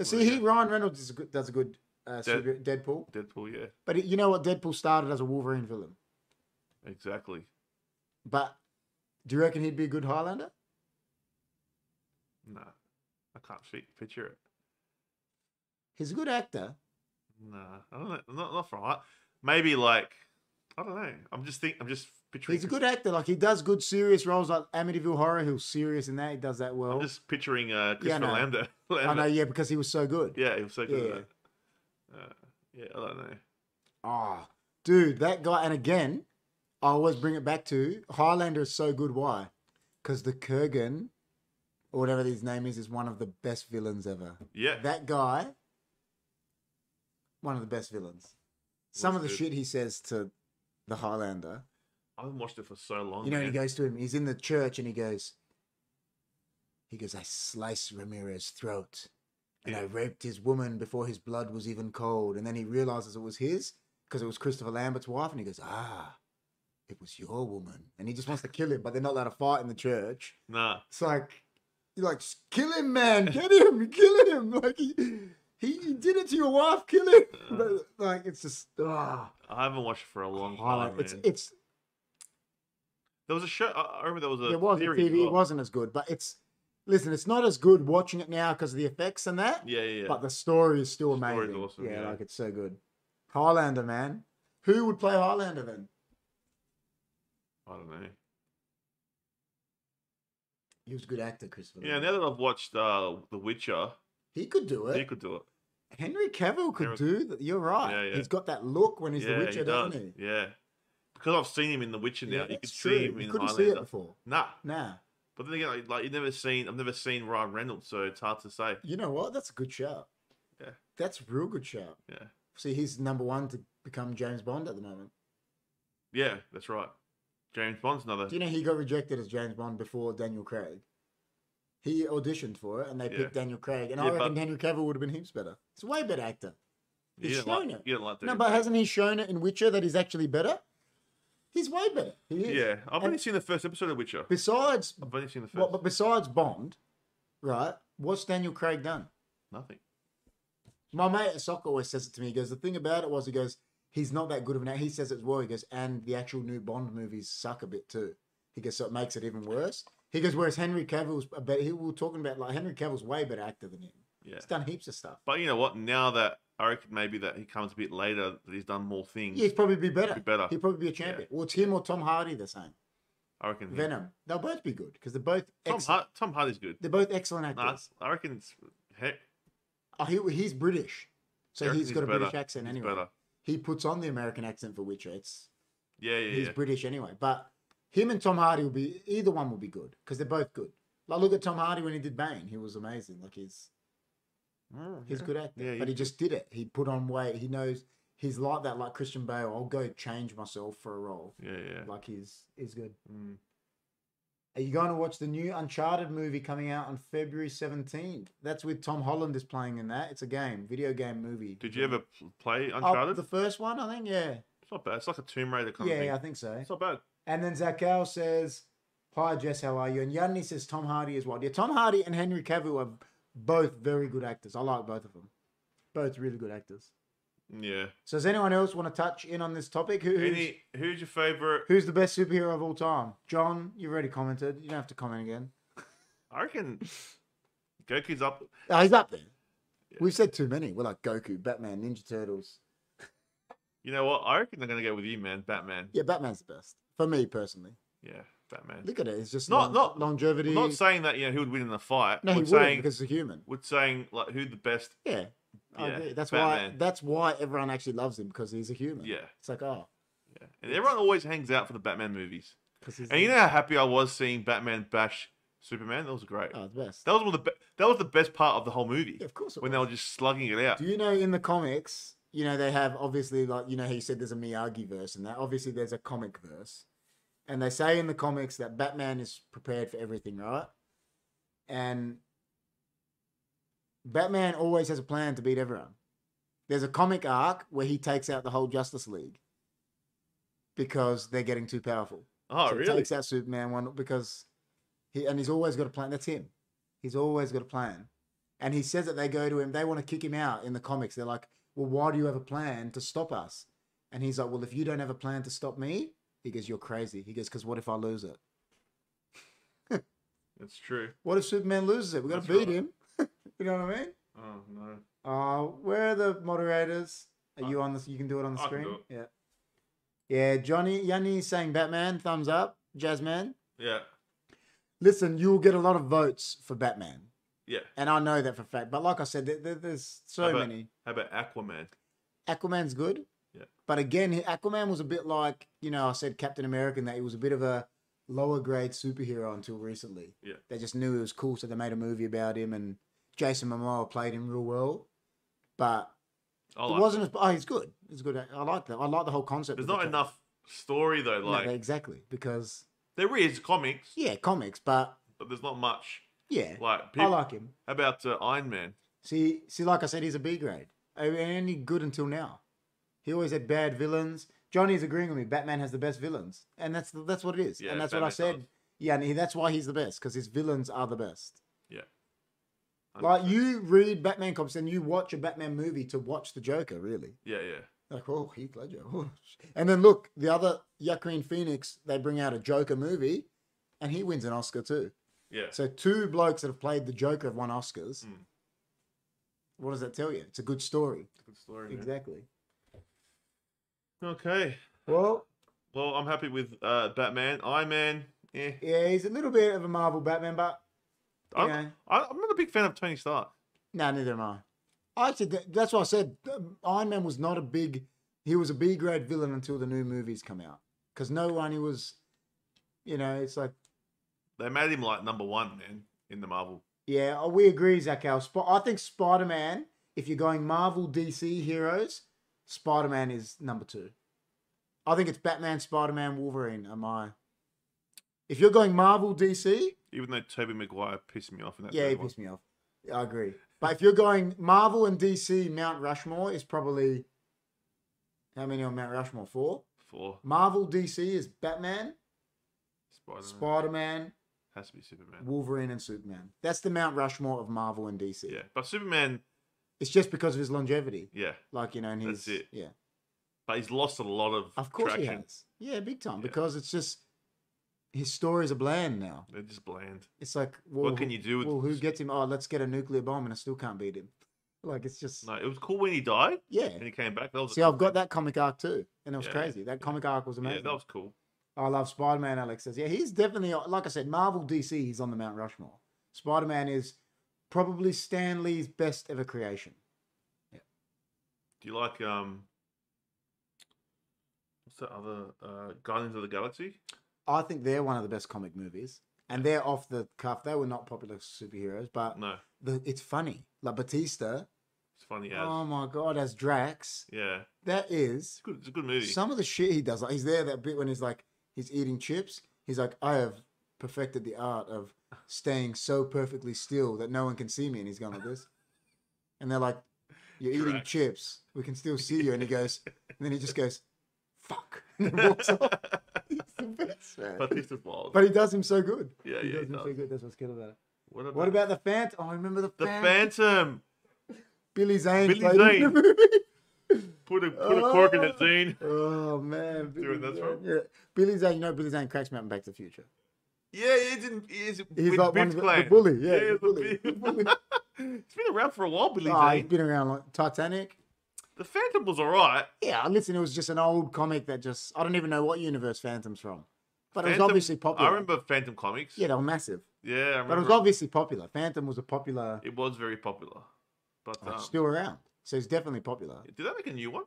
S1: See, he
S2: Really?
S1: Ryan Reynolds is a good, does a good uh,
S2: Oh, Dead-
S1: super- Deadpool.
S2: Deadpool, yeah.
S1: But it- you know what? Deadpool started as a Wolverine villain.
S2: Exactly.
S1: But do you reckon he'd be a good Highlander?
S2: Nah. I can't see, picture it.
S1: He's a good actor.
S2: Nah. I don't know. Not, not for height. Maybe like I don't know. I'm just think I'm just picturing
S1: He's a good actor. Like he does good serious roles like Amityville Horror. He was serious in that. He does that well.
S2: I'm just picturing uh Crispin
S1: no.
S2: Lambert.
S1: I know,
S2: Lambert.
S1: yeah, because he was so good.
S2: Yeah, he was so good
S1: Yeah.
S2: at that. Uh, yeah, I don't know.
S1: Ah, dude, that guy. And again, I always bring it back to Highlander is so good. Why? Because the Kurgan, or whatever his name is, is one of the best villains ever.
S2: Yeah.
S1: That guy, one of the best villains. Some
S2: Was
S1: of the
S2: good.
S1: shit he says to the Highlander.
S2: I haven't watched it for so long.
S1: You know, he
S2: man.
S1: goes to him. He's in the church, and he goes. He goes. I sliced Ramirez's throat, and I
S2: Yeah.
S1: raped his woman before his blood was even cold. And then he realizes it was his because it was Christopher Lambert's wife, and he goes, Ah, it was your woman. And he just wants to kill him, but they're not allowed to fight in the church.
S2: Nah.
S1: It's like you're like, "Just kill him, man, get him, You're killing him. Like he, he, he did it to your wife, kill him. But, like it's just ah,
S2: I haven't watched it for a long
S1: Highland-
S2: time.
S1: Oh, it's
S2: man.
S1: it's
S2: There was a show. I I remember there was a
S1: it was
S2: series. as
S1: TV. It
S2: well.
S1: wasn't as good, but it's listen, it's not as good watching it now because of the effects and that.
S2: Yeah, yeah, yeah.
S1: But the story is still
S2: The story's
S1: amazing.
S2: awesome,
S1: yeah,
S2: yeah.
S1: like it's so good. Highlander, man. Who would play Highlander then?
S2: I don't know.
S1: He was a good actor, Christopher.
S2: Yeah,
S1: Lee.
S2: now that I've watched uh, The Witcher,
S1: he could do
S2: he
S1: it.
S2: could do it.
S1: Henry Cavill could
S2: Henry-
S1: do that. You're right.
S2: Yeah, yeah.
S1: He's got that look when he's
S2: yeah,
S1: the Witcher,
S2: he
S1: doesn't
S2: does.
S1: he?
S2: Yeah, because I've seen him in The Witcher now.
S1: Yeah,
S2: you
S1: that's
S2: could
S1: true.
S2: see him in
S1: You couldn't
S2: Highlander.
S1: see it before.
S2: Nah,
S1: Nah.
S2: but then again, like, like you've never seen. I've never seen Ryan Reynolds, so it's hard to say.
S1: You know what? That's a good shout.
S2: Yeah.
S1: That's a real good shout.
S2: Yeah,
S1: See, he's number one to become James Bond at the moment.
S2: yeah, that's right. James Bond's another.
S1: Do you know he got rejected as James Bond before Daniel Craig? He auditioned for it and they
S2: Yeah.
S1: picked Daniel Craig. And I
S2: Yeah, but-
S1: reckon Henry Cavill would have been heaps better. He's a way better actor.
S2: you
S1: he's
S2: didn't
S1: shown
S2: like,
S1: it.
S2: you didn't like that.
S1: No, but hasn't he shown it in Witcher that he's actually better? He's way better. He is.
S2: yeah, I've only
S1: And-
S2: seen the first episode of Witcher.
S1: Besides,
S2: I've only seen the first.
S1: well, but besides Bond, right? What's Daniel Craig done?
S2: Nothing.
S1: My mate at soccer always says it to me. He goes, the thing about it was, he goes, he's not that good of an actor. He says it as well. He goes, and the actual new Bond movies suck a bit too. He goes, so it makes it even worse. He goes, whereas Henry Cavill's, but he we were talking about like Henry Cavill's way better actor than him.
S2: Yeah,
S1: He's done heaps of stuff.
S2: but you know what? Now that I reckon maybe that he comes a bit later, that he's done more things.
S1: Yeah, he'd probably be better.
S2: Be better.
S1: He'd probably be a champion. Well, it's him or Tom Hardy the same.
S2: I reckon. he-
S1: Venom. They'll both be good because they're both
S2: Mm-hmm. Tom
S1: excellent.
S2: Hart. Tom Hardy's good.
S1: They're both excellent actors.
S2: Nah, it's- I reckon it's heck.
S1: Oh, he, he's British, so
S2: Yeah,
S1: he's
S2: he's
S1: got a
S2: better.
S1: British accent
S2: He's
S1: anyway.
S2: better.
S1: He puts on the American accent for Witcher. It's
S2: Yeah, yeah,
S1: he's
S2: yeah.
S1: British anyway. But him and Tom Hardy will be either one will be good because they're both good. Like look at Tom Hardy when he did Bane, he was amazing. Like he's
S2: Mm,
S1: he's
S2: yeah.
S1: good actor,
S2: Yeah,
S1: but
S2: he-
S1: he just did it. He put on weight. He knows he's like that. Like Christian Bale, I'll go change myself for a role.
S2: Yeah, yeah.
S1: Like he's he's good.
S2: Mm.
S1: Are you going to watch the new Uncharted movie coming out on February seventeenth? That's with Tom Holland is playing in that. It's a game, video game movie.
S2: Did you ever pl- play
S1: Oh,
S2: Uncharted?
S1: the first one, I think. Yeah,
S2: It's not bad. It's like a Tomb Raider kind of
S1: yeah,
S2: thing.
S1: yeah, I think so.
S2: It's not bad.
S1: And then Zakel says, Hi, Jess, how are you? And Yanni says, Tom Hardy is wild. Yeah, Tom Hardy and Henry Cavill are both very good actors. I like both of them. Both really good actors.
S2: Yeah.
S1: So, does anyone else want to touch in on this topic? Who, who's,
S2: Any? Who's your favorite?
S1: who's the best superhero of all time? John, you've already commented. You don't have to comment again.
S2: I reckon Goku's up.
S1: Oh, he's up there. We've said too many. We're like Goku, Batman, Ninja Turtles.
S2: You know what? I reckon they're gonna go with you, man. Batman.
S1: Yeah, Batman's the best. For me personally.
S2: Yeah, Batman.
S1: Look at it. It's just
S2: Not-
S1: long-
S2: not-
S1: longevity.
S2: I'm not saying that you know he would win in a fight.
S1: no, he
S2: we're
S1: wouldn't
S2: saying
S1: because he's a human.
S2: we're saying like who the best.
S1: Yeah, I
S2: Yeah,
S1: agree. That's why.
S2: Batman.
S1: That's why everyone actually loves him because he's a human.
S2: Yeah,
S1: it's like oh,
S2: yeah. And everyone always hangs out for the Batman movies.
S1: because he's
S2: And you know how happy I was seeing Batman bash Superman. That was great.
S1: oh, the best.
S2: That was one of the be- that was the best part of the whole movie
S1: Yeah, of course. it
S2: when they were
S1: was.
S2: just slugging it out.
S1: Do you know in the comics? You know they have obviously like you know how you said there's a Miyagi verse and that obviously there's a comic verse, And they say in the comics that Batman is prepared for everything, right? And Batman always has a plan to beat everyone. There's a comic arc where he takes out the whole Justice League because they're getting too powerful.
S2: Oh,
S1: So he
S2: really?
S1: takes out Superman one because he and he's always got a plan. That's him. He's always got a plan. And he says that they go to him, they want to kick him out in the comics. They're like, Well, why do you have a plan to stop us? And he's like, Well, if you don't have a plan to stop me, he goes, You're crazy. He goes, Because what if I lose it?
S2: That's true.
S1: What if Superman loses it? We gotta
S2: That's
S1: beat
S2: right.
S1: him. you know what I mean?
S2: Oh no.
S1: Uh, where are the moderators? Are you on this? You can do it on the
S2: I can
S1: screen.
S2: do
S1: Yeah. Yeah, Johnny Yanni saying Batman, thumbs up. Jasmine,
S2: Yeah.
S1: listen, you'll get a lot of votes for Batman,
S2: Yeah.
S1: and I know that for a fact. But like I said, there, there, there's so
S2: How about-
S1: many.
S2: How about Aquaman?
S1: Aquaman's good.
S2: Yeah.
S1: But again, he- Aquaman was a bit like you know I said Captain America, and that he was a bit of a lower grade superhero until recently.
S2: Yeah.
S1: They just knew he was cool, so they made a movie about him, and Jason Momoa played him real well. But
S2: I
S1: it
S2: like
S1: wasn't. As, oh, he's good. He's good. I like that. I like the whole concept.
S2: There's
S1: of the
S2: not
S1: ca-
S2: enough story though.
S1: No,
S2: Like
S1: exactly because
S2: there is comics,
S1: yeah, comics, but
S2: but there's not much.
S1: yeah,
S2: Like,
S1: I
S2: people,
S1: like him.
S2: how about uh, Iron Man?
S1: See, see, like I said, he's a B grade. I mean, only good until now. He always had bad villains. Johnny's agreeing with me. Batman has the best villains, and that's that's what it is.
S2: Yeah,
S1: and that's what I
S2: Batman
S1: said.
S2: does.
S1: Yeah, and he, that's why he's the best because his villains are the best.
S2: Yeah.
S1: Like you read Batman comics and you watch a Batman movie to watch the Joker, really.
S2: Yeah, yeah.
S1: Like, oh, Heath Ledger. oh. And then look, the other Joaquin Phoenix, they bring out a Joker movie, and he wins an Oscar too.
S2: Yeah.
S1: So two blokes that have played the Joker have won Oscars.
S2: Mm.
S1: What does that tell you? It's a good story.
S2: Good story. man.
S1: Exactly.
S2: Okay.
S1: Well,
S2: Well, I'm happy with uh, Batman. Iron Man. Yeah.
S1: yeah, he's a little bit of a Marvel Batman, but you
S2: I'm,
S1: know,
S2: I, I'm not a big fan of Tony Stark.
S1: no, neither am I. I actually, th- that's why I said um, Iron Man was not a big. He was a B grade villain until the new movies come out, because no one he was, you know, it's like.
S2: They made him like number one man in the Marvel.
S1: Yeah, oh, we agree, Zach. Al. Sp- I think Spider Man, if you're going Marvel DC heroes, Spider Man is number two. I think it's Batman, Spider Man, Wolverine. Am I? If you're going Marvel DC,
S2: Even though Toby Maguire pissed me off in that.
S1: yeah, he
S2: third one.
S1: pissed me off. I agree. But if you're going Marvel and DC, Mount Rushmore is probably how many on Mount Rushmore? Four.
S2: Four.
S1: Marvel DC is Batman,
S2: Spider-Man.
S1: Spider Man,
S2: Has to be Superman.
S1: Wolverine, and Superman. That's the Mount Rushmore of Marvel and DC.
S2: Yeah, but Superman.
S1: It's just because of his longevity.
S2: Yeah,
S1: Like, you know, and he's
S2: That's it.
S1: yeah.
S2: but he's lost a lot of.
S1: Of course
S2: traction.
S1: he has. Yeah, big time.
S2: Yeah.
S1: Because it's just his stories are bland now.
S2: They're just bland.
S1: It's like well,
S2: What can you do with?
S1: well, who gets him? Oh, let's get a nuclear bomb and I still can't beat him. Like it's just
S2: No, it was cool when he died
S1: yeah.
S2: and he came back. That was
S1: See, I've got that comic arc too. And it was
S2: Yeah.
S1: crazy. That comic arc was
S2: Yeah,
S1: amazing.
S2: that was cool.
S1: I love Spider Man, Alex says. Yeah, he's definitely like I said, Marvel DC, he's on the Mount Rushmore. Spider Man is probably Stan Lee's best ever creation.
S2: Do you like um? What's that other uh Guardians of the Galaxy?
S1: I think they're one of the best comic movies. And they're off the cuff. They were not popular superheroes, but
S2: No,
S1: the, it's funny. Like Batista,
S2: it's funny as.
S1: oh my god, as Drax,
S2: yeah,
S1: that is
S2: it's good. It's a good movie.
S1: some of the shit he does. Like he's there that bit when he's like he's eating chips. He's like, I have perfected the art of staying so perfectly still that no one can see me, and he's going like this, and they're like, you're eating
S2: Drax.
S1: chips. We can still see you, and he goes, and then he just goes, fuck, and he walks off. It's the best, man.
S2: but this is wild.
S1: But he does him so good.
S2: yeah,
S1: he
S2: yeah.
S1: does him
S2: it
S1: so
S2: does.
S1: good. That's what's good about it.
S2: What about,
S1: What about the Phantom? Oh, I remember the
S2: the
S1: Phantom.
S2: Phantom?
S1: Billy Zane
S2: Billy
S1: played him in
S2: Zane.
S1: the movie.
S2: Put a put a cork in it, Zane.
S1: Oh man,
S2: Doing
S1: Billy
S2: this
S1: Zane.
S2: wrong?
S1: Yeah. Billy Zane, you know Billy Zane cracks me up in Back to the Future.
S2: Yeah, he's in. He's,
S1: He's like
S2: with
S1: one
S2: Biff
S1: of the, the
S2: Clan.
S1: bully. Yeah,
S2: he's
S1: the
S2: a
S1: bully.
S2: big-
S1: The bully.
S2: It's been around for a while, Billy
S1: Ah, he's
S2: Zane.
S1: been around like Titanic.
S2: The Phantom was alright.
S1: Yeah, listen, it was just an old comic that just I don't even know what universe Phantom's from, but it was
S2: Phantom-
S1: obviously popular.
S2: I remember Phantom comics.
S1: Yeah, they were massive,
S2: yeah, I remember.
S1: but it was obviously popular. Phantom was a popular,
S2: it was very popular. But
S1: oh,
S2: um,
S1: it's still around, so it's definitely popular.
S2: did they make a new one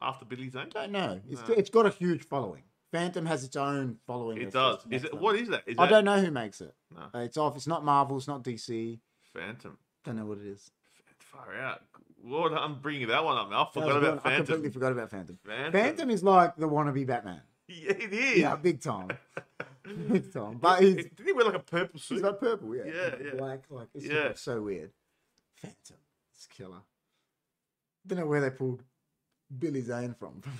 S2: after Billy Zane?
S1: I don't know. It's
S2: No.
S1: it's got a huge following. Phantom has its own following.
S2: It
S1: that's
S2: does.
S1: just
S2: Is
S1: next
S2: it?
S1: level.
S2: What is that? Is
S1: I
S2: that
S1: don't know who makes it.
S2: No.
S1: Uh, It's off. It's not Marvel. It's not DC.
S2: Phantom?
S1: Don't know what it is.
S2: Far out. Lord, I'm bringing that one up. now. I
S1: That
S2: forgot
S1: was
S2: about
S1: one- I
S2: Phantom.
S1: completely forgot about Phantom.
S2: Phantom.
S1: Phantom is like the wannabe Batman.
S2: Yeah, it is.
S1: Yeah, big time. Big time. But
S2: It-
S1: he's,
S2: it- didn't he wear like a purple
S1: he's
S2: suit?
S1: like purple, yeah.
S2: Yeah, yeah.
S1: Black, like, it's
S2: Yeah.
S1: so weird. Phantom. It's killer. Don't know where they pulled Billy Zane from.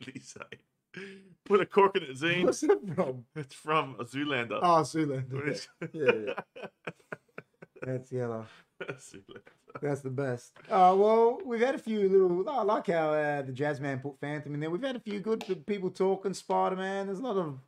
S2: Please say. Put a cork in it, Zine.
S1: What's that from?
S2: It's from Zoolander.
S1: Oh, Zoolander.
S2: It's-
S1: Yeah, yeah. That's yellow.
S2: Zoolander.
S1: That's the best. Uh, well, we've had a few little. I like how uh, the jazz man put Phantom in there. We've had a few good people talking Spider Man. There's a lot of.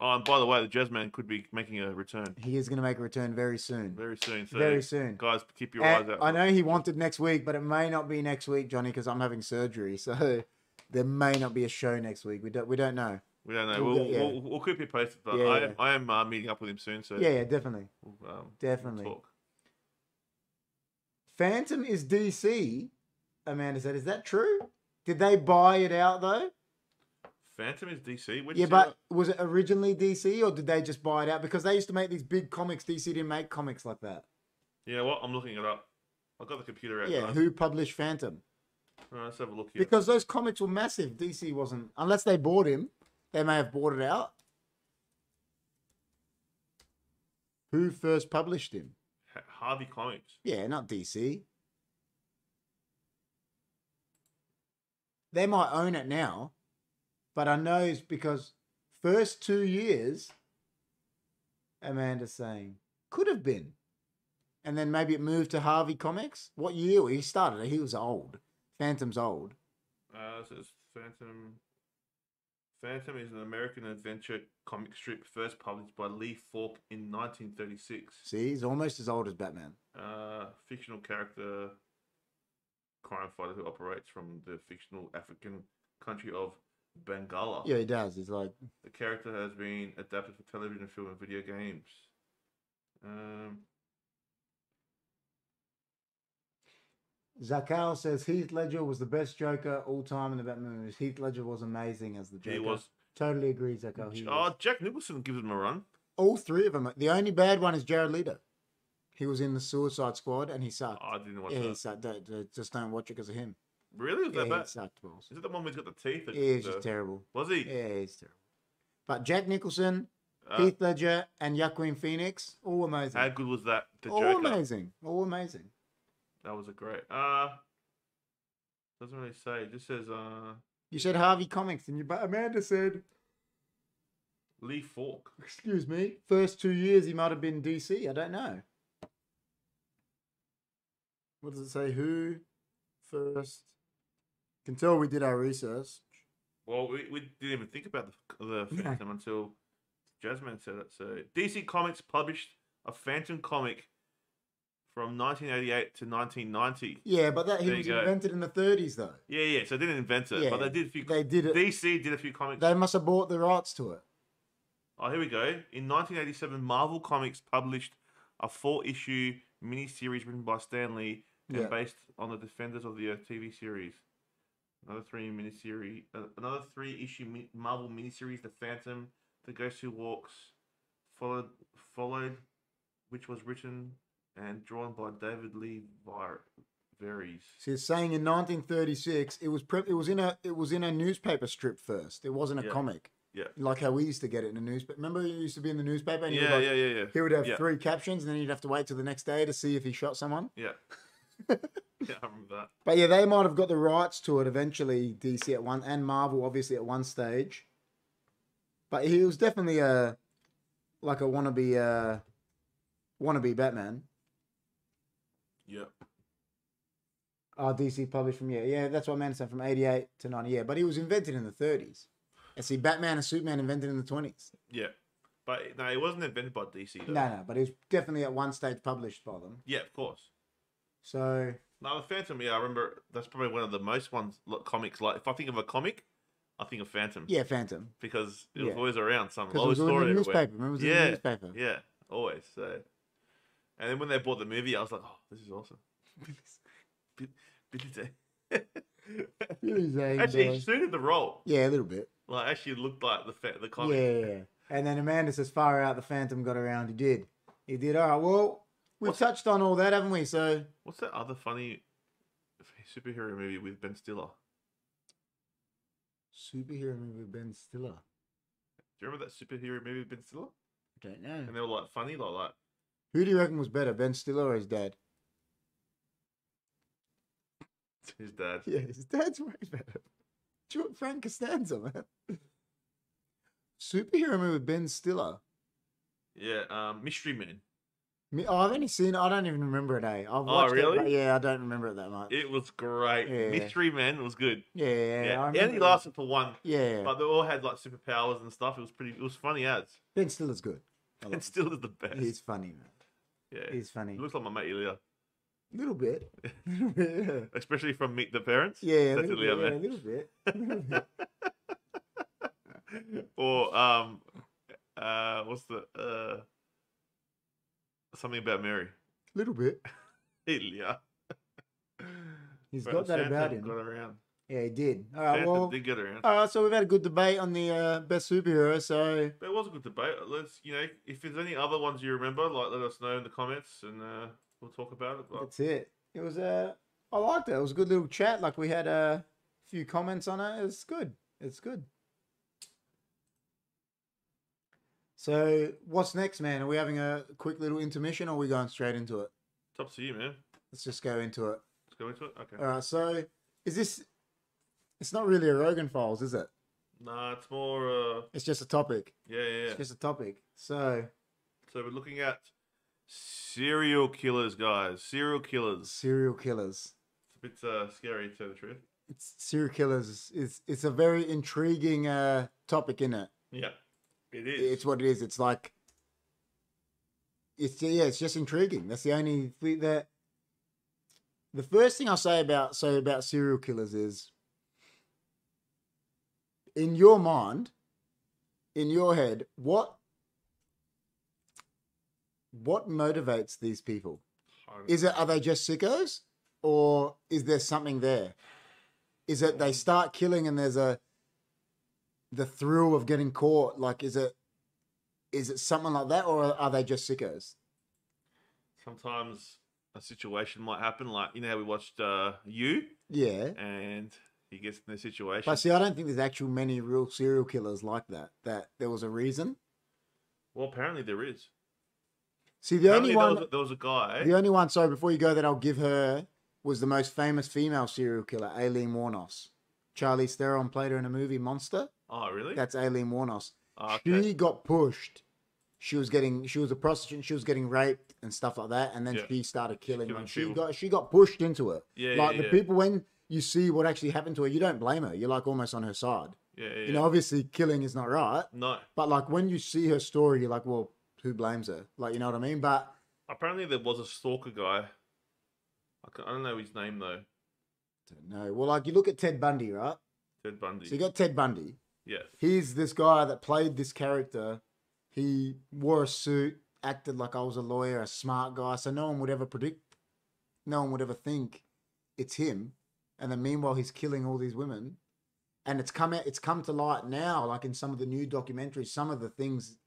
S2: Oh, and by the way, the Jazz Man could be making a return
S1: He is going to make a return very soon.
S2: very soon. So,
S1: Very soon.
S2: guys, keep your
S1: And
S2: eyes out.
S1: I know he wanted next week, but it may not be next week, Johnny, because I'm having surgery. So there may not be a show next week. We don't. We don't know.
S2: We don't know.
S1: We'll
S2: We'll,
S1: get- yeah.
S2: we'll, we'll keep you posted, but
S1: Yeah,
S2: I
S1: yeah.
S2: am, I am uh, meeting up with him soon, so
S1: Yeah, yeah, definitely,
S2: we'll, um,
S1: definitely.
S2: talk.
S1: Phantom is DC. Amanda said, "Is that true? Did they buy it out though?
S2: Phantom is DC. Where'd you
S1: Yeah,
S2: see
S1: but was it originally DC or did they just buy it out? Because they used to make these big comics. DC didn't make comics like that.
S2: that? you know what? I'm looking it up. I've got the computer out.
S1: Yeah,
S2: guys.
S1: who published Phantom?
S2: All right, let's have a look here.
S1: Because those comics were massive. DC wasn't, unless they bought him. They may have bought it out. Who first published him?
S2: Ha- Harvey Comics.
S1: Yeah, not DC. They might own it now, but I know it's because first two years, Amanda's saying, could have been. And then maybe it moved to Harvey Comics. What year he started? it? He was old. Phantom's old.
S2: Uh, so it's Phantom. Phantom is an American adventure comic strip first published by Lee Falk in 1936.
S1: See, he's almost as old as Batman.
S2: Uh, fictional character, crime fighter who operates from the fictional African country of Bangala.
S1: Yeah, he does. He's like,
S2: The character has been adapted for television, film, and video games. Um,
S1: Zakal says Heath Ledger was the best Joker all time in the Batman movies. Heath Ledger was amazing as the Joker.
S2: he was.
S1: Totally agree, Zakal. He was.
S2: Oh, Jack Nicholson gives him a run.
S1: All three of them. The only bad one is Jared Leto. He was in the Suicide Squad and he sucked.
S2: Oh, I didn't watch
S1: yeah, he
S2: that.
S1: sucked. Don't, don't- just don't watch it because of him.
S2: Really? Was
S1: Yeah,
S2: that
S1: he
S2: bad?
S1: sucked balls.
S2: Is it the one where he's got the teeth? that-
S1: Yeah, he's
S2: the-
S1: just terrible.
S2: Was he?
S1: Yeah, he's terrible. But Jack Nicholson,
S2: Uh,
S1: Heath Ledger, and Joaquin Phoenix, all amazing.
S2: How good was that? The
S1: all
S2: Joker.
S1: amazing. All amazing.
S2: That was a great. Uh doesn't really say. It just says uh
S1: You said Harvey Comics, and you, but Amanda said,
S2: Lee Falk.
S1: excuse me, first two years he might have been DC. I don't know. What does it say? Who first? Can tell we did our research.
S2: Well, we, we didn't even think about the the
S1: No.
S2: Phantom until Jasmine said it. So DC Comics published a Phantom comic from 1988 to 1990.
S1: Yeah, but that he
S2: There you
S1: was
S2: go.
S1: invented in the 30s though.
S2: Yeah, yeah. So they didn't invent it,
S1: Yeah,
S2: but they did a few.
S1: They did it.
S2: DC did a few comics.
S1: They must have bought the rights to it.
S2: Oh, here we go. In 1987, Marvel Comics published a four-issue miniseries written by Stan Lee and
S1: Yeah.
S2: based on the Defenders of the Earth TV series. Another three miniseries, uh, another three-issue mi- Marvel miniseries, The Phantom, The Ghost Who Walks, followed, followed, which was written and drawn by David Lee Vir- Veries.
S1: So it's saying in 1936 it was pre- it was in a it was in a newspaper strip first. It wasn't a
S2: Yeah.
S1: comic.
S2: Yeah.
S1: Like how we used to get it in a newspaper. Remember it used to be in the newspaper and you would
S2: Yeah,
S1: like-
S2: yeah, yeah, yeah.
S1: he would have
S2: Yeah.
S1: three captions and then you'd have to wait till the next day to see if he shot someone.
S2: Yeah. yeah, I remember that.
S1: But yeah, they might have got the rights to it eventually, DC at one and Marvel obviously at one stage. But he was definitely a like a wannabe uh wannabe Batman.
S2: Yeah.
S1: Oh, DC published from yeah, yeah. That's what Man said from eighty eight to ninety. Yeah, but he was invented in the thirties. And see, Batman and Superman invented in the twenties.
S2: Yeah. But no, it wasn't invented by DC, though.
S1: No, no, but it was definitely at one stage published by them.
S2: Yeah, of course.
S1: So
S2: No, the Phantom. Yeah, I remember. That's probably one of the most ones like, comics. Like, if I think of a comic, I think of Phantom.
S1: yeah, Phantom
S2: because it was
S1: Yeah.
S2: always around. Some
S1: because it
S2: always
S1: was all
S2: story
S1: in the
S2: everywhere.
S1: newspaper. Remember, it was in the
S2: Yeah.
S1: newspaper.
S2: Yeah, always. So, and then when they bought the movie, I was like, "Oh, this is awesome." Bit- bit of-
S1: Really Zane,
S2: actually,
S1: boy.
S2: he suited the role.
S1: yeah, a little bit.
S2: Like, actually, looked like the fa- the
S1: Yeah,
S2: comic.
S1: yeah, yeah. And then Amanda says, "Far out, the Phantom got around. He did. He did. All right. Well, we've
S2: What's-
S1: touched on all that, haven't we? So
S2: What's that other funny superhero movie with Ben Stiller?
S1: Superhero movie with Ben Stiller.
S2: Do you remember that superhero movie with Ben Stiller?
S1: I don't know.
S2: And they were like funny, like like
S1: Who do you reckon was better, Ben Stiller or his dad?
S2: his dad.
S1: Yeah, his dad's way better. Do you want Frank Costanza, man? Superhero movie with Ben Stiller.
S2: Yeah, um, Mystery Man.
S1: Me, oh, I've only seen. I don't even remember it. Eh? I've watched
S2: Oh, really?
S1: It, but yeah, I don't remember it that much.
S2: It was great.
S1: Yeah.
S2: Mystery Man was good.
S1: yeah, yeah. I
S2: Yeah, it
S1: remember
S2: only lasted for one,
S1: Yeah,
S2: but they all had like superpowers and stuff. It was pretty. It was funny ads.
S1: Ben Stiller's good. I love
S2: And still is the best.
S1: him. he's funny, man.
S2: yeah,
S1: He's funny.
S2: looks like my mate Ilya,
S1: little bit. Little bit, yeah.
S2: especially from Meet the Parents.
S1: Yeah, a
S2: That's
S1: little
S2: Ilya,
S1: bit, yeah, a
S2: man.
S1: little bit. little bit.
S2: Or um, uh, what's the uh, something about Mary?
S1: Little bit.
S2: Ilya.
S1: He's
S2: But
S1: got that
S2: Santa
S1: about him.
S2: Got around.
S1: Yeah, he did. All right,
S2: Santa
S1: well,
S2: did get around.
S1: all right. So we've had a good debate on the uh, best superhero. So
S2: But it was a good debate. Let's you know if there's any other ones you remember, like let us know in the comments and uh, we'll talk about it. But
S1: that's it. It was uh, I liked it. It was a good little chat. Like we had uh, a few comments on it. It's good. It's good. So what's next, man? Are we having a quick little intermission, or are we going straight into it?
S2: it's up to you, man.
S1: Let's just go into it.
S2: Let's go into it. Okay.
S1: All right. So is this? It's not really a Rogan Files, is it?
S2: Nah, it's more. Uh,
S1: It's just a topic.
S2: yeah, yeah. yeah.
S1: It's just a topic. So
S2: So we're looking at serial killers, guys. Serial killers.
S1: serial killers.
S2: It's a bit uh, scary to tell the truth.
S1: It's serial killers. is- It's it's a very intriguing uh topic in it.
S2: Yeah, it is.
S1: It's what it is. It's like it's yeah. It's just intriguing. That's the only thing that. The first thing I'll say about so about serial killers is. In your mind, in your head, what what motivates these people?
S2: Hard.
S1: Is it are they just sickos, or is there something there? Is it they start killing and there's a the thrill of getting caught? Like, is it is it something like that, or are they just sickos?
S2: Sometimes a situation might happen, like you know how we watched uh, you,
S1: Yeah,
S2: and he gets in a situation.
S1: but see, I don't think there's actual many real serial killers like that. That there was a reason.
S2: well, apparently there is.
S1: See, the
S2: apparently
S1: only
S2: there,
S1: one,
S2: was, there was a guy.
S1: the only one. Sorry, before you go, that I'll give her was the most famous female serial killer, Aileen Warnos. Charlie Theron played her in a movie, Monster.
S2: Oh, really?
S1: That's Aileen Warnos.
S2: Oh, okay.
S1: she got pushed. She was getting she was a prostitute. She was getting raped and stuff like that. And then
S2: Yeah.
S1: she started killing.
S2: killing
S1: and she
S2: people.
S1: got she got pushed into it.
S2: Yeah,
S1: like
S2: yeah,
S1: the
S2: yeah.
S1: people when you see what actually happened to her, you don't blame her. You're like almost on her side.
S2: yeah, yeah,
S1: You know, obviously killing is not right,
S2: No,
S1: but like when you see her story, you're like, well, who blames her? Like you know what I mean? But
S2: apparently there was a stalker guy. I, ca- I don't know his name though.
S1: no, well, like you look at Ted Bundy, right?
S2: Ted Bundy.
S1: So you got Ted Bundy.
S2: yeah,
S1: he's this guy that played this character. He wore a suit, acted like I was a lawyer, a smart guy, so no one would ever predict, no one would ever think it's him. And then meanwhile, he's killing all these women, and it's come out, it's come to light now, like in some of the new documentaries, some of the things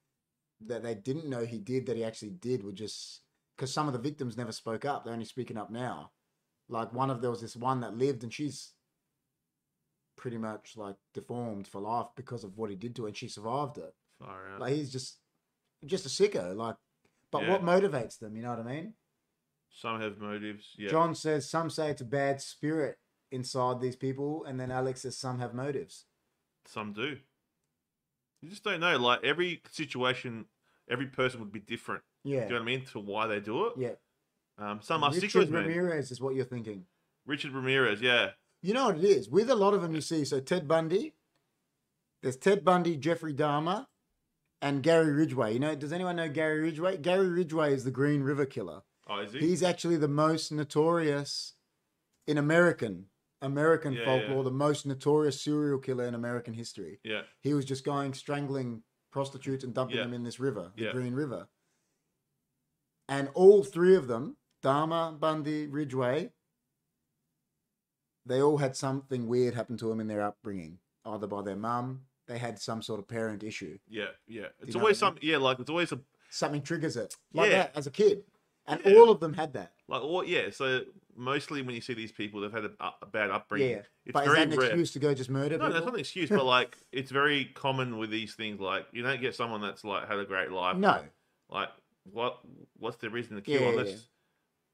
S1: that they didn't know he did that he actually did were just because some of the victims never spoke up; they're only speaking up now. Like one of there was this one that lived, and she's pretty much like deformed for life because of what he did to her and she survived it.
S2: far out.
S1: Like he's just just a sicko. Like but
S2: Yeah.
S1: what motivates them, you know what I mean?
S2: Some have motives. Yeah.
S1: John says some say it's a bad spirit inside these people, and then Alex says some have motives.
S2: Some do. You just don't know. Like every situation, every person would be different.
S1: Yeah.
S2: Do you know what I mean? To why they do it.
S1: yeah.
S2: Um, some are
S1: Richard
S2: sickos, man.
S1: Ramirez is what you're thinking.
S2: Richard Ramirez. Yeah.
S1: You know what it is? With a lot of them you see, so Ted Bundy, there's Ted Bundy, Jeffrey Dahmer, and Gary Ridgway. You know, does anyone know Gary Ridgway? Gary Ridgway is the Green River killer.
S2: Oh, is he?
S1: He's actually the most notorious in American American
S2: Yeah,
S1: folklore,
S2: yeah.
S1: the most notorious serial killer in American history.
S2: Yeah.
S1: He was just going strangling prostitutes and dumping
S2: Yeah.
S1: them in this river, the
S2: Yeah.
S1: Green River. And all three of them, Dharma, Bundy, Ridgway, they all had something weird happen to them in their upbringing, either by their mum, they had some sort of parent issue.
S2: Yeah. Yeah. It's
S1: know
S2: always
S1: what I
S2: some. Yeah. Like it's always a
S1: Something triggers it, like
S2: Yeah.
S1: that, as a kid. And
S2: Yeah.
S1: all of them had that.
S2: like. Or, yeah. So mostly when you see these people, they've had a, a bad
S1: yeah,
S2: upbringing.
S1: yeah.
S2: It's
S1: but is
S2: very
S1: that an
S2: rare.
S1: excuse to go just murder?
S2: No, that's
S1: people?
S2: not an excuse, but like it's very common with these things. Like you don't get someone that's like had a great life.
S1: No,
S2: Like what? What's the reason to
S1: Yeah,
S2: kill
S1: yeah,
S2: unless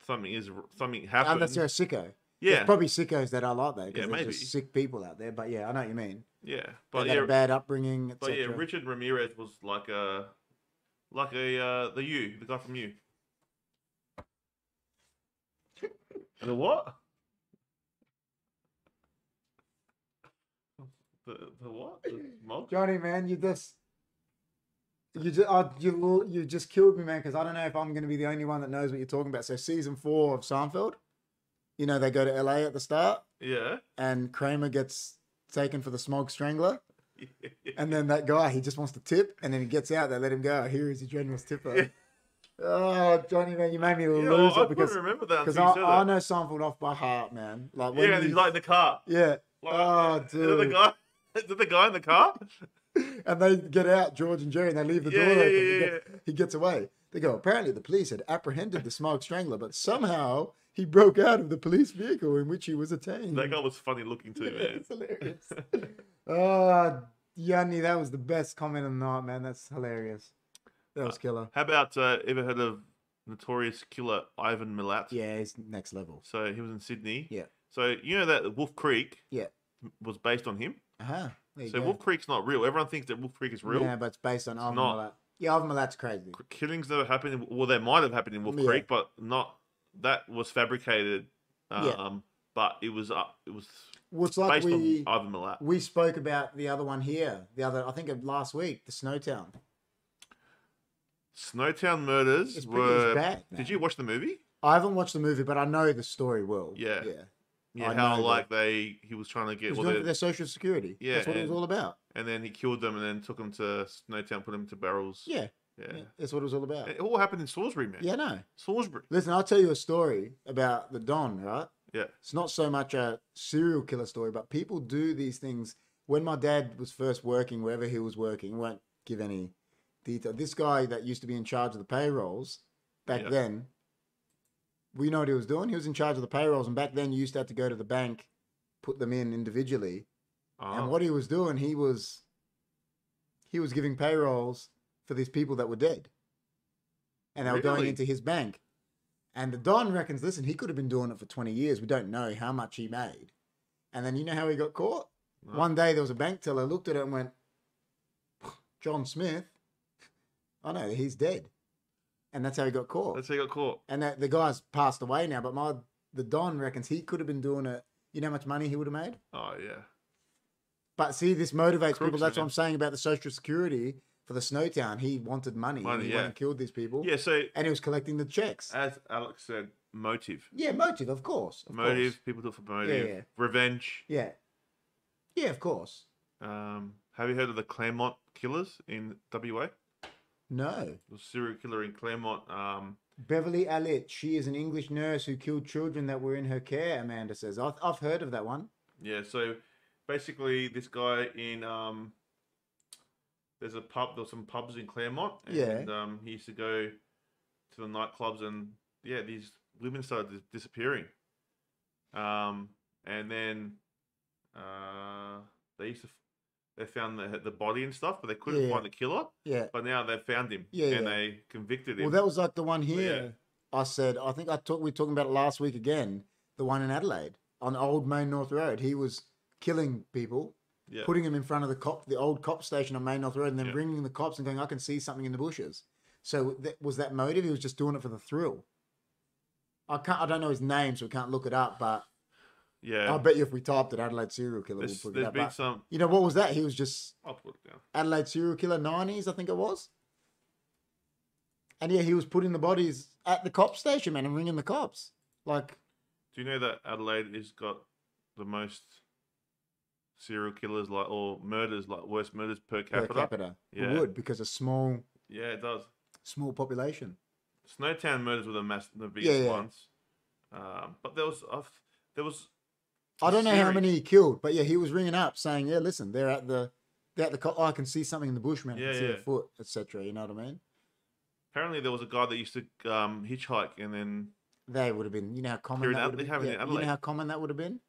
S2: something is something happened?
S1: unless they're a sicko.
S2: yeah,
S1: There's probably sickos that are like that
S2: Yeah,
S1: because they're
S2: maybe.
S1: just sick people out there. But yeah, I know what you mean.
S2: yeah.
S1: But
S2: But yeah,
S1: a bad upbringing,
S2: but yeah.
S1: etc.
S2: Richard Ramirez was like a like a uh, the you the guy from you. the what? The, the what? The mug?
S1: Johnny, man, you just you just I, you you just killed me, man. Because I don't know if I'm going to be the only one that knows what you're talking about. So season four of Seinfeld, you know they go to LA at the start,
S2: Yeah.
S1: and Kramer gets taken for the smog strangler,
S2: yeah.
S1: and then that guy he just wants to tip, and then he gets out. They let him go. Here is your generous tipper. Oh, Johnny, man, you made me
S2: Yeah,
S1: lose
S2: I, I
S1: it because
S2: couldn't remember that
S1: because
S2: until
S1: I,
S2: you said
S1: I
S2: that.
S1: know Seinfeld off by heart, man. Like when
S2: Yeah, and
S1: you-
S2: he's like in the car.
S1: yeah.
S2: Like,
S1: Oh,
S2: is it the
S1: dude.
S2: guy? Is it the guy in the car?
S1: and they get out, George and Jerry, and they leave the
S2: Yeah,
S1: door
S2: yeah,
S1: open.
S2: yeah,
S1: he,
S2: yeah,
S1: gets, he gets away. They go, apparently the police had apprehended the smog strangler, but somehow he broke out of the police vehicle in which he was attained.
S2: That guy was funny looking too,
S1: Yeah,
S2: man.
S1: it's hilarious. oh, Yanni, that was the best comment of the night, man. That's hilarious. That was killer.
S2: How about uh, ever heard of notorious killer Ivan Milat?
S1: Yeah, he's next level.
S2: So he was in Sydney.
S1: Yeah.
S2: So you know that Wolf Creek.
S1: Yeah.
S2: Was based on him.
S1: Uh-huh. There you
S2: So
S1: go.
S2: Wolf Creek's not real. Everyone thinks that Wolf Creek is real.
S1: Yeah, but it's based on Alvin
S2: not.
S1: Milat. Yeah, Alvin Milat's crazy.
S2: C- Killings never happened. In, well, they might have happened in Wolf
S1: Yeah.
S2: Creek, but not. That was fabricated. Um,
S1: Yeah.
S2: But it was uh, it was
S1: Well, it's like
S2: based
S1: we...
S2: on Ivan Milat.
S1: We spoke about the other one here, the other, I think of last week, the Snowtown.
S2: Snowtown Murders
S1: It's pretty it's
S2: were.
S1: bad. man.
S2: Did you watch the movie?
S1: I haven't watched the movie, but I know the story well.
S2: Yeah.
S1: yeah.
S2: Yeah,
S1: I
S2: how
S1: know,
S2: like they he was trying to
S1: It
S2: get
S1: was
S2: well,
S1: doing it
S2: they-
S1: for their social security.
S2: Yeah,
S1: that's what it was
S2: and-
S1: all about.
S2: and then he killed them and then took them to Snowtown, put them to barrels.
S1: Yeah,
S2: yeah.
S1: yeah, that's what it was all about.
S2: It all happened in Salisbury, man.
S1: yeah, no.
S2: Salisbury.
S1: Listen, I'll tell you a story about the Don. Right?
S2: Yeah.
S1: It's not so much a serial killer story, but people do these things. When my dad was first working, wherever he was working, won't give any detail. This guy that used to be in charge of the payrolls back
S2: Yeah.
S1: then, we know what he was doing. He was in charge of the payrolls, and back then you used to have to go to the bank, put them in individually,
S2: Ah,
S1: And what he was doing, he was he was giving payrolls for these people that were dead. And they were going
S2: Really?
S1: into his bank. And the Don reckons, listen, he could have been doing it for 20 years. We don't know how much he made. And then you know how he got caught?
S2: no.
S1: One day there was a bank teller looked at it and went, John Smith. I know, he's dead. And that's how he got caught.
S2: That's how he got caught.
S1: And that, the guy's passed away now, but my the Don reckons he could have been doing it. You know how much money he would have made?
S2: Oh yeah.
S1: But see, this motivates people.
S2: Crooks,
S1: That's what
S2: man.
S1: I'm saying about the social security for the Snowtown. He wanted money. and
S2: Money,
S1: he
S2: yeah.
S1: went and killed these people.
S2: Yeah, Uh, so
S1: And he was collecting the checks.
S2: as Alex said, motive.
S1: yeah, motive, of course. Of
S2: motive,
S1: Course.
S2: people do it for motive.
S1: yeah.
S2: Revenge.
S1: Yeah. Yeah, of course.
S2: Um have you heard of the Claremont killers in WA?
S1: No.
S2: The serial killer in Claremont. Um
S1: Beverly Allitt, she is an English nurse who killed children that were in her care, Amanda says. I've, I've heard of that one.
S2: Yeah, so basically this guy in um there's a pub there's some pubs in Claremont and
S1: Yeah.
S2: um he used to go to the nightclubs and yeah, these women started dis- disappearing. Um and then uh they used to f- they found the the body and stuff, but they couldn't
S1: Yeah.
S2: find the killer.
S1: Yeah.
S2: But now they've found him
S1: Yeah,
S2: and
S1: yeah.
S2: they convicted him.
S1: Well, that was like the one
S2: yeah.
S1: here. I said, I think I talked, we were talking about it last week again. The one in Adelaide on Old Main North Road. He was killing people
S2: yeah.
S1: putting him in front of the cop, the old cop station on Main North Road, and then
S2: Yeah.
S1: bringing the cops and going, "I can see something in the bushes." So that, was that motive? He was just doing it for the thrill. I can't. I don't know his name, so we can't look it up. But
S2: yeah.
S1: I bet you if we typed it, Adelaide serial killer, we'll
S2: There's,
S1: put it
S2: there's
S1: up.
S2: been
S1: But
S2: some
S1: you know what was that? He was just
S2: I'll put it down.
S1: Adelaide serial killer nineties, I think it was. And yeah, he was putting the bodies at the cop station, man, and ringing the cops. Like,
S2: Do you know that Adelaide has got the most serial killers, like or murders, like worst murders per capita?
S1: per capita, It
S2: Yeah.
S1: would because a small,
S2: Yeah, it does.
S1: small population.
S2: Snowtown murders were the mass, the biggest
S1: yeah.
S2: ones. Um, but there was, i there was,
S1: I don't know how
S2: series.
S1: many he killed, but yeah, he was ringing up saying, "Yeah, listen, they're at the, they're at the. Co- oh, I can see something in the bush, man. I
S2: Yeah,
S1: can see a
S2: yeah.
S1: foot, etc. You know what I mean?
S2: apparently there was a guy that used to um, hitchhike and then
S1: they would have been. You know how common
S2: Here in
S1: that
S2: Adelaide-
S1: would have
S2: having
S1: been.
S2: it in
S1: Yeah, you know
S2: Adelaide.
S1: how common that would have been.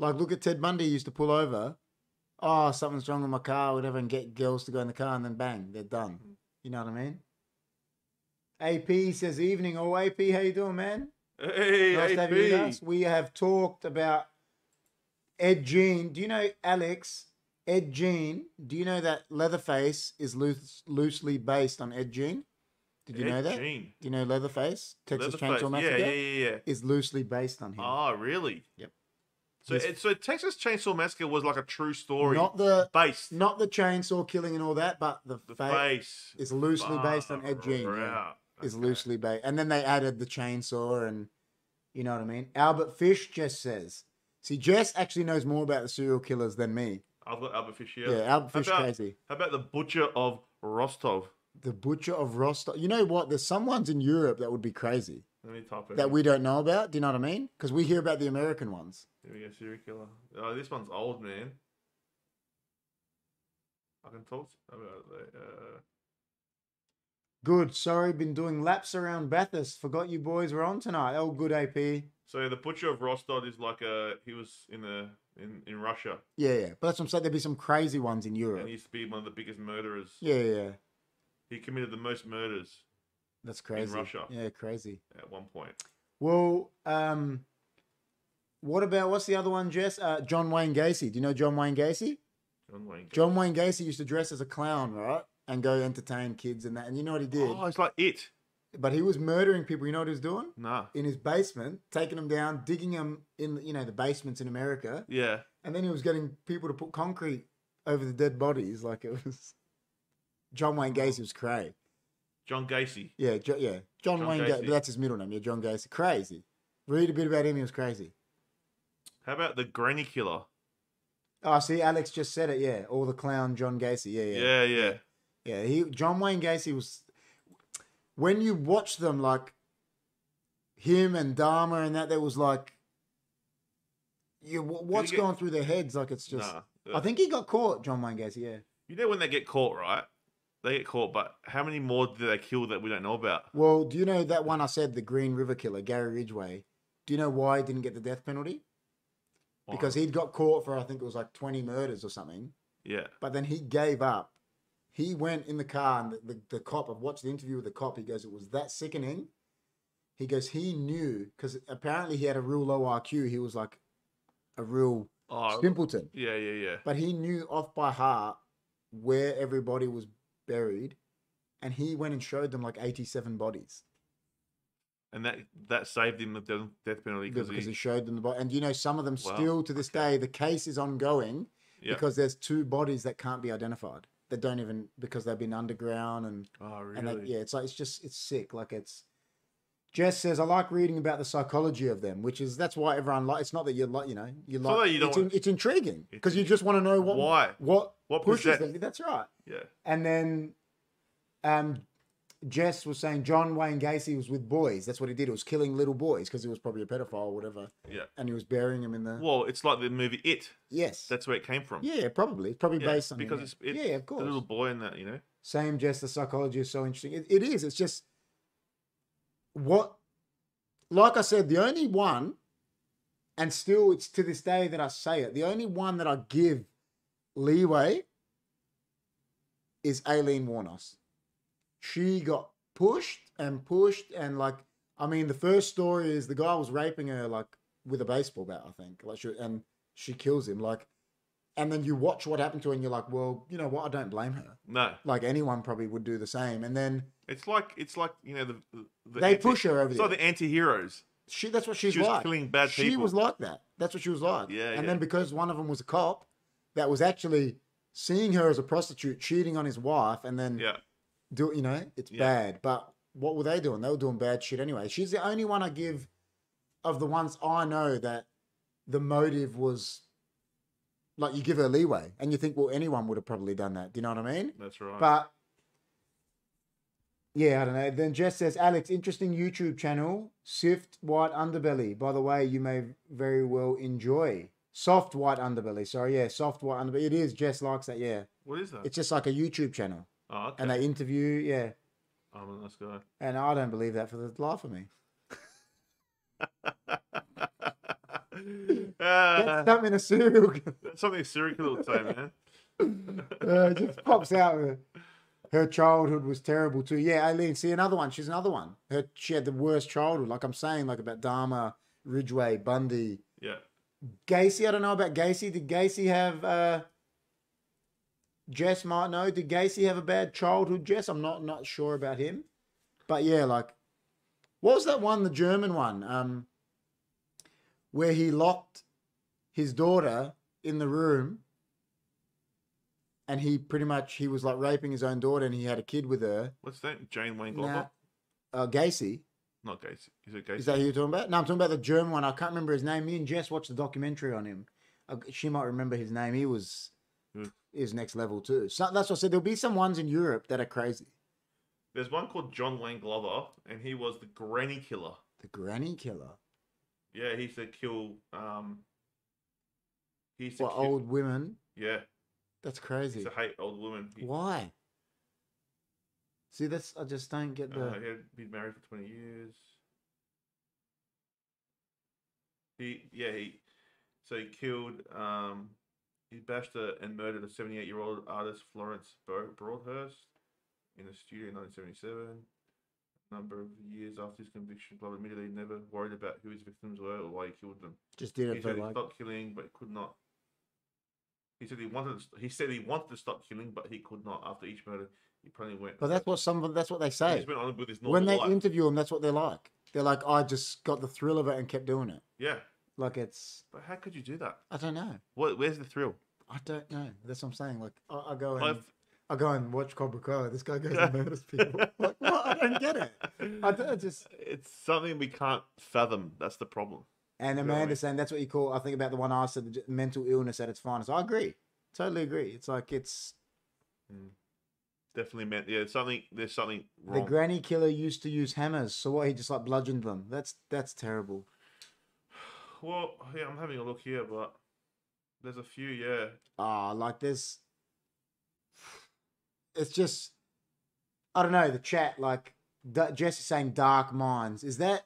S1: Like, look at Ted Bundy he used to pull over. Oh, something's wrong with my car, whatever, and get girls to go in the car, and then bang, they're done.
S2: Mm.
S1: You know what I mean? AP says evening. Oh, AP, how you doing, man?
S2: Hey,
S1: nice to have you with us.
S2: AP.
S1: We have talked about Ed Jean. Do you know Alex? Ed Jean. Do you know that Leatherface is loose, loosely based on Ed Jean? Did you know
S2: Ed
S1: that?
S2: Jean.
S1: Do you know Leatherface? Texas Chainsaw
S2: Leatherface. yeah,
S1: Massacre
S2: yeah, yeah, yeah.
S1: is loosely based on him.
S2: Ah, really?
S1: Yep.
S2: So,
S1: He's-
S2: it, so Texas Chainsaw Massacre was like a true story,
S1: not the
S2: based
S1: not the chainsaw killing and all that, but the,
S2: the
S1: fa-
S2: face
S1: is loosely based on Ed Jean.
S2: Far
S1: yeah.
S2: out.
S1: Is
S2: Okay.
S1: loosely based, and then they added the chainsaw, and you know what I mean. Albert Fish just says, "See, Jess actually knows more about the serial killers than me."
S2: I've got Albert Fish here.
S1: Yeah, Albert Fish
S2: about-
S1: crazy.
S2: How about the butcher of Rostov?
S1: The butcher of Rostov. You know what? There's some ones in Europe that would be crazy
S2: Let me type it.
S1: that
S2: in.
S1: we don't know about. Do you know what I mean? Because we hear about the American ones.
S2: Here we go, serial killer. Oh, this one's old, man. I can talk about it. Uh,
S1: Good. Sorry, been doing laps around Bathurst. Forgot you boys were on tonight. Oh, good AP. Yeah,
S2: so the butcher of Rostov is like a he was in the in in Russia
S1: yeah. But that's what I'm saying. There'd be some crazy ones in
S2: and
S1: Europe.
S2: he used to be one of the biggest murderers.
S1: Yeah, yeah, yeah.
S2: He committed the most murders
S1: That's crazy.
S2: Russia.
S1: Yeah, crazy.
S2: at one point.
S1: Well, um, what about what's the other one, Jess? Uh, John Wayne Gacy. Do you know John Wayne Gacy?
S2: John Wayne.
S1: John Wayne Gacy used to dress as a clown, right? And go entertain kids and that. And you know what he did?
S2: Oh, it's like it.
S1: But he was murdering people. You know what he was doing?
S2: Nah.
S1: In his basement, taking them down, digging them in, you know, the basements in America.
S2: Yeah.
S1: And then he was getting people to put concrete over the dead bodies. Like it was. John Wayne Gacy was cray.
S2: John Gacy.
S1: Yeah, jo- yeah. John,
S2: John
S1: Wayne Gacy.
S2: Gacy.
S1: but that's his middle name. Yeah, John Gacy. Crazy. Read a bit about him. He was crazy.
S2: How about the Granny Killer?
S1: Oh, see, Alex just said it. Yeah, all the clown John Gacy. Yeah, yeah,
S2: Yeah, yeah.
S1: yeah. He John Wayne Gacy was. When you watch them, like him and Dharma and that, there was like, you wh- what's
S2: get-
S1: going through their heads? Like it's just.
S2: nah.
S1: I think he got caught, John Wayne Gacy. Yeah.
S2: you know when they get caught, right? They get caught, but how many more do they kill that we don't know about?
S1: Well, do you know that one I said, the Green River Killer, Gary Ridgway? Do you know why he didn't get the death penalty? Because he'd got caught for I think it was like twenty murders or something.
S2: yeah.
S1: But then he gave up. He went in the car, and the, the, the cop, I've watched the interview with the cop. He goes, It was that sickening. He goes, He knew, because apparently he had a real low IQ. He was like a real
S2: Oh,
S1: simpleton.
S2: yeah, yeah, yeah.
S1: But he knew off by heart where everybody was buried. And he went and showed them like 87 bodies
S2: And that that saved him the death- death penalty
S1: because
S2: because
S1: he,
S2: he.
S1: showed them the body. And you know, some of them
S2: Wow,
S1: still to this day, the case is ongoing
S2: Yeah.
S1: because there's two bodies that can't be identified that don't even, because they've been underground and
S2: oh, really?
S1: And like, yeah, it's like it's just it's sick. Like it's Jess says, I like reading about the psychology of them, which is that's why everyone like. It's not that you like, you know, you
S2: not
S1: like.
S2: that you don't
S1: it's, in-
S2: want-
S1: it's intriguing
S2: It's
S1: because you just want to know what
S2: Why?
S1: what
S2: What
S1: pushes
S2: possessed?
S1: them. That's right.
S2: Yeah.
S1: And then, um, Jess was saying John Wayne Gacy was with boys. That's what he did. It was killing little boys because he was probably a pedophile or whatever,
S2: Yeah.
S1: and he was burying them in the
S2: Well, it's like the movie It.
S1: yes.
S2: That's where it came from.
S1: yeah, probably. It's probably
S2: Yeah,
S1: based on him,
S2: because
S1: yeah.
S2: it's, it's
S1: yeah, of course.
S2: the little boy in that, you know.
S1: same just the psychology is so interesting it, it is it's just what like i said the only one and still it's to this day that i say it the only one that i give leeway is aileen warnos she got pushed and pushed and like i mean the first story is the guy was raping her like with a baseball bat i think like she, and she kills him like and then you watch what happened to her and you're like well you know what i don't blame her
S2: No,
S1: like anyone probably would do the same. And then
S2: it's like it's like you know the, the- the
S1: they
S2: anti-
S1: push her over
S2: It's
S1: there.
S2: like the anti-heroes.
S1: she that's what she's
S2: she was
S1: like.
S2: killing bad
S1: she
S2: people.
S1: was like that. That's what she was like.
S2: Yeah,
S1: And
S2: yeah.
S1: then because one of them was a cop that was actually seeing her as a prostitute, cheating on his wife, and then
S2: yeah,
S1: do you know it's
S2: Yeah.
S1: bad. But what were they doing? They were doing bad shit anyway. She's the only one I give of the ones I know that the motive was like you give her leeway, and you think well anyone would have probably done that. Do you know what I mean?
S2: that's right.
S1: But yeah, I don't know. Then Jess says, Alex, interesting YouTube channel, Sift White Underbelly. By the way, you may very well enjoy Soft White Underbelly. Sorry, yeah, Soft White Underbelly. It is. Jess likes that. Yeah,
S2: what is that?
S1: it's just like a YouTube channel,
S2: oh, okay.
S1: and they interview. Yeah,
S2: I'm a nice guy.
S1: and I don't believe that for the life of me.
S2: Ah,
S1: That's something a serial killer.
S2: that's something a serial killer would say, man.
S1: uh, it just pops out. Her. her childhood was terrible too. Yeah, Aileen, see another one. She's another one. Her she had the worst childhood. Like I'm saying, like about Dharma, Ridgway, Bundy,
S2: Yeah.
S1: Gacy. I don't know about Gacy. Did Gacy have? uh Jess might know. Did Gacy have a bad childhood? Jess, I'm not not sure about him. But yeah, like, what was that one? The German one, um, where he locked his daughter in the room and he pretty much he was like raping his own daughter and he had a kid with her
S2: What's that? Jane Wayne Glover?
S1: now uh, gacy
S2: Not Gacy. Is it Gacy?
S1: is that who you're talking about no i'm talking about the german one i can't remember his name me and jess watched the documentary on him uh, she might remember his name he was
S2: Hmm.
S1: is next level too so that's what i said there'll be some ones in europe that are crazy
S2: There's one called John Wayne Glover, and he was the granny killer.
S1: the granny killer
S2: Yeah, he used to kill. Um, he used to
S1: for
S2: kill,
S1: old women
S2: Yeah,
S1: that's
S2: he
S1: crazy
S2: used to hate old women. He,
S1: why see that's i just don't get the
S2: Uh, he had been married for twenty years. He yeah he so he killed um he bashed a, and murdered a seventy eight year old artist Florence Bo- Broadhurst in a studio in nineteen seventy seven. A number of years after his conviction, Blood admittedly never worried about who his victims were or why he killed them.
S1: just did
S2: He
S1: it for
S2: said he
S1: like
S2: stopped killing, but could not. He said he wanted. To, st- he said he wanted to stop killing, but he could not. After each murder, he probably went.
S1: but that's what some of them that's what they
S2: he
S1: say
S2: just went on with his normal
S1: when they
S2: life.
S1: interview him, that's what they're like. They're like, I just got the thrill of it and kept doing it.
S2: yeah,
S1: Like it's,
S2: but how could you do that?
S1: I don't know.
S2: What? Where's the thrill?
S1: I don't know. That's what I'm saying. Like I, I go and
S2: Life-
S1: I go and watch Cobra Kai. This guy goes and murders people. Like what? I don't get it. I, don't- I just
S2: It's something we can't fathom. That's the problem.
S1: and
S2: You know what I
S1: Amanda
S2: mean?
S1: saying that's what you call. I think about the one I said, the j- mental illness at its finest. I agree. Totally agree. It's like it's
S2: Definitely meant. Yeah, something. There's something
S1: the
S2: wrong.
S1: granny killer used to use hammers. So what? He just like bludgeoned them. That's that's terrible.
S2: well, yeah, I'm having a look here, but there's a few. Yeah,
S1: ah, like there's, it's just, I don't know. The chat, like da- Jess is saying, dark minds. Is that?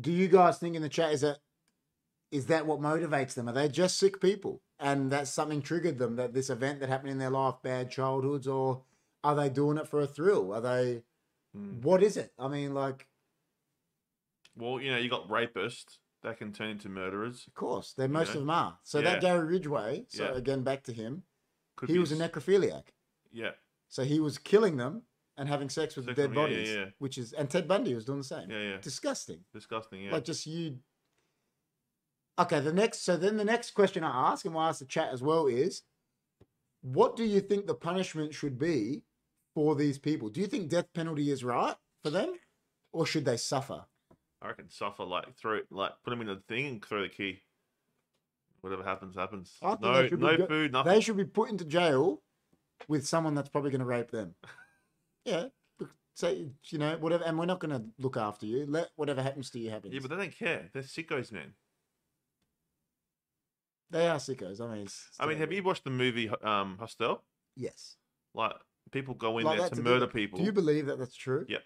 S1: Do you guys think in the chat is that, is that what motivates them? Are they just sick people, and that something triggered them that this event that happened in their life, bad childhoods, or are they doing it for a thrill? Are they?
S2: Hmm.
S1: What is it? I mean, like,
S2: Well, you know, you got rapists that can turn into murderers.
S1: of course, they most
S2: know?
S1: of them are. So that Gary Ridgway. So
S2: Yeah.
S1: again, back to him.
S2: Could
S1: he
S2: be
S1: was a
S2: s-
S1: necrophiliac.
S2: Yeah,
S1: So he was killing them and having sex with
S2: Sex
S1: dead
S2: with them, yeah, yeah,
S1: bodies,
S2: yeah.
S1: which is and Ted Bundy was doing the same.
S2: yeah, yeah.
S1: Disgusting.
S2: Disgusting. Yeah.
S1: Like just you. Okay, the next. So then the next question I ask, and we'll ask the chat as well, is, what do you think the punishment should be for these people? Do you think death penalty is right for them, or should they suffer?
S2: I reckon suffer like throw it- like put them in a thing and throw the key. Whatever happens, happens.
S1: I think
S2: No,
S1: they should be
S2: no
S1: go-
S2: food, nothing.
S1: They should be put into jail with someone that's probably going to rape them. Yeah. So you know whatever, and we're not going to look after you. Let whatever happens to you happen.
S2: Yeah, but they don't care. They're sickos, man.
S1: They are sickos. I mean, it's,
S2: I mean, have you watched the movie um Hostel?
S1: Yes.
S2: Like people go in
S1: Like
S2: there
S1: that to
S2: to
S1: do
S2: murder
S1: that.
S2: people.
S1: Do you believe that that's true?
S2: Yeah,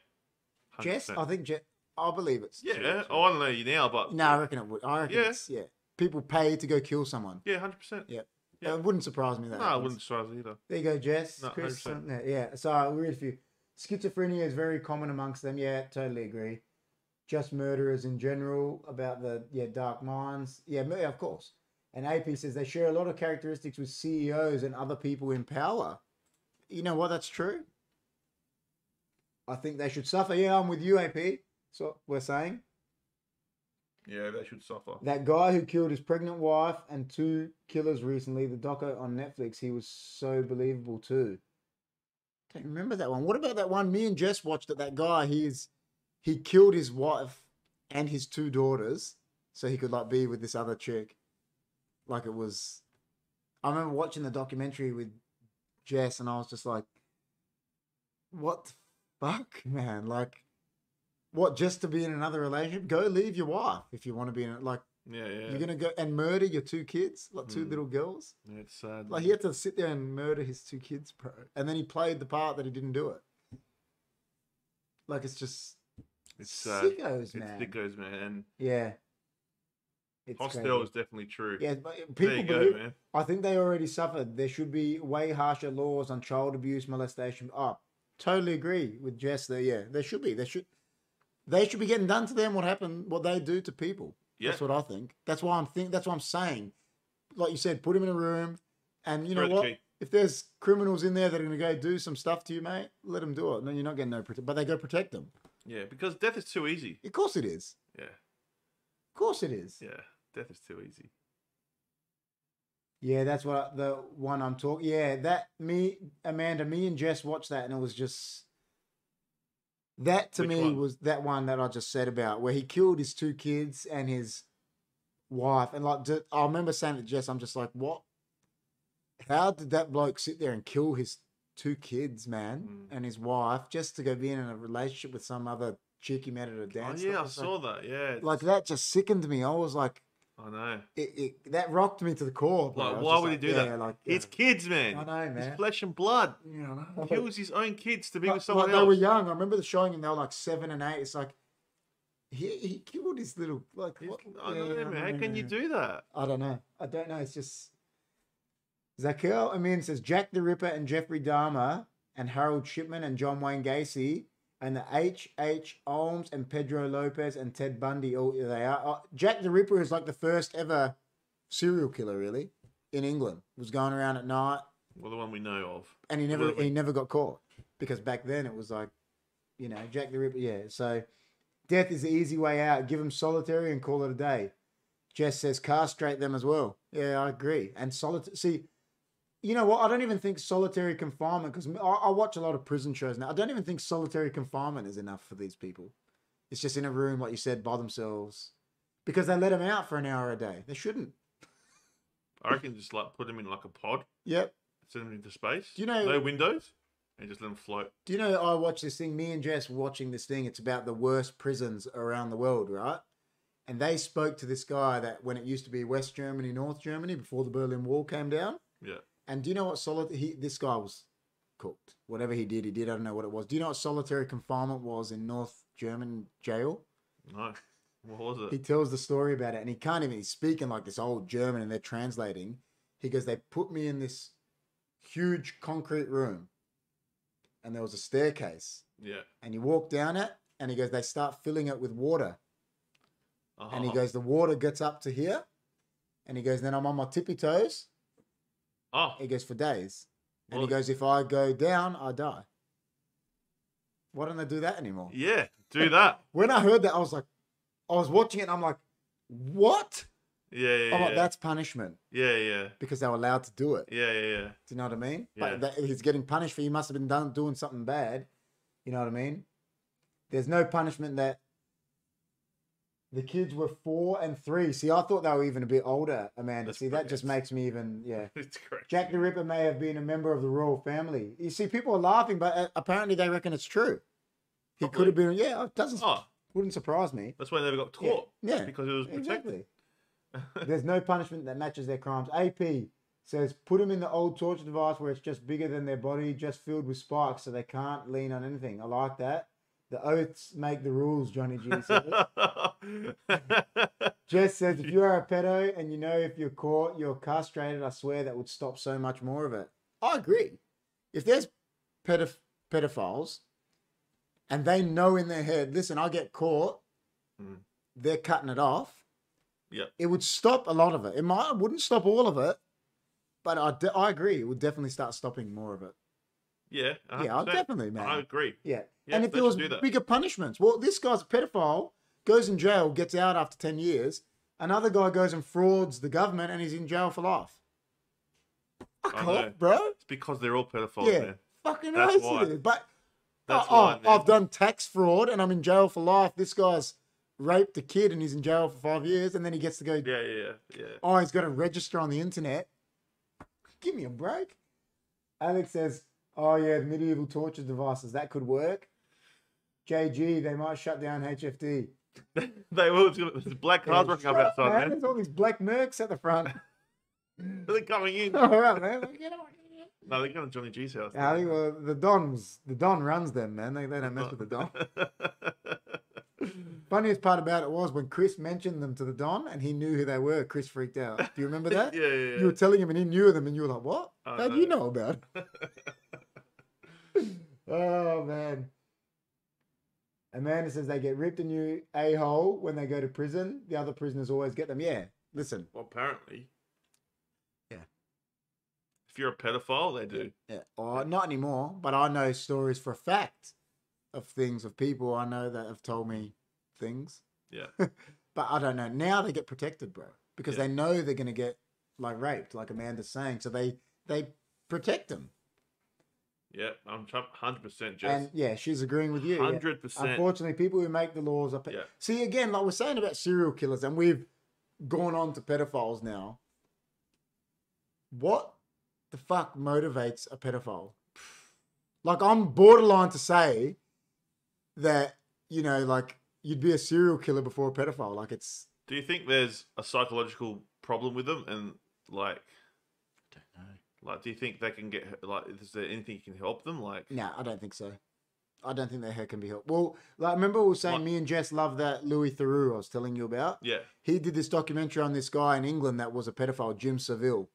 S1: Jess,
S2: 100%.
S1: I think Jess. I believe it's. true,
S2: yeah.
S1: actually.
S2: Oh, I don't know you now, but
S1: no, I reckon it would. I reckon
S2: Yeah.
S1: it's yeah. People pay to go kill someone.
S2: yeah, hundred percent. Yeah.
S1: It wouldn't surprise me that.
S2: No, I
S1: happens.
S2: wouldn't surprise me either.
S1: There you go, Jess.
S2: No,
S1: Chris,
S2: 100%.
S1: something there. yeah. So I agree with you. Schizophrenia is very common amongst them. Yeah, totally agree. Just murderers in general about the yeah dark minds. Yeah, mur- yeah, of course. And AP says they share a lot of characteristics with CEOs and other people in power. You know what? That's true. I think they should suffer. Yeah, I'm with you, AP. So we're saying
S2: Yeah, they should suffer.
S1: that guy who killed his pregnant wife and two killers recently, the doco on Netflix, he was so believable too. Don't remember that one. What about that one me and Jess watched it? That guy, he is he killed his wife and his two daughters so he could like be with this other chick. Like it was I remember watching the documentary with Jess and I was just like what the fuck, man? Like what just to be in another relationship? Go leave your wife if you want to be in it. Like
S2: Yeah, yeah.
S1: you're gonna go and murder your two kids, like two
S2: Mm.
S1: little girls.
S2: Yeah, it's sad.
S1: Like he had to sit there and murder his two kids, bro. And then he played the part that he didn't do it. Like it's just
S2: It's sad.
S1: sickos,
S2: It's
S1: man.
S2: Dicko's man. And
S1: yeah. It's
S2: hostel
S1: crazy.
S2: is definitely true.
S1: Yeah, but
S2: there
S1: people
S2: you go,
S1: believe,
S2: man.
S1: I think they already suffered. There should be way harsher laws on child abuse, molestation. Oh, totally agree with Jess there. Yeah, there should be. There should they should be getting done to them what happened, what they do to people.
S2: Yeah.
S1: That's what I think. That's why I'm think. That's what I'm saying. Like you said, put them in a room, and you know
S2: Throw the
S1: what?
S2: key.
S1: If there's criminals in there that are going to go do some stuff to you, mate, let them do it. No, you're not getting no protect, but they go protect them.
S2: Yeah, because death is too easy.
S1: Of course it is.
S2: Yeah,
S1: Of course it is.
S2: yeah. Death is too easy.
S1: Yeah, that's what I, the one I'm talking. Yeah, that me, Amanda, me and Jess watched that, and it was just that to
S2: Which
S1: me
S2: one?
S1: was that one that I just said about where he killed his two kids and his wife, and like ju- I remember saying to Jess, I'm just like, what? How did that bloke sit there and kill his two kids, man,
S2: Mm.
S1: and his wife just to go be in a relationship with some other chick he met at a dance?
S2: oh yeah, I
S1: club? It's like-
S2: saw that. Yeah,
S1: Like that just sickened me. I was like,
S2: I know.
S1: it, it that rocked me to the core. bro.
S2: Like,
S1: I was
S2: why
S1: just
S2: would he
S1: like,
S2: do
S1: yeah,
S2: that?
S1: Like,
S2: It's
S1: yeah.
S2: kids, man.
S1: I know,
S2: It's
S1: man.
S2: flesh and blood.
S1: Yeah, I know.
S2: Kills his own kids to be
S1: Like-
S2: with someone
S1: like
S2: else.
S1: They were young. I remember the showing, and they were like seven and eight. It's like he he killed his little like.
S2: It's-
S1: What?
S2: I
S1: yeah,
S2: don't know,
S1: I
S2: "Oh, man. How
S1: know,
S2: can you
S1: yeah.
S2: do that?
S1: I don't know. I don't know. It's just Zakiel Amin says Jack the Ripper and Jeffrey Dahmer and Harold Shipman and John Wayne Gacy and the H H Holmes and Pedro Lopez and Ted Bundy. All they are. Uh, Jack the Ripper is like the first ever serial killer, really, in England. Was going around at night
S2: Well, the one we know of.
S1: and he never
S2: Absolutely.
S1: he never got caught because back then it was like, you know, Jack the Ripper. Yeah, so death is the easy way out. Give them solitary and call it a day. Jess says castrate them as well. Yeah, I agree. And solitary. See, you know what? I don't even think solitary confinement because I, I watch a lot of prison shows now. I don't even think solitary confinement is enough for these people. It's just in a room, like you said, by themselves because they let them out for an hour a day. They shouldn't.
S2: I reckon just like put them in like a pod,
S1: Yep.
S2: send them into space.
S1: Do you know-
S2: no windows, and just let them float.
S1: Do you know I watch this thing? Me and Jess were watching this thing. It's about the worst prisons around the world, right? And they spoke to this guy that when it used to be West Germany, North Germany, before the Berlin Wall came down.
S2: Yeah.
S1: And do you know what solid he this guy was cooked? Whatever he did, he did. I don't know what it was. Do you know what solitary confinement was in North German jail?
S2: No. What was
S1: He
S2: it?
S1: tells the story about it, and he can't even. He's speaking like this old German, and they're translating. He goes, "They put me in this huge concrete room, and there was a staircase."
S2: Yeah.
S1: and you walk down it and he goes they start filling it with water
S2: Oh,
S1: and he goes the water gets up to here and he goes then i'm on my tippy toes
S2: Oh,
S1: he goes for days and
S2: well,
S1: he goes if i go down i die why don't they do that anymore
S2: yeah, do that.
S1: when i heard that i was like i was watching it and i'm like what
S2: Yeah, yeah,
S1: i'm like
S2: yeah.
S1: that's punishment
S2: yeah, yeah,
S1: because they were allowed to do it
S2: yeah, yeah, yeah.
S1: do you know what i mean
S2: Yeah.
S1: but that, he's getting punished for he must have been done doing something bad you know what i mean there's no punishment that the kids were four and three. See, I thought they were even a bit older, Amanda.
S2: That's
S1: See, that just
S2: brilliant.
S1: makes me even, yeah.
S2: It's correct.
S1: Jack the Ripper may have been a member of the royal family. You see, people are laughing, but uh, apparently they reckon it's true. He could have been, yeah, it doesn't,
S2: Oh,
S1: wouldn't surprise me.
S2: that's why they never got caught.
S1: Yeah, yeah,
S2: because it was protected.
S1: Exactly. There's no punishment that matches their crimes. AP says put them in the old torture device where it's just bigger than their body, just filled with spikes, so they can't lean on anything. I like that. The oaths make the rules, Johnny G says. Jess says if you are a pedo and you know if you're caught, you're castrated. I swear that would stop so much more of it. I agree. If there's pedoph- pedophiles and they know in their head, listen, I get caught,
S2: Mm.
S1: they're cutting it off
S2: Yep.
S1: it would stop a lot of it. It might it wouldn't stop all of it, but I, de- I agree. It would definitely start stopping more of it.
S2: Yeah.
S1: Yeah, I
S2: 100%.
S1: definitely, man.
S2: I agree.
S1: yeah.
S2: Yeah,
S1: and if
S2: they
S1: there was
S2: should do that.
S1: bigger punishments, well, this guy's a pedophile, goes in jail, gets out after ten years. Another guy goes and frauds the government, and he's in jail for life. Fuck
S2: I know.
S1: off, bro.
S2: It's because they're all pedophiles,
S1: yeah,
S2: man.
S1: fucking
S2: That's
S1: That's
S2: why.
S1: But
S2: That's
S1: oh,
S2: why.
S1: oh, I've done tax fraud and I'm in jail for life. This guy's raped a kid and he's in jail for five years, and then he gets to go
S2: Yeah, yeah, yeah. yeah.
S1: oh, he's got to register on the internet. Give me a break. Alex says, oh, yeah, the medieval torture devices, that could work. JG, they might shut down HFD.
S2: they will. There's black cars
S1: Yeah,
S2: rocking
S1: shut
S2: up
S1: up,
S2: outside,
S1: man.
S2: man.
S1: There's all these black mercs at the front.
S2: They're coming in.
S1: all right, man. Get on.
S2: No, they're going to Johnny G's house.
S1: Yeah, I think, well, the Don was the Don runs them, man. They, they don't mess with the Don. Funniest part about it was when Chris mentioned them to the Don and he knew who they were, Chris freaked out. Do you remember that?
S2: yeah, yeah,
S1: You
S2: yeah.
S1: were telling him and he knew them and you were like, what?
S2: I
S1: How do
S2: know.
S1: you know about it? oh, man. Amanda says they get ripped a new a hole when they go to prison. The other prisoners always get them. Yeah, listen.
S2: Well, apparently.
S1: Yeah.
S2: If you're a pedophile, they do.
S1: Yeah. Or not anymore, but I know stories for a fact of things, of people I know that have told me things.
S2: Yeah.
S1: But I don't know. Now they get protected, bro, because
S2: Yeah.
S1: they know they're going to get like raped, like Amanda's saying. So they they protect them.
S2: Yeah, I'm Trump 100% Jess.
S1: And yeah, she's agreeing with you. yeah.
S2: 100%.
S1: Unfortunately, people who make the laws are. Pe-
S2: Yeah.
S1: See, again, like we're saying about serial killers, and we've gone on to pedophiles now. What the fuck motivates a pedophile? Like, I'm borderline to say that, you know, like, you'd be a serial killer before a pedophile. Like, it's.
S2: Do you think there's a psychological problem with them? And, like, like, do you think they can get, like, is there anything you can help them? Like,
S1: No, I don't think so. I don't think that hair can be helped. Well, like, remember we were saying
S2: What?
S1: me and Jess love that Louis Theroux I was telling you about?
S2: yeah,
S1: He did this documentary on this guy in England that was a pedophile, Jim Savile.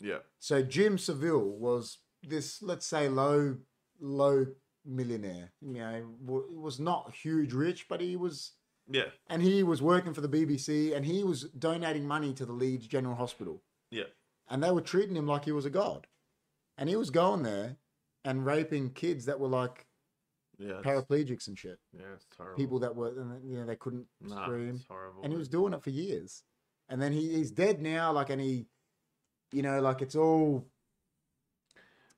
S2: yeah,
S1: So Jim Seville was this, let's say, low, low millionaire. You know, w- was not huge rich, but he was,
S2: yeah,
S1: and he was working for the BBC, and he was donating money to the Leeds General Hospital,
S2: yeah,
S1: and they were treating him like he was a god, and he was going there and raping kids that were like
S2: yeah. It's,
S1: paraplegics and shit,
S2: yeah, it's terrible.
S1: people that were, and, you know, they couldn't
S2: nah,
S1: scream
S2: it's horrible.
S1: and he was doing it for years and then he, he's dead now like and he you know like it's all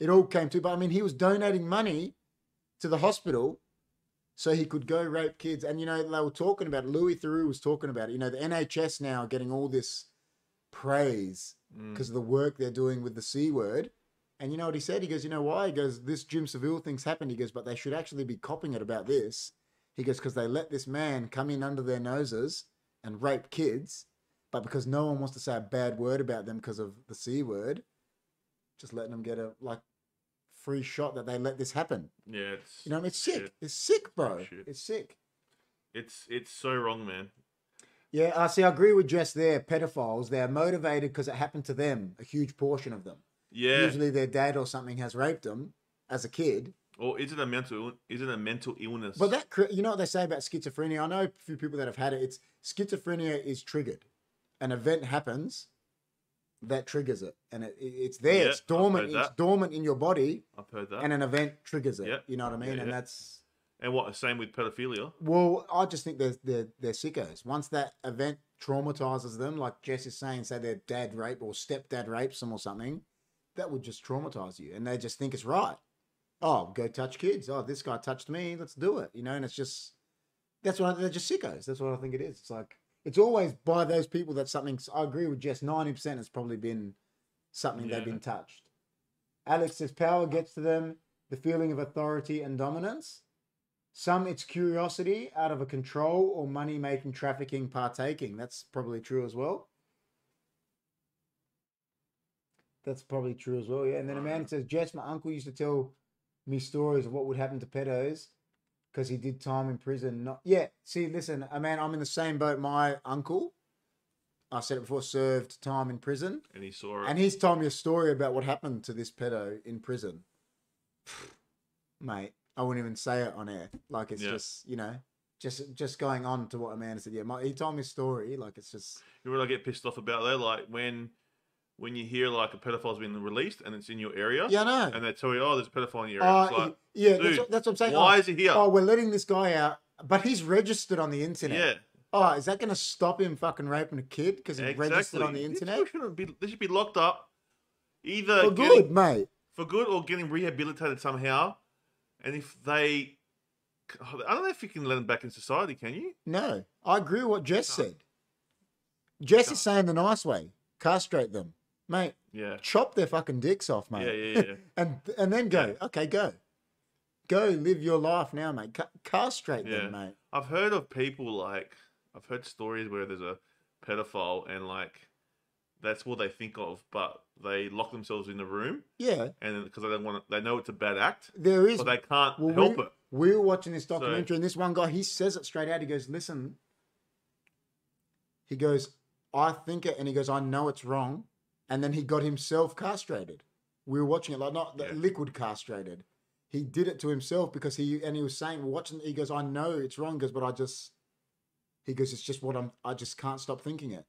S1: it all came to but i mean he was donating money to the hospital so he could go rape kids and you know they were talking about it. louis theroux was talking about it you know the nhs now are getting all this praise
S2: Mm,
S1: because of the work they're doing with the C word. And you know what he said? He goes, you know why? He goes, this Jim Seville thing's happened. He goes, but they should actually be copping it about this. He goes, because they let this man come in under their noses and rape kids, but because no one wants to say a bad word about them because of the C word, just letting them get a like free shot that they let this happen.
S2: yeah, it's,
S1: You know, it's sick.
S2: shit.
S1: It's sick, bro.
S2: Shit.
S1: It's sick.
S2: It's, it's so wrong, man.
S1: Yeah, I see. I agree with Jess there. Pedophiles, they're motivated because it happened to them, a huge portion of them.
S2: Yeah.
S1: usually their dad or something has raped them as a kid.
S2: Or is it a mental, ill- is it a mental illness?
S1: But that cre- you know what they say about schizophrenia. I know a few people that have had it. It's schizophrenia is triggered. An event happens that triggers it, and it, it- it's there.
S2: Yeah,
S1: it's
S2: I've
S1: dormant.
S2: heard
S1: It's
S2: that.
S1: dormant in your body,
S2: I've heard that.
S1: and an
S2: And,
S1: event triggers it.
S2: Yeah.
S1: You know what I mean?
S2: Yeah,
S1: And
S2: yeah.
S1: that's
S2: what? Same with pedophilia.
S1: well, I just think they're they're they're sickos. Once that event traumatizes them, like Jess is saying, say their dad rape or stepdad rapes them or something, that would just traumatize you, and they just think it's right. Oh, go touch kids. Oh, this guy touched me. Let's do it. You know, and it's just that's what I- they're just sickos. That's what I think it is. It's like it's always by those people that something. I agree with Jess. Ninety percent has probably been something
S2: Yeah.
S1: they've been touched. Alex says power gets to them, the feeling of authority and dominance. Some it's curiosity out of a control or money making, trafficking, partaking. That's probably true as well. That's probably true as well, yeah. And then a man says, Jess, my uncle used to tell me stories of what would happen to pedos because he did time in prison. Not yeah. See, listen, a man, I'm in the same boat. My uncle, I said it before, served time in prison.
S2: And he saw it.
S1: And he's told me a story about what happened to this pedo in prison. Mate, I wouldn't even say it on air. Like it's
S2: Yeah.
S1: just, you know, just just going on to what Amanda said. Yeah, my, he told me a story. Like it's just
S2: You know what I get pissed off about though? Like when when you hear like a pedophile's been released and it's in your area
S1: yeah, I know.
S2: and they tell you, Oh, there's a pedophile in your area.
S1: Uh,
S2: It's like,
S1: yeah, that's,
S2: dude,
S1: what, that's what I'm saying.
S2: why
S1: Oh,
S2: is he here?
S1: oh, we're letting this guy out, but he's registered on the internet.
S2: yeah.
S1: Oh, is that going to stop him fucking raping a kid because he's
S2: Exactly.
S1: registered on the
S2: These
S1: internet?
S2: people shouldn't be they should be locked up either
S1: For
S2: getting-
S1: good, mate.
S2: for good or getting rehabilitated somehow. And if they I don't know if you can let them back in society, can you?
S1: No, I agree with what Jess
S2: No.
S1: said. Jess
S2: No.
S1: is saying the nice way, castrate them, mate.
S2: Yeah.
S1: chop their fucking dicks off, mate.
S2: Yeah, yeah, yeah.
S1: and and then go, okay, go, go, live your life now, mate. Ca- castrate
S2: Yeah.
S1: them, mate.
S2: I've heard of people like I've heard stories where there's a pedophile and like that's what they think of, but they lock themselves in the room
S1: Yeah,
S2: and because they don't want to, they know it's a bad act,
S1: there is.
S2: but they can't
S1: Well,
S2: help
S1: we,
S2: it.
S1: we were watching this documentary, and this one guy he says it straight out. He goes, "Listen," he goes, "I think it," and he goes, "I know it's wrong," and then he got himself castrated. We were watching it like not the
S2: Yeah.
S1: liquid castrated. He did it to himself because he and he was saying, we're watching. He goes, "I know it's wrong," he goes, but I just, he goes, "It's just what I'm. I just can't stop thinking it."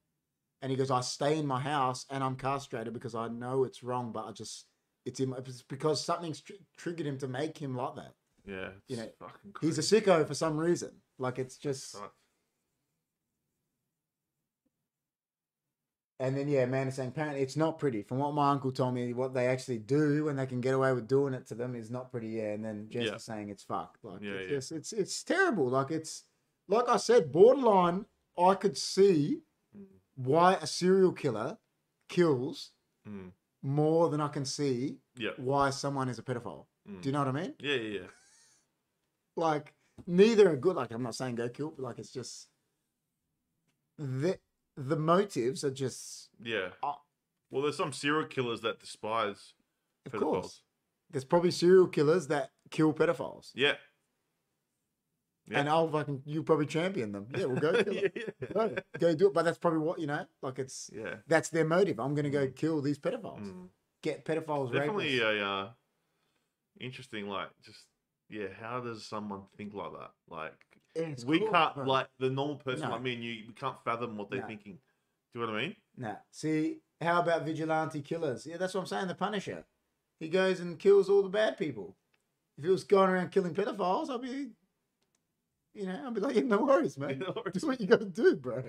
S1: And he goes, "I stay in my house and I'm castrated because I know it's wrong, but I just." It's, in, it's because something's tr- triggered him to make him like that.
S2: Yeah,
S1: You
S2: it's
S1: know,
S2: fucking
S1: He's a
S2: crazy.
S1: sicko for some reason. Like it's just,
S2: Fuck.
S1: and then yeah, man is saying apparently it's not pretty. From what my uncle told me, what they actually do when they can get away with doing it to them is not pretty. Yeah, and then Jess
S2: Yeah.
S1: is saying it's fucked. Like
S2: Yeah,
S1: it's
S2: yeah.
S1: just it's it's terrible. Like it's like I said, borderline. I could see
S2: Mm,
S1: why a serial killer kills
S2: mm,
S1: more than I can see
S2: yeah,
S1: why someone is a pedophile.
S2: mm.
S1: Do you know what I mean?
S2: yeah, yeah, yeah.
S1: like neither are good. Like I'm not saying go kill, but like it's just the the motives are just
S2: Yeah.
S1: Ah.
S2: well, there's some serial killers that despise
S1: of
S2: pedophiles.
S1: course. There's probably serial killers that kill pedophiles,
S2: Yeah. Yeah.
S1: and I'll fucking you probably champion them. Yeah, we'll go kill
S2: yeah,
S1: them. Go, go do it. But that's probably what you know. Like it's
S2: yeah.
S1: that's their motive. I'm gonna go
S2: Mm.
S1: kill these pedophiles.
S2: Mm.
S1: Get pedophiles.
S2: Definitely
S1: rapists.
S2: a uh, interesting, like, just yeah. How does someone think like that? Like,
S1: It's
S2: we
S1: cool,
S2: can't,
S1: bro.
S2: like, the normal person
S1: No.
S2: like me and you, we can't fathom what they're
S1: No.
S2: thinking. Do you know what I mean?
S1: Nah. See, how about vigilante killers? Yeah, that's what I'm saying. The Punisher. He goes and kills all the bad people. If he was going around killing pedophiles, I'd be, you know, I'd be like, yeah, no worries, man.
S2: No worries.
S1: Do what you got to do, bro.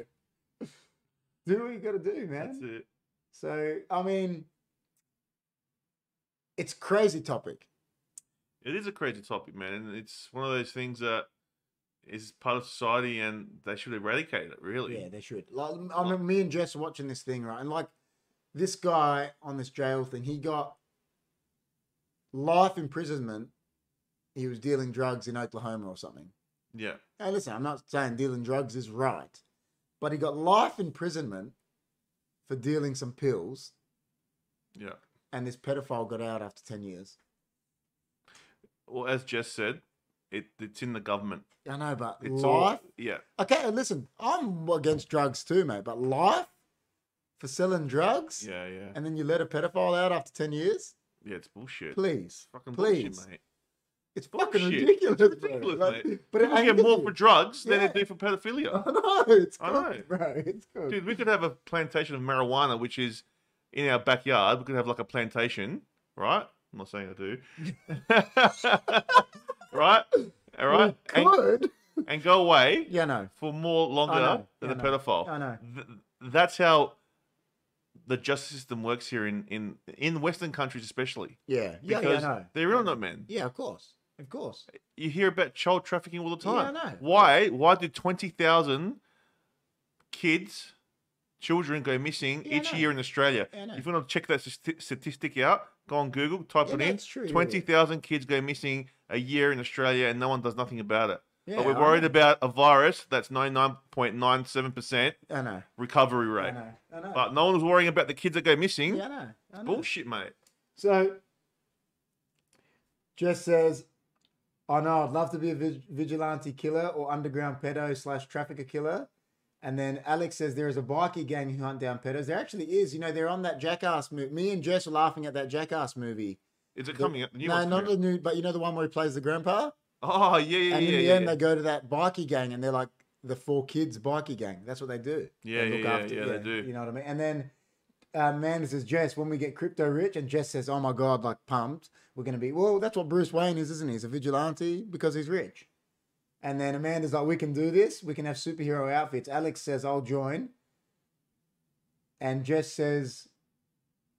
S1: Do what you got to do,
S2: That's
S1: man.
S2: it.
S1: So, I mean, it's crazy topic.
S2: It is a crazy topic, man, and it's one of those things that is part of society, and they should eradicate it. Really.
S1: Yeah, they should. Like, I mean, me and Jess are watching this thing, right? And like, this guy on this jail thing, he got life imprisonment. He was dealing drugs in Oklahoma or something.
S2: Yeah.
S1: Now, listen, I'm not saying dealing drugs is right, but he got life imprisonment for dealing some pills,
S2: Yeah.
S1: and this pedophile got out after 10 years.
S2: Well, as Jess said, it it's in the government.
S1: I know, but
S2: It's
S1: life.
S2: all yeah.
S1: Okay, and listen, I'm against drugs too, mate, but life for selling drugs?
S2: Yeah, yeah.
S1: And then you let a pedophile out after 10 years?
S2: Yeah, it's bullshit.
S1: Please.
S2: Fucking
S1: please.
S2: bullshit, mate.
S1: It's fucking
S2: Bullshit.
S1: ridiculous.
S2: It's
S1: bro.
S2: ridiculous,
S1: Like,
S2: mate.
S1: But it
S2: People get
S1: angers
S2: more
S1: you.
S2: for drugs than
S1: Yeah. Uh-huh.
S2: they do for pedophilia.
S1: I know. It's
S2: I
S1: good,
S2: know.
S1: bro. It's good.
S2: Dude, we could have a plantation of marijuana, which is in our backyard. We could have like a plantation, right? I'm not saying I do. right? All right?
S1: We
S2: And,
S1: could.
S2: and go away
S1: Yeah, no.
S2: for more longer
S1: know,
S2: than
S1: I
S2: a
S1: know,
S2: pedophile.
S1: I know.
S2: Th- that's how the justice system works here in, in, in Western countries, especially.
S1: Yeah. Yeah,
S2: Because
S1: yeah, no.
S2: they're real not men.
S1: Yeah, of course. Of course.
S2: you hear about child trafficking all the
S1: Yeah, I
S2: time.
S1: know.
S2: Why? Why do twenty thousand kids, children go missing
S1: Yeah, I
S2: each
S1: know.
S2: year in Australia?
S1: Yeah, I know.
S2: if you want to check that st- statistic out, go on Google, type
S1: Yeah,
S2: it
S1: no,
S2: in.
S1: it's true, yeah, yeah.
S2: Twenty thousand kids go missing a year in Australia, and no one does nothing about it.
S1: Yeah,
S2: but we're
S1: I
S2: worried
S1: know.
S2: about a virus that's ninety nine point nine seven percent
S1: I know.
S2: recovery
S1: I
S2: rate.
S1: know. I know.
S2: But no one was worrying about the kids that go missing.
S1: yeah, I know. I know.
S2: Bullshit, mate.
S1: So, Jess says, I know I'd love to be a vig- vigilante killer or underground pedo slash trafficker killer. And then Alex says there is a bikie gang who hunt down pedos. There actually is. You know, they're on that Jackass movie. Me and Jess were laughing at that Jackass movie.
S2: Is it
S1: The-
S2: coming up? The new
S1: no,
S2: one's
S1: not
S2: coming
S1: the new, but you know the one where he plays the grandpa?
S2: out. Oh yeah, yeah,
S1: and
S2: yeah,
S1: in the
S2: yeah,
S1: end,
S2: yeah.
S1: they go to that bikie gang and they're like the four kids bikie gang. That's what they do.
S2: Yeah,
S1: They
S2: yeah, yeah, yeah, they do.
S1: You know what I mean? And then uh, Manders says, Jess, when we get crypto rich, and Jess says, oh my God, like pumped, we're going to be, well, that's what Bruce Wayne is, isn't he? He's a vigilante because he's rich. And then Amanda's like, we can do this. We can have superhero outfits. Alex says, I'll join. And Jess says,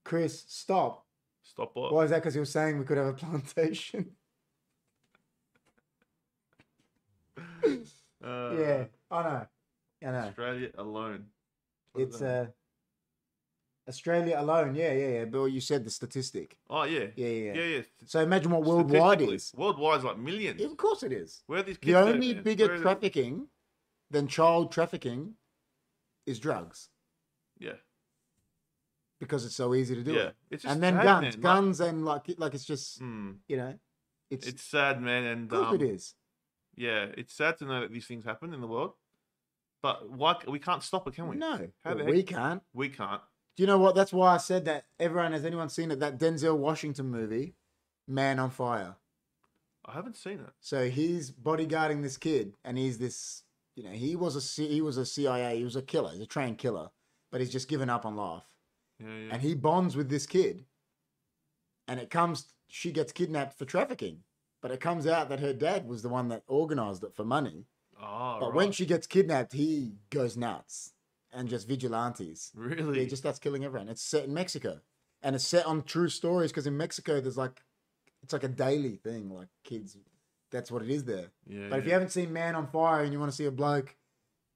S1: Chris, stop.
S2: Stop off.
S1: Why is that? Because he was saying we could have a plantation.
S2: Uh,
S1: yeah, I know. I know.
S2: Australia alone. What is
S1: It's
S2: that?
S1: uh, Australia alone. Yeah, yeah, yeah. Bill, you said the statistic.
S2: oh yeah,
S1: Yeah, yeah,
S2: yeah,
S1: yeah.
S2: yeah. St-
S1: So imagine what worldwide
S2: statistically,
S1: is.
S2: Worldwide is like millions.
S1: Yeah, of course it is.
S2: Where are these kids?
S1: The only
S2: at, man? Where
S1: bigger
S2: are they-
S1: trafficking than child trafficking is drugs.
S2: Yeah,
S1: because it's so easy to do
S2: yeah,
S1: it.
S2: it's just
S1: And then
S2: sad,
S1: guns,
S2: man. Like-
S1: guns, and like like it's just
S2: Hmm.
S1: you know, it's,
S2: It's sad, man, and
S1: of course
S2: um,
S1: it is.
S2: yeah, it's sad to know that these things happen in the world. But why c- we can't stop it, can we?
S1: No,
S2: How the
S1: well,
S2: heck-
S1: we can't.
S2: We can't.
S1: Do you know what? That's why I said that. Everyone has anyone seen it? That Denzel Washington movie, Man on Fire.
S2: I haven't seen it.
S1: So he's bodyguarding this kid, and he's this. You know, he was a C- he was a CIA. He was a killer. He's a trained killer, but he's just given up on life.
S2: Yeah, yeah.
S1: and he bonds with this kid. And it comes, she gets kidnapped for trafficking, but it comes out that her dad was the one that organized it for money.
S2: oh,
S1: but
S2: right.
S1: when she gets kidnapped, he goes nuts and just vigilantes.
S2: really
S1: He just starts killing everyone. It's set in Mexico, and it's set on true stories because in Mexico there's like, it's like a daily thing. Like kids, that's what it is there.
S2: yeah,
S1: But if you
S2: yeah.
S1: haven't seen Man on Fire and you want to see a bloke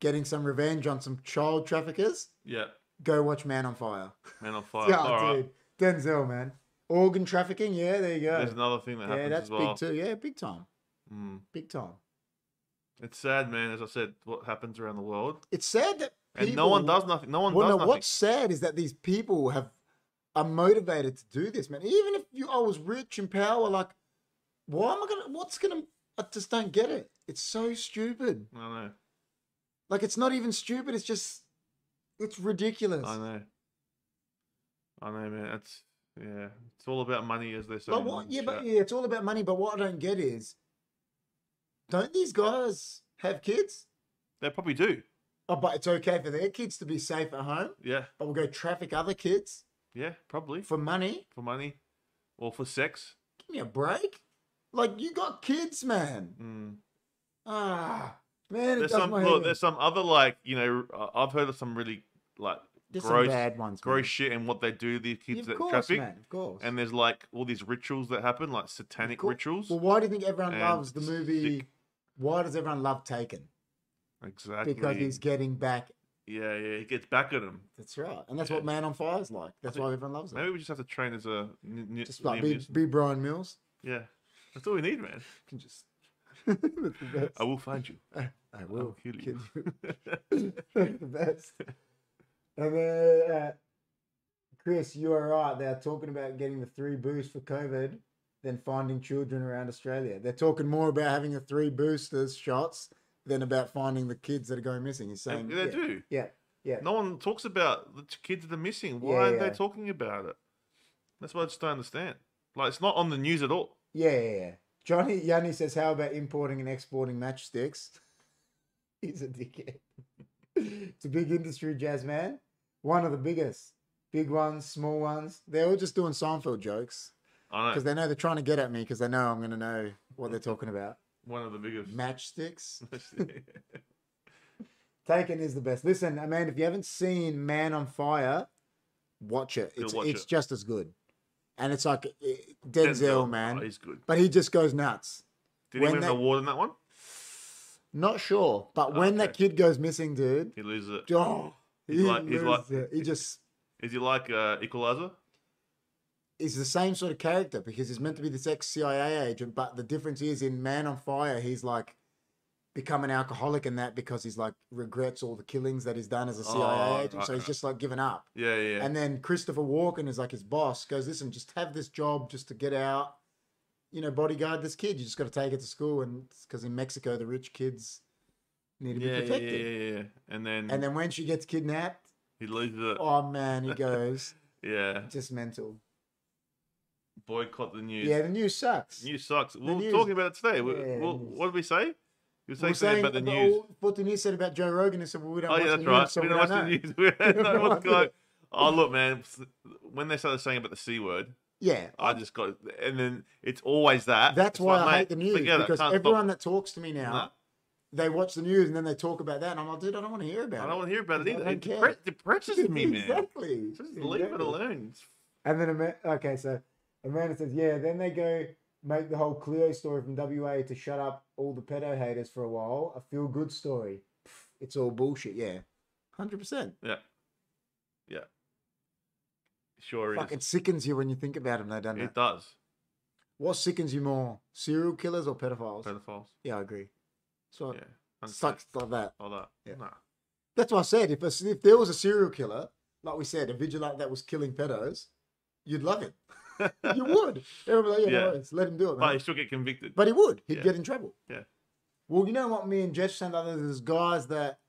S1: getting some revenge on some child traffickers,
S2: yeah,
S1: go watch Man on Fire.
S2: man on fire.
S1: Yeah,
S2: All right.
S1: dude. Denzel, man. Organ trafficking. Yeah, there you
S2: There's
S1: go.
S2: another thing that happens
S1: Yeah, that's
S2: as well.
S1: big too. Yeah, big time.
S2: Mm.
S1: Big time.
S2: It's sad, man. As I said, what happens around the world,
S1: It's sad that
S2: and
S1: people,
S2: no one does nothing. No one
S1: Well,
S2: does
S1: no,
S2: nothing.
S1: what's sad is that these people have are motivated to do this, man. Even if you, I was rich and power, like, why am I gonna? What's gonna? I just don't get it. It's so stupid.
S2: I know.
S1: Like, it's not even stupid. It's just, it's ridiculous.
S2: I know. I know, man. That's yeah. It's all about money, as they say.
S1: But
S2: in
S1: what?
S2: the
S1: Yeah, but
S2: chat.
S1: yeah, it's all about money. But what I don't get is, don't these guys have kids?
S2: they probably do.
S1: Oh, but it's okay for their kids to be safe at home,
S2: Yeah,
S1: but we'll go traffic other kids
S2: yeah, probably
S1: for
S2: for,
S1: money.
S2: money or for sex.
S1: Give me a break. Like you got kids, man.
S2: Mm.
S1: Ah, man, it does
S2: There's some
S1: my
S2: look,
S1: head in.
S2: there's some other like you know I- I've heard of some really like
S1: There's
S2: gross-
S1: some bad ones.
S2: gross
S1: man.
S2: shit and what they do these
S1: Yeah,
S2: kids
S1: of
S2: that
S1: course,
S2: traffic
S1: man. Of course.
S2: and there's like all these rituals that happen like satanic
S1: course.
S2: rituals
S1: well, why do you think everyone
S2: and
S1: loves the movie?
S2: sick.
S1: Why does everyone love Taken?
S2: exactly
S1: Because he's getting back.
S2: yeah yeah he gets back at him
S1: That's right, and that's
S2: Yeah.
S1: what Man on Fire is like. That's
S2: think-
S1: why everyone loves it.
S2: maybe we just have to train as a n- n-
S1: Just like
S2: Liam
S1: be,
S2: Neeson.
S1: be Brian Mills.
S2: yeah that's all we need man
S1: You can just. That's the best.
S2: I will find you
S1: I
S2: I will
S1: will
S2: kill
S1: kill
S2: you
S1: you. the best. And then, uh, Chris, you are right. They're talking about getting the three boosts for COVID than finding children around Australia. They're talking more about having the three boosters shots than about finding the kids that are going missing. He's saying,
S2: And they
S1: yeah,
S2: do
S1: yeah, yeah.
S2: no one talks about the t- kids that are missing why aren't
S1: yeah.
S2: they talking about it that's what I just don't understand like it's not on the news at all
S1: Yeah, yeah, yeah. Johnny Yanni says, "How about importing and exporting matchsticks?" He's a dickhead. it's a big industry, jazz man. One of the biggest. Big ones, small ones. They're all just doing Seinfeld jokes
S2: I know
S1: because they know they're trying to get at me because they know I'm going to know what they're talking about.
S2: one of the biggest
S1: Matchsticks.
S2: yeah
S1: Taken is the best. Listen, Amanda, if you haven't seen Man on Fire, watch it.
S2: Go
S1: It's
S2: watch
S1: it's
S2: it.
S1: just as good. And it's like eh, Denzel,
S2: oh,
S1: man,
S2: he's good
S1: but he just goes nuts.
S2: did
S1: When
S2: he win
S1: they-
S2: an award in that one
S1: Not sure, but
S2: Oh,
S1: when that
S2: okay.
S1: kid goes missing, dude,
S2: he loses it
S1: oh,
S2: He's
S1: he,
S2: like- he's
S1: loses
S2: like-
S1: it. he just
S2: Is he like uh, Equalizer?
S1: is the same sort of character because he's meant to be this ex CIA agent, but the difference is in Man on Fire, he's like become an alcoholic in that because he's like regrets all the killings that he's done as a CIA
S2: Oh,
S1: agent, so
S2: right,
S1: he's
S2: right.
S1: just like given up.
S2: Yeah, yeah. yeah.
S1: And then Christopher Walken is like his boss, goes, Listen, just have this job just to get out, you know, bodyguard this kid. You just got to take it to school. And because in Mexico, the rich kids need to
S2: yeah,
S1: be
S2: yeah,
S1: protected.
S2: yeah, yeah, yeah. And then,
S1: And then when she gets kidnapped,
S2: he loses it.
S1: oh man, he goes
S2: Yeah.
S1: just mental.
S2: Boycott the news.
S1: Yeah, the news sucks.
S2: News sucks. We were
S1: news-
S2: talking about it today. We,
S1: Yeah,
S2: well,
S1: news.
S2: what did we say?
S1: We were
S2: You were saying something
S1: saying
S2: about the
S1: about
S2: news.
S1: all- What the news said about Joe Rogan and said, well, we don't
S2: Oh,
S1: watch
S2: yeah,
S1: the
S2: that's
S1: news,
S2: right.
S1: so
S2: we don't watch the
S1: know.
S2: news. We don't know
S1: No
S2: what's going
S1: idea.
S2: Oh, look, man. When they started saying about the C word,
S1: Yeah,
S2: I just got. And then it's always that.
S1: that's
S2: It's
S1: why I
S2: like, Ah, mate,
S1: hate the news
S2: forget it.
S1: because
S2: Can't stop-
S1: everyone that talks to me now,
S2: Nah.
S1: they watch the news and then they talk about that, and I'm like, dude, I don't want to hear about
S2: I
S1: it.
S2: don't want to hear about it
S1: I
S2: either.
S1: don't
S2: It
S1: care.
S2: depre- depresses me, man.
S1: exactly.
S2: Just leave it
S1: Exactly.
S2: alone. It's
S1: And then Ama- okay, so Amanda says, yeah. Then they go make the whole Cleo story from WA to shut up all the pedo haters for a while. A feel good story. Pff, It's all bullshit. Yeah, hundred percent.
S2: Yeah. Yeah. Sure
S1: Fuck,
S2: is.
S1: it sickens you when you think about them, though, doesn't it?
S2: It does.
S1: What sickens you more, serial killers or pedophiles?
S2: Pedophiles.
S1: yeah, I agree. So
S2: Yeah.
S1: it sucks like that.
S2: All that.
S1: Yeah.
S2: Nah.
S1: That's what I said. If a, if there was a serial killer like we said, a vigilante that was killing pedos, you'd love him. You would. Everyone would be like, yeah, no
S2: Yeah.
S1: worries, let him do it,
S2: But
S1: man.
S2: he still get convicted.
S1: But he would. He'd
S2: Yeah.
S1: get in trouble.
S2: Yeah.
S1: Well, you know what me and Jess sent others is guys that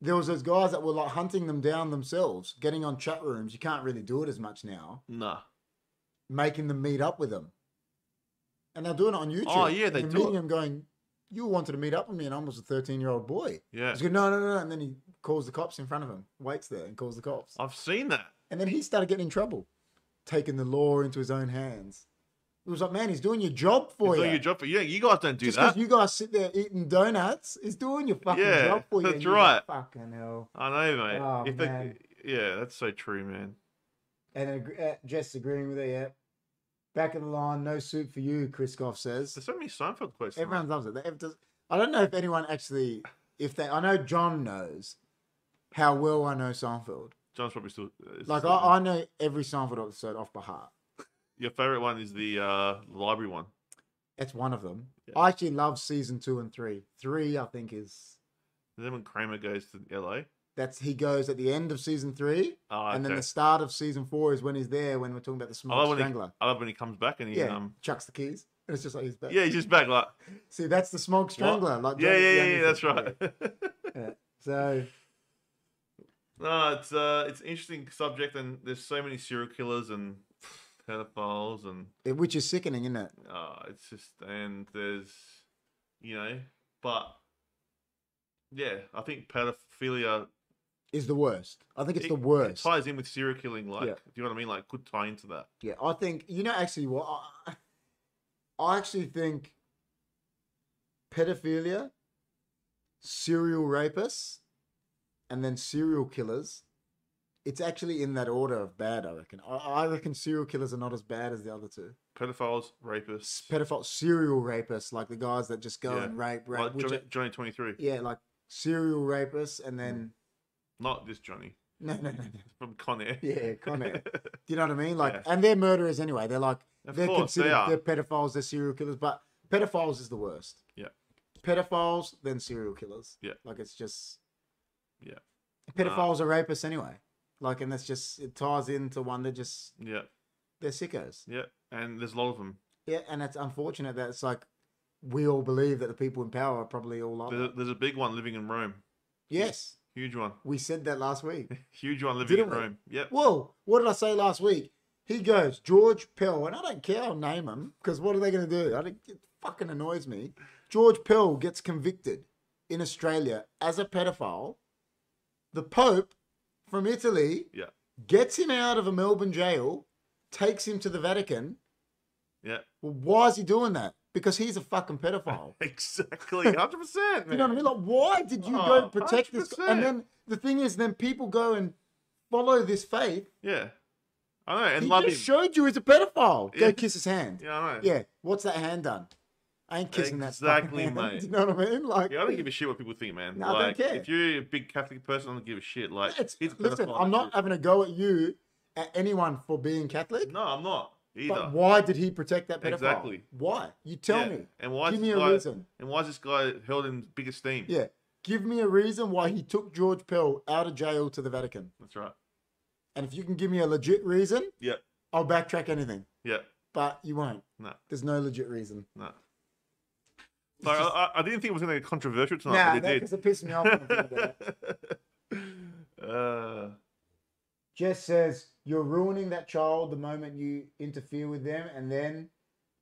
S1: there was those guys that were like hunting them down themselves, getting on chat rooms. You can't really do it as much now.
S2: Nah.
S1: Making them meet up with them. And they're doing it on YouTube.
S2: Oh, yeah, they
S1: and
S2: do
S1: meeting
S2: it.
S1: him going, You wanted to meet up with me and I was a thirteen year old boy.
S2: Yeah.
S1: He's going, No, no, no, no. And then he calls the cops in front of him, waits there and calls the cops.
S2: I've seen that.
S1: And then he started getting in trouble, taking the law into his own hands. It was like, man, he's doing your job for
S2: It's
S1: you.
S2: not your job, but yeah, you guys don't do
S1: Just
S2: that.
S1: because you guys sit there eating donuts is doing your fucking
S2: Yeah,
S1: job for you.
S2: that's
S1: and you're like,
S2: right.
S1: fucking hell.
S2: I know, mate.
S1: Oh,
S2: If they-
S1: man.
S2: yeah, that's so true, man.
S1: And ag- uh, Jess agreeing with it, yeah. Back of the line, no soup for you, Kriskoff says.
S2: There's so many Seinfeld quotes. in
S1: Everyone loves it. They- it does- I don't know if anyone actually, if they, I know John knows how well I know Seinfeld.
S2: that. John's probably still. is
S1: Like,
S2: still-
S1: I, I know every Seinfeld episode off by heart.
S2: your favorite one is the uh, library one.
S1: That's one of them.
S2: Yeah.
S1: I actually love season two and three. Three, I think, is
S2: Then when Kramer goes to LA.
S1: that's he goes at the end of season three,
S2: Oh,
S1: and then
S2: okay.
S1: the start of season four is when he's there when we're talking about the
S2: I love
S1: small
S2: when he-
S1: strangler.
S2: I love when he comes back and he
S1: yeah,
S2: um
S1: chucks the keys, and it's just like he's back.
S2: yeah he's just back like
S1: See, that's the smog strangler. Like
S2: yeah
S1: Johnny-
S2: yeah yeah,
S1: Johnny
S2: yeah that's
S1: said.
S2: right.
S1: Yeah. So
S2: no, it's uh it's an interesting subject and there's so many serial killers and pedophiles and
S1: it- which is sickening, isn't it?
S2: uh it's just and there's you know but yeah I think pedophilia
S1: Is the worst. I think it's
S2: It-
S1: the worst.
S2: ties in with serial killing like
S1: Yeah.
S2: do you know what I mean like could tie into that
S1: Yeah, I think you know actually what I, I actually think pedophilia, serial rapists, and then serial killers. It's actually in that order of bad. I reckon. I, I reckon serial killers are not as bad as the other two.
S2: pedophiles rapists
S1: Pedophile serial rapists, like the guys that just go
S2: Yeah.
S1: and rape, rape.
S2: like
S1: which
S2: Johnny,
S1: are-
S2: Johnny twenty three
S1: yeah, like serial rapists, and then
S2: not this Johnny
S1: no, no, no, no.
S2: from Con Air
S1: Yeah, Con Air. Do you know what I mean? Like,
S2: Yeah.
S1: and they're murderers anyway. They're like
S2: Of
S1: they're
S2: course, they
S1: considered
S2: are.
S1: they are pedophiles, they're serial killers, but pedophiles is the worst.
S2: Yeah.
S1: Pedophiles, then serial killers.
S2: Yeah.
S1: Like it's just
S2: Yeah.
S1: Pedophiles are rapists anyway. Like, and that's just it ties into one. They're just
S2: yeah
S1: they're sickos.
S2: yeah and there's a lot of them
S1: Yeah, and it's unfortunate that it's like we all believe that the people in power are probably all like.
S2: There's
S1: that.
S2: a, there's a big one living in Rome.
S1: Yes,
S2: Huge one.
S1: we said that last week.
S2: Huge one living
S1: Didn't
S2: in
S1: we?
S2: Rome. Yep.
S1: Whoa, what did I say last week? He goes, George Pell, and I don't care, I'll name him, because what are they going to do? I don't, it fucking annoys me. George Pell gets convicted in Australia as a pedophile. The Pope from Italy
S2: Yeah.
S1: gets him out of a Melbourne jail, takes him to the Vatican.
S2: Yeah.
S1: Well, why is he doing that? Because he's a fucking pedophile.
S2: Exactly. 100%. Man.
S1: You know what I mean? Like, why did you go
S2: Oh,
S1: protect this? guy? And
S2: 100%.
S1: then the thing is, then people go and follow this faith
S2: Yeah. I know. And
S1: he
S2: love
S1: just
S2: him.
S1: showed you he's a pedophile. Go
S2: Yeah.
S1: kiss his hand. Yeah.
S2: yeah, I know. Yeah.
S1: What's that hand done? I ain't kissing
S2: Exactly,
S1: that fucking hand.
S2: mate.
S1: You know what I mean? Like,
S2: I don't give a shit what people think, man.
S1: No, I don't
S2: like,
S1: care.
S2: If you're a big Catholic person, I don't give a shit. Like,
S1: it's,
S2: he's a
S1: listen,
S2: pedophile,
S1: I'm not
S2: that's
S1: having a go at you, at anyone for being Catholic.
S2: it. No, I'm not either.
S1: But why did he protect that pedophile?
S2: Exactly.
S1: Why? You tell
S2: Yeah.
S1: me.
S2: And why
S1: Give
S2: is
S1: me
S2: this
S1: a
S2: guy,
S1: reason.
S2: And why is this guy held in big esteem?
S1: Yeah. Give me a reason why he took George Pell out of jail to the Vatican.
S2: That's right.
S1: And if you can give me a legit reason,
S2: Yep.
S1: I'll backtrack anything.
S2: Yep.
S1: But you won't.
S2: No.
S1: There's no legit reason.
S2: No. Sorry,
S1: just-
S2: I, I didn't think it was going to be controversial tonight,
S1: nah,
S2: but it did.
S1: because it pissed me off. when I think about it.
S2: uh,
S1: Jess says, You're ruining that child the moment you interfere with them, and then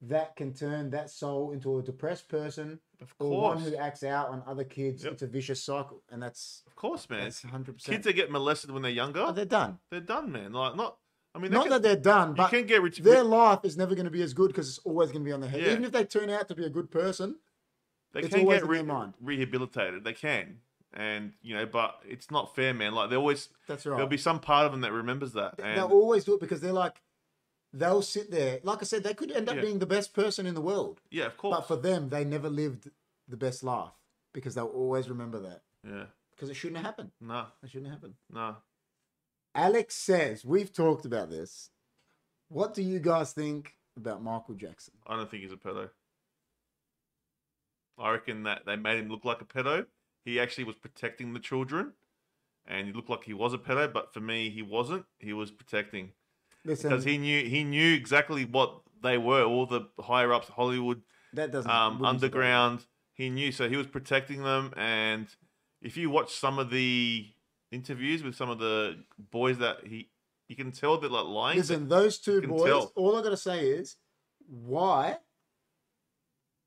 S1: that can turn that soul into a depressed person
S2: of
S1: or one
S2: course,
S1: who acts out on other kids.
S2: Yep.
S1: It's a vicious cycle. And that's
S2: of course, man.
S1: that's 100%.
S2: Kids that get molested when they're
S1: Oh,
S2: younger,
S1: they're done.
S2: they're done, man. Like not, I mean, they
S1: Not
S2: can,
S1: that they're done,
S2: you
S1: but
S2: can get rich.
S1: their life is never going to be as good because it's always going to be on their head.
S2: Yeah.
S1: Even if they turn out to be a good person,
S2: They
S1: it's
S2: can
S1: always
S2: get
S1: in their
S2: re-
S1: mind.
S2: rehabilitated. They can, and you know, but it's not fair, man. Like they always,
S1: that's right.
S2: there'll be some part of them that remembers that,
S1: They-
S2: and
S1: They'll always do it because they're like, they'll sit there. Like I said, they could end up
S2: Yeah.
S1: being the best person in the world.
S2: yeah, of
S1: But
S2: course,
S1: for them, they never lived the best life because they'll always remember that
S2: yeah,
S1: because it shouldn't have happened.
S2: nah,
S1: It shouldn't have happened.
S2: nah.
S1: Alex says, We've talked about this. What do you guys think about Michael Jackson?
S2: I don't think he's a pedo. I reckon that they made him look like a pedo. He actually was protecting the children, and he looked like he was a pedo, but for me, he wasn't. He was protecting
S1: Listen,
S2: because he knew he knew exactly what they were. All the higher ups, Hollywood,
S1: that doesn't
S2: um,
S1: wouldn't surprise me.
S2: underground. He knew, so he was protecting them. And if you watch some of the interviews with some of the boys that he, you can tell they're like lying. but
S1: Listen, those two
S2: can
S1: boys.
S2: tell.
S1: All I gotta say is, why?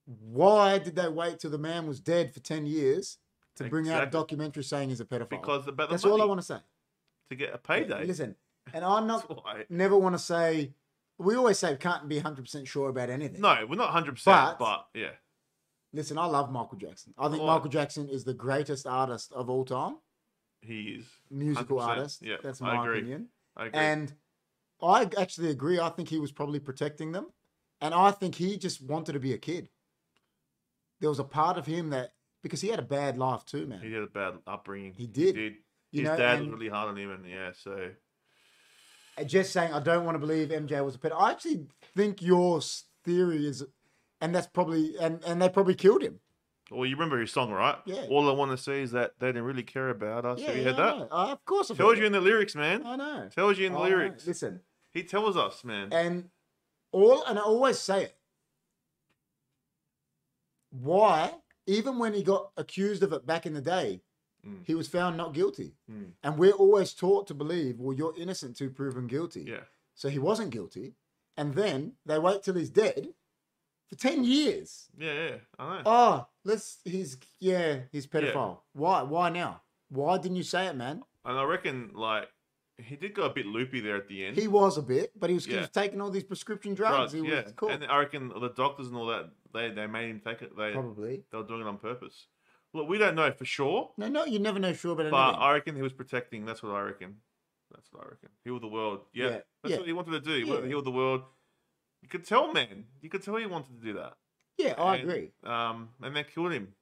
S1: Why did they wait till the man was dead for ten years to bring out a
S2: Exactly.
S1: documentary saying he's a pedophile?
S2: because about the
S1: that's
S2: money
S1: all I want to say.
S2: to get a payday.
S1: Listen, and I'm
S2: That's
S1: not
S2: why.
S1: never want to say. We always say we can't be hundred percent sure about anything.
S2: No, we're not hundred
S1: But-
S2: percent, but yeah,
S1: Listen, I love Michael Jackson. I think
S2: Oh.
S1: Michael Jackson is the greatest artist of all time,
S2: he is.
S1: musical
S2: 100%.
S1: artist.
S2: Yeah,
S1: that's
S2: I
S1: my
S2: agree.
S1: opinion.
S2: I agree.
S1: And I actually agree. I think he was probably protecting them. And I think he just wanted to be a kid. There was a part of him that, because he had a bad life too, man.
S2: he had a bad upbringing.
S1: He did, you
S2: His
S1: know,
S2: dad was
S1: and
S2: really hard on him, and yeah, so
S1: just saying, I don't want to believe MJ was a pedo. I actually think your s- theory is, and that's probably, and, and they probably killed him.
S2: Well, you remember his song, right?
S1: Yeah.
S2: All I want to say is that they didn't really care about us. Have you heard
S1: I
S2: that?
S1: know. I- of course I've
S2: Tells
S1: heard
S2: you
S1: it.
S2: in the lyrics, man.
S1: I know.
S2: Tells you in the
S1: I know.
S2: lyrics.
S1: Oh, Listen,
S2: He tells us, man.
S1: And all and I always say it. Why, even when he got accused of it back in the day,
S2: Mm.
S1: he was found not guilty.
S2: Mm.
S1: And we're always taught to believe, well, you're innocent to proven guilty.
S2: Yeah.
S1: So he wasn't guilty. And then they wait till he's dead for 10 years.
S2: Yeah, yeah. I know.
S1: Oh, let's he's yeah, he's
S2: Yeah.
S1: pedophile. Why? Why now? Why didn't you say it, man?
S2: And I reckon, like, he did go a bit loopy there at the end.
S1: He was a bit, but he was, he
S2: Yeah.
S1: was taking all these prescription drugs.
S2: Drugs,
S1: He was
S2: yeah.
S1: cool.
S2: And uh, I reckon the doctors and all that, they, they made him take it. They,
S1: Probably.
S2: they were doing it on purpose. Look, we don't know for sure,
S1: No, no, you never know sure about
S2: but
S1: anything.
S2: I reckon he was protecting. That's what I reckon. That's what I reckon. Heal the world. Yeah.
S1: Yeah,
S2: That's
S1: yeah.
S2: what he wanted to do. He wanted to
S1: Yeah.
S2: heal the world. You could tell, man. You could tell he wanted to do that.
S1: Yeah, I
S2: and,
S1: agree.
S2: Um, and they killed him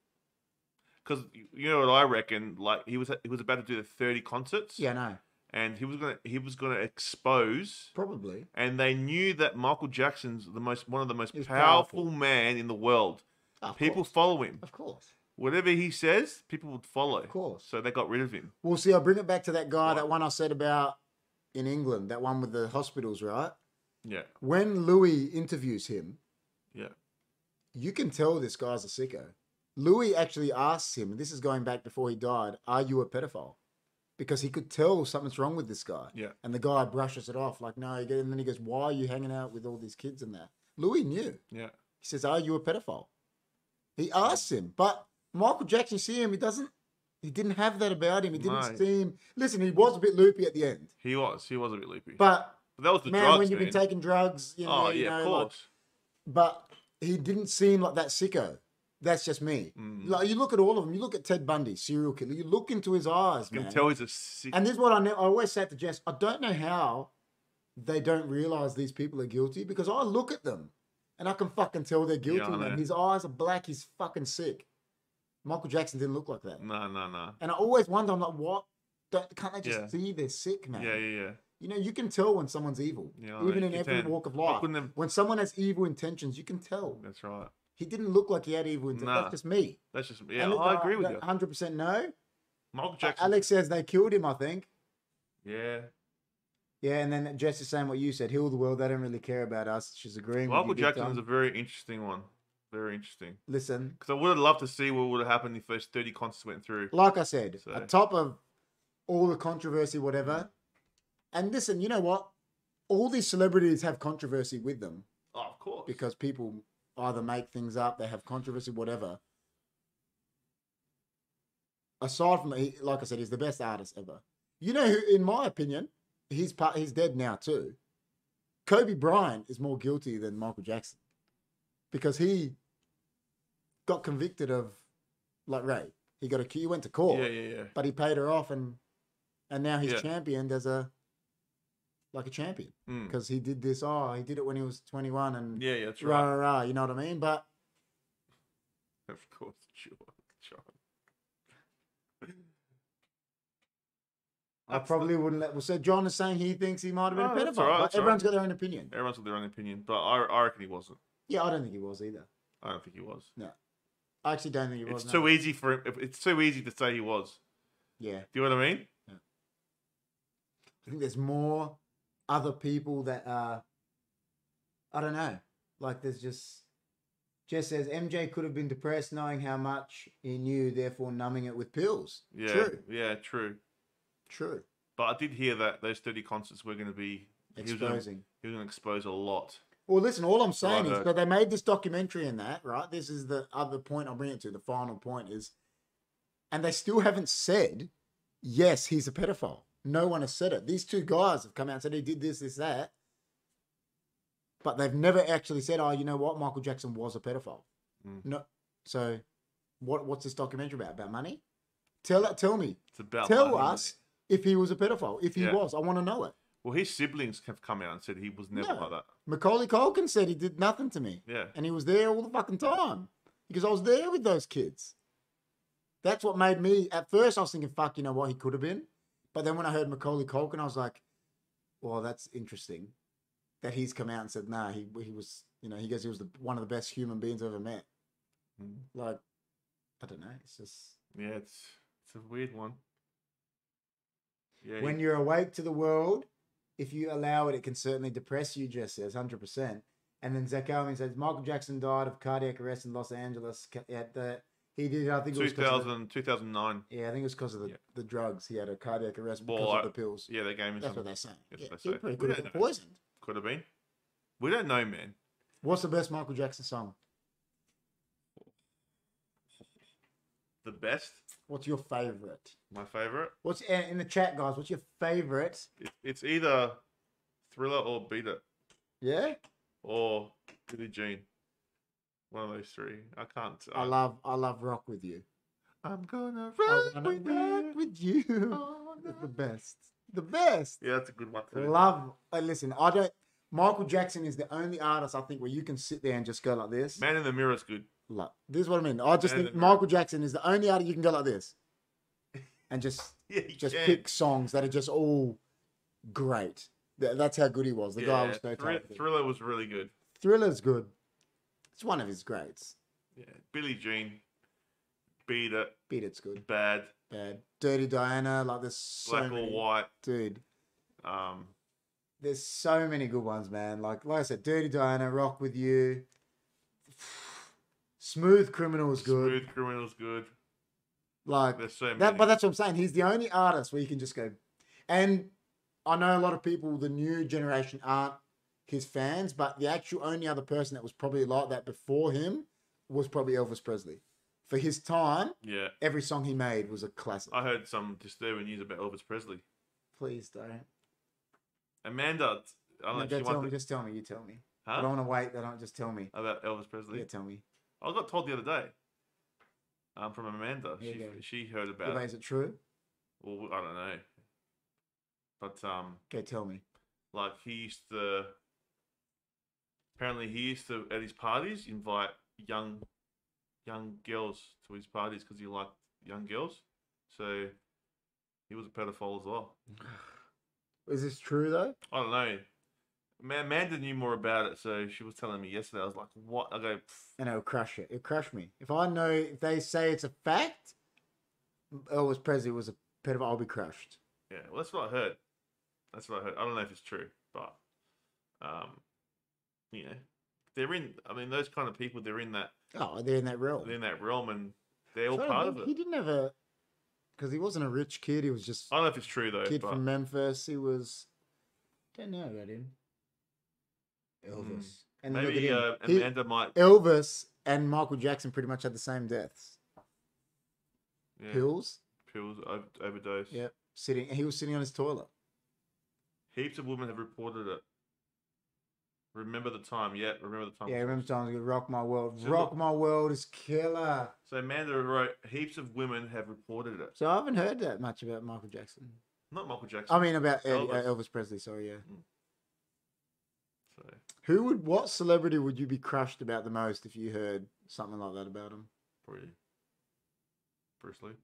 S2: because you know what I reckon. Like he was he was about to do the thirty concerts.
S1: Yeah, no,
S2: and he was gonna he was gonna expose.
S1: probably.
S2: And they knew that Michael Jackson's the most one of the most
S1: He was
S2: powerful,
S1: powerful.
S2: man in the world.
S1: Ah, Of
S2: people
S1: course.
S2: follow him.
S1: of course,
S2: Whatever he says, people would follow.
S1: of course.
S2: So they got rid of him.
S1: Well, see, I bring it back to that guy,
S2: Right.
S1: that one I said about in England, that one with the hospitals, right?
S2: Yeah,
S1: When Louis interviews him,
S2: Yeah.
S1: you can tell this guy's a sicko. Louis actually asks him, and this is going back before he died, "Are you a pedophile?" Because he could tell something's wrong with this guy.
S2: Yeah.
S1: And the guy brushes it off, like, "No." you get-" And then he goes, "Why are you hanging out with all these kids and that?" Louis knew.
S2: yeah.
S1: He says, "Are you a pedophile?" He asks him, but Michael Jackson, you see him, he doesn't. He didn't have that about him. He didn't
S2: No.
S1: seem. Listen, he was a bit loopy at the end,
S2: He was he was a bit loopy. But,
S1: but
S2: that was the
S1: man,
S2: drugs,
S1: when you've
S2: man.
S1: been taking drugs, you know,
S2: oh
S1: you
S2: yeah,
S1: know,
S2: of
S1: like-
S2: course.
S1: but he didn't seem like that sicko. That's just me.
S2: Mm.
S1: Like you look at all of them. You look at Ted Bundy, serial killer. You look into his eyes,
S2: you
S1: man.
S2: can tell he's a sick.
S1: And this is what I, know, I always say to Jess. I don't know how they don't realize these people are guilty because I look at them and I can fucking tell they're guilty.
S2: I
S1: man.
S2: know.
S1: His eyes are black. He's fucking sick. Michael Jackson didn't look like that.
S2: no, no, no.
S1: And I always wonder, I'm like, what? Don't, can't they just
S2: Yeah.
S1: see they're sick, man?
S2: Yeah, yeah, yeah.
S1: You know, you can tell when someone's evil,
S2: Yeah,
S1: even
S2: you
S1: in
S2: can
S1: every
S2: tell.
S1: walk of
S2: I
S1: life.
S2: couldn't have.
S1: When someone has evil intentions, you can tell.
S2: That's right.
S1: He didn't look like he had evil intentions.
S2: Nah.
S1: That's just me.
S2: That's just yeah.
S1: And uh, look,
S2: I agree with you.
S1: 100% no.
S2: Michael Jackson.
S1: Alex says they killed him, I think.
S2: Yeah.
S1: Yeah, and then Jess is saying what you said. Heal the world. They don't really care about us. She's agreeing.
S2: Michael
S1: with you, big
S2: Jackson is a
S1: time.
S2: very interesting one. Very interesting.
S1: Listen,
S2: Because I would have loved to see what would have happened if those 30 concerts went through.
S1: like I said,
S2: So-
S1: on top of all the controversy, whatever. And listen, you know what? All these celebrities have controversy with them.
S2: Oh, of course.
S1: because people either make things up, they have controversy, whatever. Aside from, he, like I said, he's the best artist ever. You know who, in my opinion, he's part, he's dead now too. Kobe Bryant is more guilty than Michael Jackson because he got convicted of like rape. He got a he went to court,
S2: Yeah, yeah, yeah.
S1: but he paid her off, and and now he's
S2: Yeah.
S1: championed as a like a champion
S2: Mm.
S1: because he did this. Oh, he did it when he was twenty one, and
S2: Yeah, yeah, that's
S1: rah,
S2: right.
S1: rah, rah, you know what I mean? But
S2: Of course. Sure. sure.
S1: I
S2: That's the-
S1: probably wouldn't let. Well, so John is saying he thinks he might have been
S2: No,
S1: a
S2: Oh, that's
S1: pedophile.
S2: all right,
S1: but
S2: that's all
S1: everyone's got their own opinion.
S2: Everyone's got their own opinion, but I, I reckon he wasn't.
S1: Yeah, I don't think he was either.
S2: I don't think he was.
S1: I actually don't think he was.
S2: It's e-
S1: no.
S2: too easy for him. It's too easy to say he was.
S1: Yeah,
S2: Do you know what I mean?
S1: Yeah. I think there's more other people that are. I don't know. Like there's just. Jess says MJ could have been depressed knowing how much he knew, therefore numbing it with pills.
S2: Yeah,
S1: True.
S2: yeah, true.
S1: True.
S2: But I did hear that those thirty concerts were going to be he was gonna-
S1: Exposing.
S2: He was going to expose a lot.
S1: Well, listen, all I'm saying
S2: Righto.
S1: is that they made this documentary and that, right? This is the other point I'll bring it to. The final point is, and they still haven't said, yes, he's a pedophile. No one has said it. These two guys have come out and said he did this, this, that. But they've never actually said, oh, you know what? Michael Jackson was a pedophile.
S2: Mm.
S1: No. So what, what's this documentary about? About money? Tell, tell me
S2: It's about
S1: Tell
S2: money, isn't
S1: us.
S2: it?
S1: if he was a pedophile. If he
S2: Yeah.
S1: was, I want to know it.
S2: Well, his siblings have come out and said he was never
S1: No.
S2: like that.
S1: Macaulay Culkin said he did nothing to me.
S2: Yeah,
S1: and he was there all the fucking time because I was there with those kids. That's what made me. At first, I was thinking, "Fuck, you know what? He could have been," but then when I heard Macaulay Culkin, I was like, "Well, that's interesting that he's come out and said, nah, he he was, you know, he goes, he was the, one of the best human beings I've ever met."
S2: Mm.
S1: Like, I don't know. It's just
S2: yeah, it's it's a weird one. Yeah,
S1: when
S2: he-
S1: you're awake to the world, if you allow it, it can certainly depress you. Jess says, hundred percent. And then Zach Owen says, Michael Jackson died of cardiac arrest in Los Angeles. ca- At the he did, I think it was 'cause of the-
S2: 2000, 2009.
S1: Yeah, I think it was because of the,
S2: Yeah.
S1: the drugs. He had a cardiac arrest because
S2: Well, I-
S1: of the pills.
S2: Yeah, they gave him
S1: That's what
S2: something.
S1: they're saying.
S2: Yes,
S1: yeah,
S2: they
S1: he
S2: say.
S1: probably
S2: We
S1: could have
S2: don't
S1: been
S2: know.
S1: poisoned.
S2: Could have been. We don't know, man.
S1: What's the best Michael Jackson song?
S2: The best,
S1: What's your favorite?
S2: my favorite.
S1: What's eh, in the chat, guys? What's your favorite?
S2: It, it's either Thriller or Beat It
S1: Yeah,
S2: or Billie Jean. One of those three. I can't.
S1: I love I love Rock with You.
S2: I'm gonna
S1: I
S2: Uh, rock
S1: wanna
S2: with you.
S1: rock with you.
S2: all
S1: It's the
S2: night.
S1: best. The best.
S2: Yeah, that's a good one. too.
S1: Love. eh, listen, I don't. Michael Jackson is the only artist I think where you can sit there and just go like this.
S2: Man in the Mirror is good.
S1: Like, this is what I mean. I just
S2: Man,
S1: think
S2: the-
S1: Michael Jackson is the only artist you can go like this, and just
S2: Yeah, you
S1: just
S2: can.
S1: pick songs that are just all great. Th- that's how good he was. The
S2: yeah,
S1: guy was no
S2: Thri-
S1: type. of thing.
S2: Thriller was really good.
S1: Thriller's good. It's one of his greats.
S2: Yeah, Billie Jean, Beat It,
S1: Beat it's good.
S2: Bad,
S1: Bad. Dirty Diana. Like there's so
S2: Black
S1: many.
S2: or White.
S1: Dude,
S2: Um,
S1: there's so many good ones, man. Like like I said, Dirty Diana, Rock with You. Smooth Criminal is good.
S2: Smooth Criminal's good.
S1: Like
S2: There's so many.
S1: That, but that's what I'm saying. He's the only artist where you can just go. And I know a lot of people, the new generation, aren't his fans, but the actual only other person that was probably like that before him was probably Elvis Presley. For his time,
S2: yeah,
S1: every song he made was a classic.
S2: I heard some disturbing news about Elvis Presley.
S1: Please don't.
S2: Amanda, I don't
S1: No,
S2: know if you
S1: don't tell
S2: want
S1: me.
S2: to,
S1: Just tell me. You tell me. I
S2: huh?
S1: don't want to wait. They don't just tell me.
S2: about Elvis Presley.
S1: Yeah, tell me.
S2: I got told the other day um, from Amanda.
S1: Here
S2: She,
S1: you go.
S2: she heard about
S1: Okay,
S2: it.
S1: Is it true?
S2: Well, I don't know. But um,
S1: Okay, tell me.
S2: like he used to. Apparently, he used to at his parties invite young, young girls to his parties because he liked young girls. So he was a pedophile as well.
S1: Is this true though?
S2: I don't know. Ma- Amanda knew more about it, so she was telling me yesterday. I was like, "What?" I go, "Pff,
S1: and it'll crush it. It'll crush me. If I know if they say it's a fact, Elvis Presley was a pedophile, I'll be crushed.
S2: "Yeah, well, that's what I heard. That's what I heard. I don't know if it's true, but um, you know, they're in. I mean, those kind of people, they're in that,
S1: Oh, they're in that realm.
S2: they're in that realm, and they're
S1: I'm
S2: all
S1: trying to
S2: part
S1: think.
S2: of
S1: He
S2: it.
S1: didn't have a because he wasn't a rich kid. He was just
S2: I don't know if it's true though.
S1: a kid
S2: but
S1: from Memphis. He was don't know about him. Elvis
S2: Hmm.
S1: and look
S2: Maybe
S1: at him.
S2: uh,
S1: He-
S2: Amanda might.
S1: Elvis and Michael Jackson pretty much had the same deaths.
S2: Yeah,
S1: Pills.
S2: pills ov- overdose.
S1: Yep. Sitting. He was sitting on his toilet.
S2: Heaps of women have reported it. Remember the time? Yeah, remember the time.
S1: Yeah, I remember times ago. Rock my world.
S2: So
S1: Rock
S2: look-
S1: my world is killer.
S2: So Amanda wrote, "Heaps of women have reported it."
S1: So I haven't heard that much about Michael Jackson.
S2: Not Michael Jackson.
S1: I mean, about Elvis,
S2: Elvis.
S1: uh, Elvis Presley. Sorry, yeah.
S2: so,
S1: Who would? What celebrity would you be crushed about the most if you heard something like that about him?
S2: probably Bruce Lee.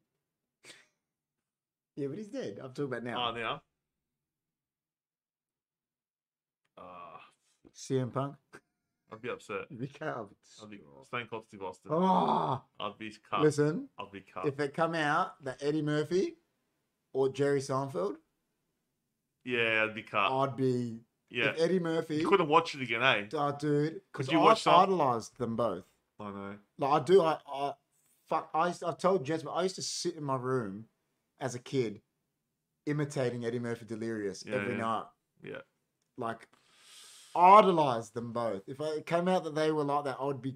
S1: Yeah, but he's dead. I'm talking about
S2: Oh,
S1: now.
S2: now. Ah,
S1: CM Punk.
S2: I'd be upset.
S1: You'd be cut.
S2: I'd be Stone Cold Steve Austin.
S1: Oh,
S2: I'd be cut.
S1: listen.
S2: I'd be cut.
S1: If it come out that Eddie Murphy or Jerry Seinfeld
S2: Yeah, I'd be cut.
S1: I'd be
S2: Ah. yeah.
S1: Oh, if Eddie Murphy.
S2: You couldn't watch it again, eh?
S1: Oh, dude, because
S2: you
S1: I
S2: watch some-
S1: idolized them both.
S2: I know.
S1: Like I do, I, I fuck. I used, I've told Jess, but I used to sit in my room as a kid, imitating Eddie Murphy delirious
S2: Yeah,
S1: every
S2: yeah.
S1: night.
S2: Yeah.
S1: Like, idolized them both. If I, it came out that they were like that, I would be,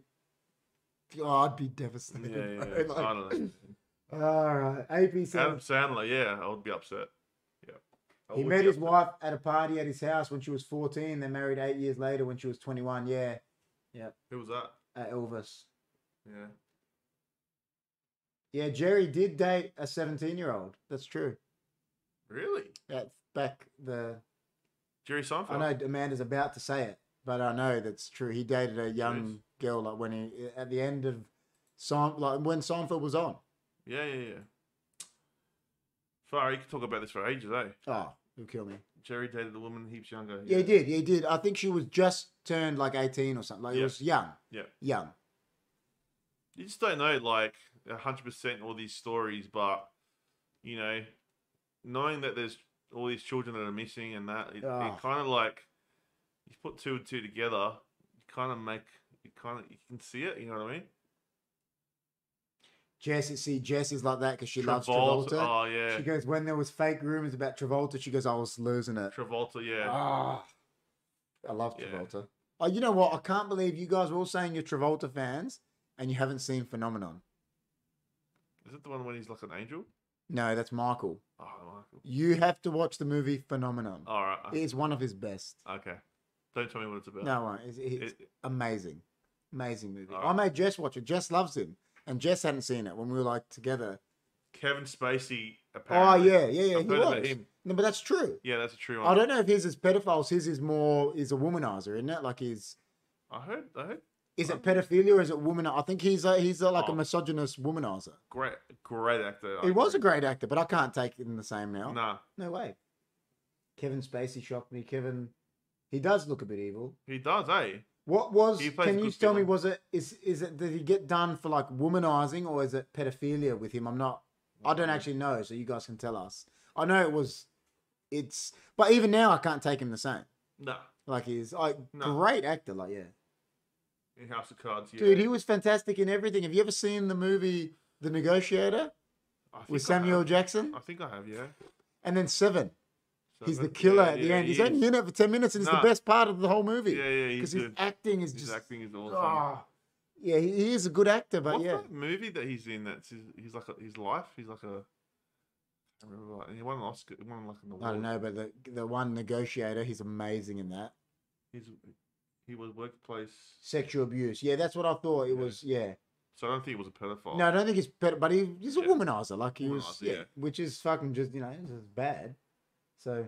S1: oh, I'd be
S2: Yeah,
S1: devastated.
S2: yeah.
S1: bro.
S2: yeah. I
S1: Like,
S2: don't know.
S1: all right, AP says
S2: Adam Sandler, yeah, I would be upset. Yeah. I
S1: He
S2: would
S1: met
S2: be
S1: his
S2: upset.
S1: wife at a party at his house when she was 14. They married eight years later when she was 21. Yeah,
S2: Who was that?
S1: at Elvis.
S2: Yeah.
S1: Yeah, Jerry did date a 17 year old. That's true.
S2: Really?
S1: That's back the.
S2: Jerry Seinfeld?
S1: I know Amanda's about to say it, but I know that's true. He dated a young
S2: Yes.
S1: girl like when he at the end of Sein, like when Seinfeld was on.
S2: Yeah, yeah, yeah. Far, you could talk about this for ages, eh?
S1: Oh, you'll kill me.
S2: Jerry dated a woman heaps younger.
S1: Yeah, he did. He did. I think she was just turned like 18 or something. Like it
S2: Yeah.
S1: was young.
S2: Yeah.
S1: Young.
S2: You just don't know, like, 100% all these stories, but, you know, knowing that there's all these children that are missing and that, it,
S1: Ah.
S2: it kind of like, you put two and two together, you kind of make, you kind of, you can see it, you know what I mean?
S1: Jess, see, Jess is like that because she loves
S2: Travolta-
S1: Travolta.
S2: Oh, yeah.
S1: She goes, when there was fake rumors about Travolta, she goes, I was losing it.
S2: Travolta, yeah.
S1: Ah, I love
S2: Yeah.
S1: Travolta. Oh, you know what? I can't believe you guys were all saying you're Travolta fans and you haven't seen Phenomenon.
S2: Is it the one when he's like an angel?
S1: No, that's Michael.
S2: Oh, Michael.
S1: You have to watch the movie Phenomenon.
S2: All right.
S1: It is one of his best.
S2: Okay. Don't tell me what it's about.
S1: No, uh, it's, it's
S2: It- Oh.
S1: amazing. Amazing movie.
S2: All
S1: I
S2: right.
S1: made Jess watch it. Jess loves him. And Jess hadn't seen it when we were like together.
S2: Kevin Spacey,
S1: Oh,
S2: apparently.
S1: yeah, yeah, yeah.
S2: I've
S1: he
S2: heard about
S1: was.
S2: him.
S1: No, but that's true.
S2: Yeah, that's a true one.
S1: I don't know if his is pedophiles. His is more, is a womanizer, isn't it? Like he's.
S2: I heard, I heard
S1: Is it pedophilia or is it woman? I think he's a, he's a, like a
S2: Oh.
S1: misogynist womanizer.
S2: great, great actor.
S1: He was a great actor, but I can't take it in the same now. No,
S2: Nah,
S1: way. Kevin Spacey shocked me. Kevin, he does look a bit evil.
S2: he does, eh?
S1: What was?
S2: He plays
S1: Can
S2: a
S1: you
S2: good
S1: tell me?
S2: villain.
S1: Was it is is it did he get done for like womanizing or is it pedophilia with him? I'm not. I
S2: Mm.
S1: don't actually know, so you guys can tell us. I know it was. It's but even now I can't take him the same.
S2: Nah,
S1: Like he's like
S2: No.
S1: great actor. Like yeah.
S2: in House of Cards, yeah.
S1: Dude, he was fantastic in everything. Have you ever seen the movie The Negotiator
S2: I think
S1: with
S2: I
S1: Samuel
S2: have.
S1: Jackson?
S2: I think I have, yeah.
S1: And then Seven. He's the
S2: Seven?
S1: killer
S2: Yeah,
S1: at the
S2: yeah,
S1: end.
S2: he
S1: He's only
S2: is.
S1: in it for 10 minutes and it's
S2: Nah.
S1: the best part of the whole movie.
S2: Yeah, yeah, he's
S1: Because his
S2: good.
S1: acting is
S2: His
S1: just.
S2: acting is awesome.
S1: Ah. yeah, he, he is a good actor, but
S2: What's
S1: yeah.
S2: that movie that he's in? That's his, he's like a, his life. He's like a. I remember, like, he won an Oscar. He won like an award.
S1: I don't know, but the, the one negotiator, he's amazing in that.
S2: He's, he was workplace.
S1: Sexual abuse. Yeah, that's what I thought. It
S2: Yeah.
S1: was, yeah.
S2: So I don't think he was a pedophile.
S1: No, I don't think he's better, but he, he's a
S2: Yeah.
S1: womanizer. Like he was,
S2: Womanizer,
S1: yeah,
S2: yeah.
S1: which is fucking just, you know, it's just bad. So,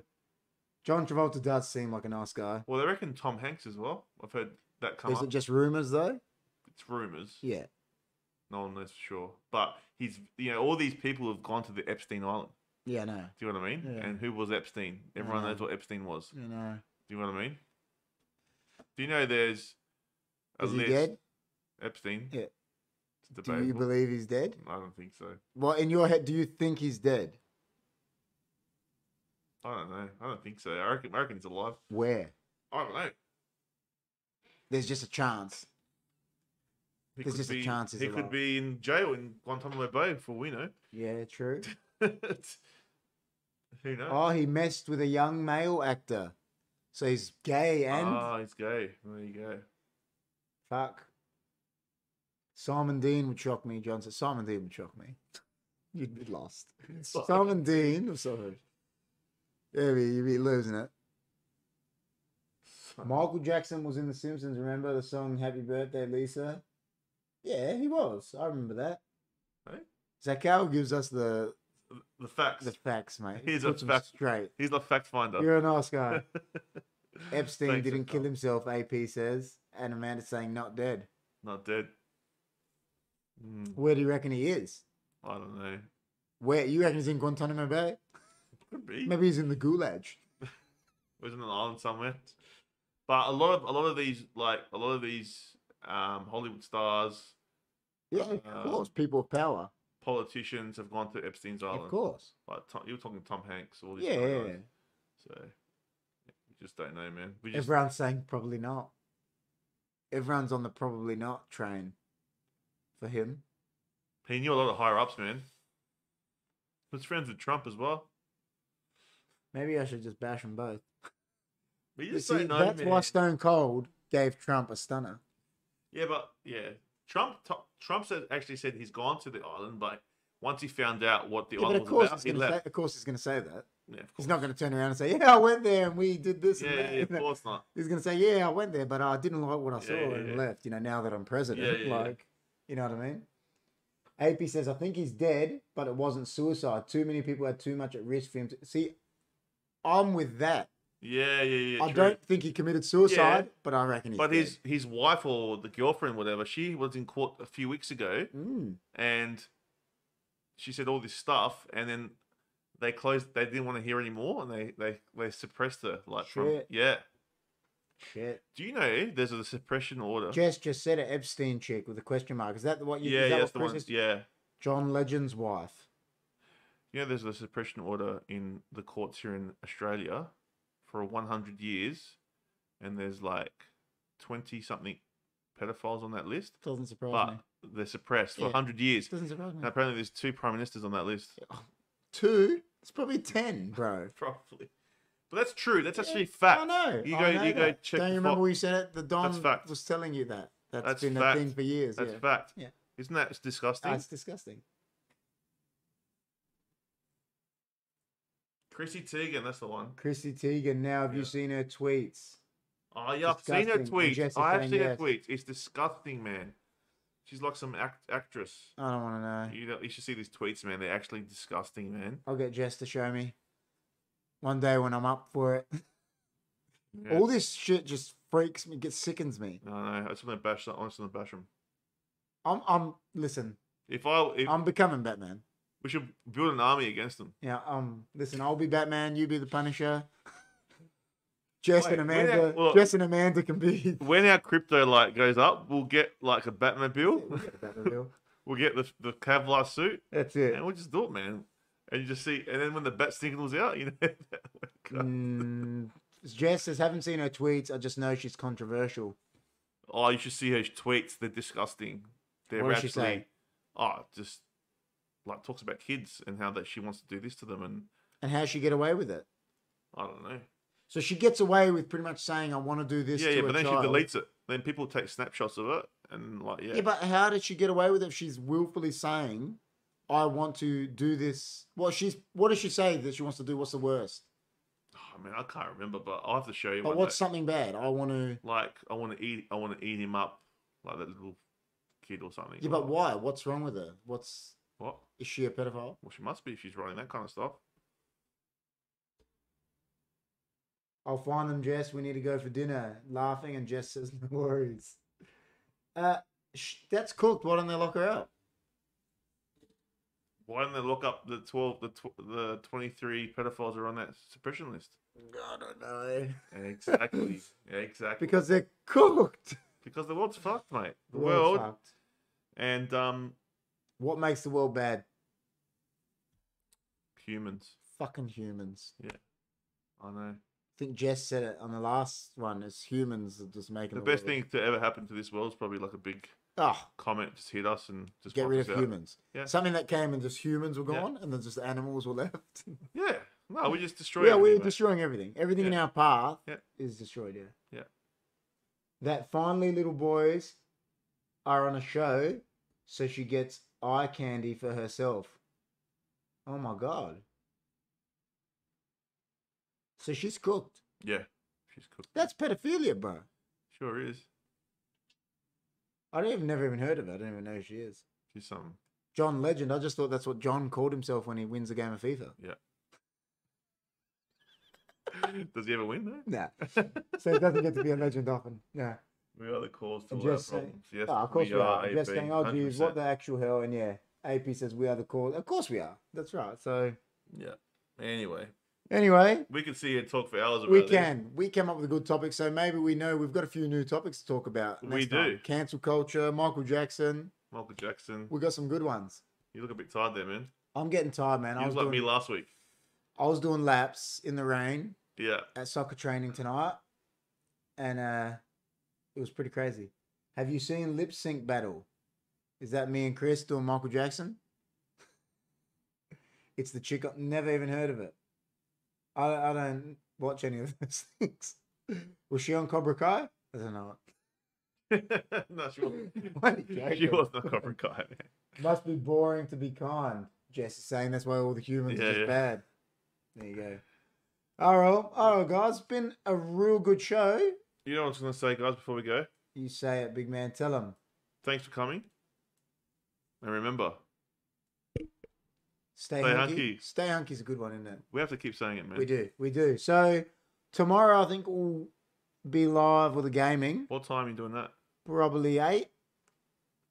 S1: John Travolta does seem like a nice guy.
S2: Well, they reckon Tom Hanks as well. I've heard that come
S1: Is
S2: up.
S1: it just rumors though?
S2: It's rumors.
S1: Yeah.
S2: No one knows for sure. But he's, you know, all these people have gone to the Epstein Island.
S1: Yeah, no.
S2: Do you know what I mean?
S1: Yeah.
S2: And who was Epstein? Everyone
S1: Yeah.
S2: knows what Epstein was.
S1: You know.
S2: Do you know what I mean? Do you know there's a
S1: Is he
S2: list?
S1: dead?
S2: Epstein.
S1: Yeah.
S2: It's
S1: Do you
S2: debatable.
S1: believe he's dead?
S2: I don't think so.
S1: Well, in your head, do you think he's dead?
S2: I don't know. I don't think so. I reckon, I reckon he's alive.
S1: Where?
S2: I don't know.
S1: There's just a chance.
S2: He
S1: There's just a
S2: be,
S1: chance he's
S2: he
S1: alive.
S2: could be in jail in Guantanamo Bay for all we know.
S1: Yeah, true.
S2: It's- who knows?
S1: Oh, he messed with a young male actor. So he's gay and
S2: Ah, he's gay. There you go.
S1: fuck. Simon Dean would shock me, Johnson. Simon Dean would shock me. You'd be lost. Simon Dean, I'm sorry. Yeah, you'd be losing it. Michael Jackson was in The Simpsons. Remember the song "Happy Birthday, Lisa"? Yeah, he was. I remember that.
S2: Right.
S1: Zakal gives us the
S2: the facts.
S1: the facts, mate.
S2: He's a
S1: Puts 'em
S2: fact-
S1: straight.
S2: He's a fact finder.
S1: You're a nice guy. Epstein
S2: Thanks,
S1: didn't kill
S2: Epstein.
S1: himself. AP says, and Amanda's saying not dead.
S2: Not dead. Mm,
S1: Where do you reckon he is?
S2: I don't know.
S1: Where you reckon he's in Guantanamo Bay?
S2: Could be.
S1: Maybe he's in the Gulag.
S2: was on an island somewhere. But a lot of a lot of these like a lot of these um, Hollywood stars,
S1: Yeah, of
S2: Uh,
S1: course. People of power,
S2: politicians have gone to Epstein's island.
S1: of course.
S2: Like Tom, you were talking Tom Hanks, all these
S1: Yeah,
S2: kind of
S1: yeah,
S2: guys. So we just don't know, man. We just
S1: Everyone's saying probably not. Everyone's on the probably not train for him.
S2: he knew a lot of higher ups, man. He was friends with Trump as well.
S1: Maybe I should just bash them both.
S2: But you
S1: You
S2: just
S1: see,
S2: don't know,
S1: that's
S2: man.
S1: why Stone Cold gave Trump a stunner.
S2: Yeah, but yeah, Trump. T- Trump said actually said he's gone to the island, but once he found out what the
S1: Yeah, but
S2: island
S1: of
S2: was
S1: course,
S2: about,
S1: he's
S2: he
S1: gonna say,
S2: left.
S1: of course, he's going to say that.
S2: yeah, of course.
S1: He's not going to turn around and say, "Yeah, I went there and we did this."
S2: yeah,
S1: and that.
S2: yeah,
S1: you
S2: of
S1: know.
S2: course not.
S1: He's going to say, "Yeah, I went there, but I didn't like what I
S2: Yeah,
S1: saw
S2: yeah,
S1: and
S2: yeah.
S1: left." You know, now that I'm president,
S2: Yeah, yeah, yeah.
S1: like, you know what I mean? AP says, "I think he's dead, but it wasn't suicide. Too many people had too much at risk for him." To... See, I'm with that.
S2: Yeah, yeah, yeah.
S1: I
S2: true.
S1: don't think he committed suicide, but I reckon he's.
S2: But
S1: dead.
S2: his his wife or the girlfriend, whatever, she was in court a few weeks ago,
S1: Mm.
S2: and she said all this stuff, and then they closed. They didn't want to hear anymore, and they they they suppressed her. Like from
S1: Shit.
S2: yeah.
S1: Shit.
S2: Do you know there's a suppression order?
S1: Jess just said an Epstein chick with a question mark. Is that what you?
S2: yeah,
S1: is
S2: yeah,
S1: that
S2: that's
S1: what
S2: the
S1: Chris
S2: one.
S1: is-
S2: Yeah.
S1: John Legend's wife.
S2: You know, there's a suppression order in the courts here in Australia for 100 years, and there's like 20 something pedophiles on that list,
S1: Doesn't surprise
S2: but
S1: me.
S2: they're suppressed for
S1: Yeah.
S2: 100 years.
S1: Doesn't surprise
S2: And
S1: me.
S2: apparently, there's two prime ministers on that list.
S1: Two. It's probably ten, bro.
S2: Probably. But that's true. That's actually
S1: I
S2: fact.
S1: know.
S2: You
S1: I
S2: go-
S1: know
S2: you go
S1: that.
S2: check
S1: Don't
S2: the
S1: you remember
S2: fo-
S1: we said it? The Don
S2: fact.
S1: was telling you that.
S2: That's
S1: that's been
S2: fact.
S1: a thing for years.
S2: That's
S1: yeah.
S2: fact.
S1: Yeah.
S2: Isn't that disgusting?
S1: That's disgusting.
S2: Chrissy Teigen, that's the one.
S1: Chrissy Teigen. Now, have you
S2: Yeah.
S1: seen her tweets?
S2: Oh, yeah, I've seen her
S1: Disgusting. And
S2: tweets.
S1: Jessica
S2: I have
S1: saying
S2: seen her
S1: yes.
S2: tweets. It's disgusting, man. She's like some act- actress.
S1: I don't want to know.
S2: You know, you should see these tweets, man. They're actually disgusting, man.
S1: I'll get Jess to show me one day when I'm up for it.
S2: Yeah.
S1: All this shit just freaks me, gets sickens me.
S2: No, no, I just want to bash that. I just want to bash them.
S1: I'm, I'm. Listen,
S2: If I, if
S1: I'm becoming Batman.
S2: we should build an army against them.
S1: Yeah. Um. Listen, I'll be Batman. You be the Punisher. Jess
S2: Wait,
S1: and
S2: where the-
S1: Amanda.
S2: well-
S1: Jess and Amanda can be.
S2: When our crypto like goes up, we'll get like a Batmobile.
S1: Batmobile.
S2: we'll get the the Kevlar suit,
S1: That's it.
S2: and we'll just do it, man. And you just see, and then when the bat signals out, you know. oh God.
S1: Mm, Jess says, haven't seen her tweets. I just know she's controversial.
S2: Oh, you should see her tweets. They're disgusting. They're
S1: What does she
S2: actually,
S1: say?
S2: oh, just like talks about kids and how that she wants to do this to them, and
S1: And how she get away with it.
S2: I don't know.
S1: So she gets away with pretty much saying, I want to do this.
S2: yeah,
S1: to
S2: yeah,
S1: a
S2: but then
S1: child.
S2: she deletes it. Then people take snapshots of it, and like, yeah,
S1: Yeah, but how did she get away with it if she's willfully saying, I want to do this? Well, she's what does she say that she wants to do? What's the worst?
S2: I mean, Oh, I can't remember, but I'll have to show you.
S1: But
S2: one
S1: what's
S2: day.
S1: something bad? I want to.
S2: like I want to eat? I want to eat him up, like that little kid or something.
S1: Yeah, but why? What's wrong with her? What's
S2: What?
S1: is she a pedophile?
S2: Well, she must be if she's writing that kind of stuff.
S1: I'll find them, Jess. We need to go for dinner. Laughing, and Jess says, "No worries." Uh, sh- that's cooked. Why don't they lock her up?
S2: Why didn't they look up the twelve, the tw- the twenty three pedophiles are on that suppression list?
S1: I don't know.
S2: Exactly. yeah, exactly.
S1: Because they're cooked.
S2: because the world's fucked, mate. The
S1: World's
S2: world
S1: fucked.
S2: and um
S1: What makes the world bad?
S2: humans.
S1: Fucking humans.
S2: I know.
S1: I think Jess said it on the last one. It's humans that just making
S2: The
S1: the,
S2: best
S1: world-
S2: thing to ever happen to this world is probably like a big
S1: Oh,
S2: comment just hit us and just
S1: get
S2: wipe
S1: rid
S2: us
S1: of
S2: out.
S1: humans.
S2: Yeah.
S1: Something that came and just humans were
S2: Yeah.
S1: gone, and then just the animals were left.
S2: Yeah. No, we just destroy.
S1: yeah, we're
S2: everything, mate.
S1: destroying everything. Everything in
S2: Yeah.
S1: our path
S2: Yeah.
S1: is destroyed. Yeah.
S2: Yeah.
S1: That finally, little boys are on a show, so she gets eye candy for herself. Oh my god. So she's cooked.
S2: Yeah, she's cooked.
S1: That's pedophilia, bro.
S2: sure is.
S1: I don't even never even heard of her. I don't even know who she is.
S2: She's some.
S1: John Legend. I just thought that's what John called himself when he wins a game of FIFA.
S2: Does he ever win though?
S1: Nah. so it doesn't get to be a legend often. Yeah.
S2: We are the cause to
S1: I'm
S2: all our
S1: just saying-
S2: problems. Yes,
S1: Oh, of course we are. I'm
S2: AP,
S1: just saying, oh, geez,
S2: 100%.
S1: what the actual hell? And yeah, AP says we are the cause. Of course we are. That's right. So
S2: Yeah. Anyway,
S1: anyway,
S2: we could see and talk for hours about
S1: we
S2: this.
S1: can. We came up with a good topic. So maybe we know we've got a few new topics to talk about.
S2: We
S1: next time.
S2: do.
S1: Cancel culture, Michael Jackson.
S2: Michael Jackson,
S1: We've got some good ones.
S2: you look a bit tired there, man.
S1: I'm getting tired, man. I
S2: you
S1: was,
S2: was like
S1: doing,
S2: me last week.
S1: I was doing laps in the rain.
S2: Yeah.
S1: at soccer training tonight, and uh, it was pretty crazy. Have you seen Lip Sync Battle? Is that me and Chris doing Michael Jackson? It's the chick. I've never even heard of it. I, I don't watch any of those things. Was she on Cobra Kai? I don't know.
S2: no, she wasn't.
S1: Why are you
S2: she
S1: joking?
S2: wasn't a Cobra Kai.
S1: Must be boring to be kind. Jess is saying that's why all the humans
S2: Yeah,
S1: are just
S2: yeah.
S1: bad. There you go. All right, all right, guys. It's been a real good show.
S2: You know what I was going to say, guys, before we go?
S1: You say it, big man. Tell them.
S2: Thanks for coming. And remember,
S1: Stay,
S2: Stay
S1: hunky.
S2: hunky.
S1: Stay hunky's a good one, isn't it?
S2: we have to keep saying it, man.
S1: We do, we do. So tomorrow, I think we'll be live with the gaming.
S2: What time are you doing that?
S1: Probably eight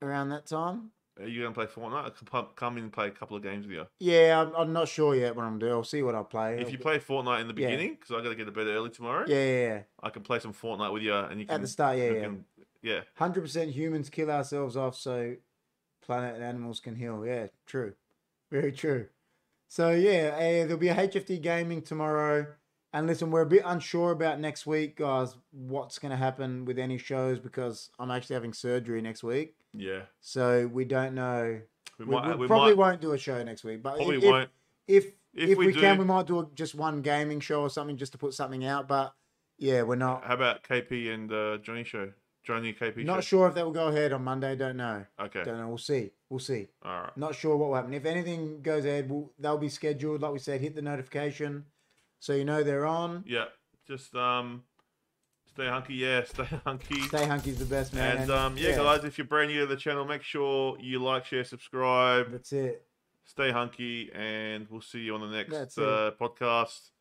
S1: around that time.
S2: Are you going to play Fortnite? I could pu- Come in and play a couple of games with you.
S1: Yeah, I'm, I'm not sure yet what I'm doing. I'll see what I play.
S2: If you play Fortnite in the
S1: Yeah.
S2: beginning, because I got to get to bed early tomorrow,
S1: yeah, yeah, yeah.
S2: I can play some Fortnite with you, and you can.
S1: at the start, yeah,
S2: you
S1: yeah.
S2: can- yeah.
S1: Hundred percent humans kill ourselves off so planet and animals can heal. Yeah, true, very true. So yeah, uh, there'll be a HFD gaming tomorrow. And listen, we're a bit unsure about next week, guys. What's going to happen with any shows because I'm actually having surgery next week,
S2: yeah.
S1: so we don't know.
S2: We,
S1: We,
S2: might.
S1: we
S2: We
S1: probably
S2: might.
S1: won't do a show next week, but
S2: Probably
S1: if,
S2: won't.
S1: if if,
S2: If
S1: if
S2: we
S1: we, can,
S2: do-
S1: we might do a, just one gaming show or something just to put something out. But yeah, we're not
S2: How about KP and uh, Johnny show? Johnny KP
S1: not
S2: show.
S1: sure if that will go ahead on Monday. Don't know.
S2: okay.
S1: Don't know. We'll see. We'll see.
S2: All right.
S1: Not sure what will happen. If anything goes ahead, we'll, they'll be scheduled. Like we said, hit the notification so you know they're on.
S2: Yeah. Just um, stay hunky. Yeah. Stay hunky.
S1: Stay hunky's the best man.
S2: and um, yeah, guys, if you're brand new to the channel, make sure you like, share, subscribe.
S1: That's it.
S2: Stay hunky, and we'll see you on the next
S1: That's
S2: uh, podcast.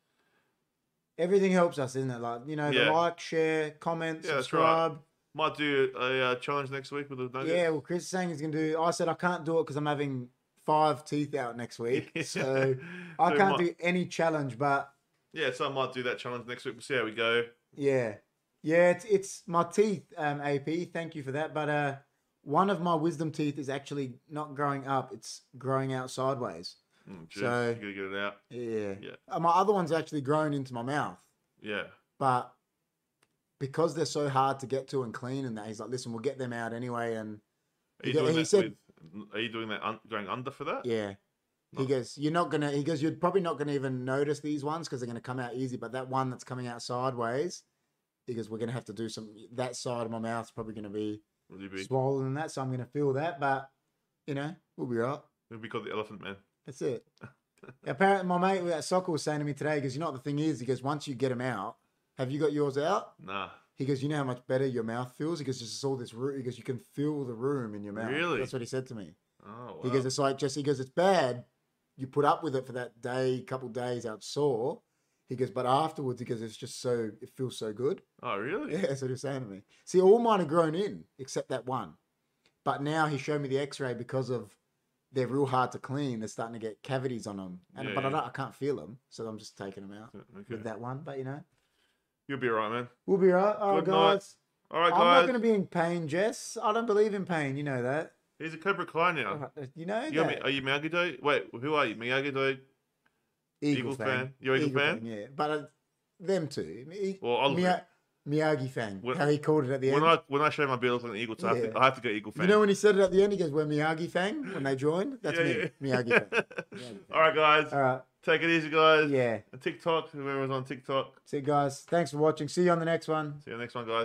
S1: Everything helps us, isn't it? Like you know,
S2: Yeah.
S1: the like, share, comment,
S2: Yeah, that's right.
S1: subscribe.
S2: Might do a uh, challenge next week with the nuggets.
S1: Yeah. Well, Chris is saying he's gonna do. I said I can't do it because I'm having five teeth out next week, so I
S2: So
S1: can't
S2: might-
S1: do any challenge. But
S2: Yeah, so I might do that challenge next week. We'll see how we go.
S1: Yeah. Yeah, it's it's my teeth, um, AP. Thank you for that. But uh one of my wisdom teeth is actually not growing up, it's growing out sideways.
S2: Mm, geez,
S1: So-
S2: you gotta get it out.
S1: Yeah.
S2: Yeah.
S1: Uh, my other one's actually grown into my mouth.
S2: Yeah,
S1: But because they're so hard to get to and clean and that, he's like, listen, we'll get them out anyway. And
S2: are you
S1: Yeah,
S2: doing
S1: he
S2: that?
S1: said-
S2: with, are you doing that un- going under for that?
S1: yeah. He
S2: Nice.
S1: goes, you're not gonna. He goes, you're probably not gonna even notice these ones because they're gonna come out easy. But that one that's coming out sideways, he goes, we're gonna have to do some. That side of my mouth's probably gonna be
S2: Really big.
S1: swollen and that, so I'm going to feel that. But you know, we'll be right.
S2: It'll be called the Elephant Man.
S1: That's it. Apparently, my mate at soccer was saying to me today, because you know what the thing is, he goes, once you get them out, have you got yours out?
S2: Nah,
S1: He goes, you know how much better your mouth feels. He goes, just all this root. He goes, you can feel the room in your mouth.
S2: Really?
S1: That's what he said to me.
S2: oh, wow.
S1: He goes, it's like just. He goes, it's bad. You put up with it for that day, couple days out sore. He goes, but afterwards, he goes, it's just so. It feels so good.
S2: oh, really?
S1: Yeah, that's what he was saying to me. See, all mine have grown in except that one. But now he showed me the X-ray because of they're real hard to clean. They're starting to get cavities on them, and
S2: Yeah,
S1: but I,
S2: yeah.
S1: don't, I can't feel them, so I'm just taking them out
S2: Okay.
S1: with that one. But you know,
S2: You'll be alright, man.
S1: we'll be right. All right,
S2: Good night,
S1: guys.
S2: All right,
S1: I'm not
S2: guys.
S1: going to be in pain, Jess. I don't believe in pain. You know that.
S2: He's a Cobra Kai now.
S1: You know
S2: You're, Mi-
S1: that.
S2: are you Miyagi Do? Wait, who are you? Miyagi Do? Eagle fan. You're Eagle fan?
S1: Yeah, but uh, them two. Mi-
S2: Well, I'll-
S1: Mia- Miyagi fan.
S2: When-
S1: how he called it at the
S2: When
S1: end.
S2: I when I show my build on the Eagles, I, have
S1: Yeah.
S2: to, I have to go Eagle fan.
S1: You know when he said it at the end, he goes, "We're Miyagi Fang." When they joined, that's
S2: Yeah,
S1: me,
S2: yeah.
S1: Miyagi Fang. Miyagi
S2: All right, guys.
S1: All right,
S2: Take it easy, guys.
S1: yeah.
S2: And TikTok, whoever's on TikTok.
S1: So, guys, thanks for watching. See you on the next one.
S2: See you next one, guys.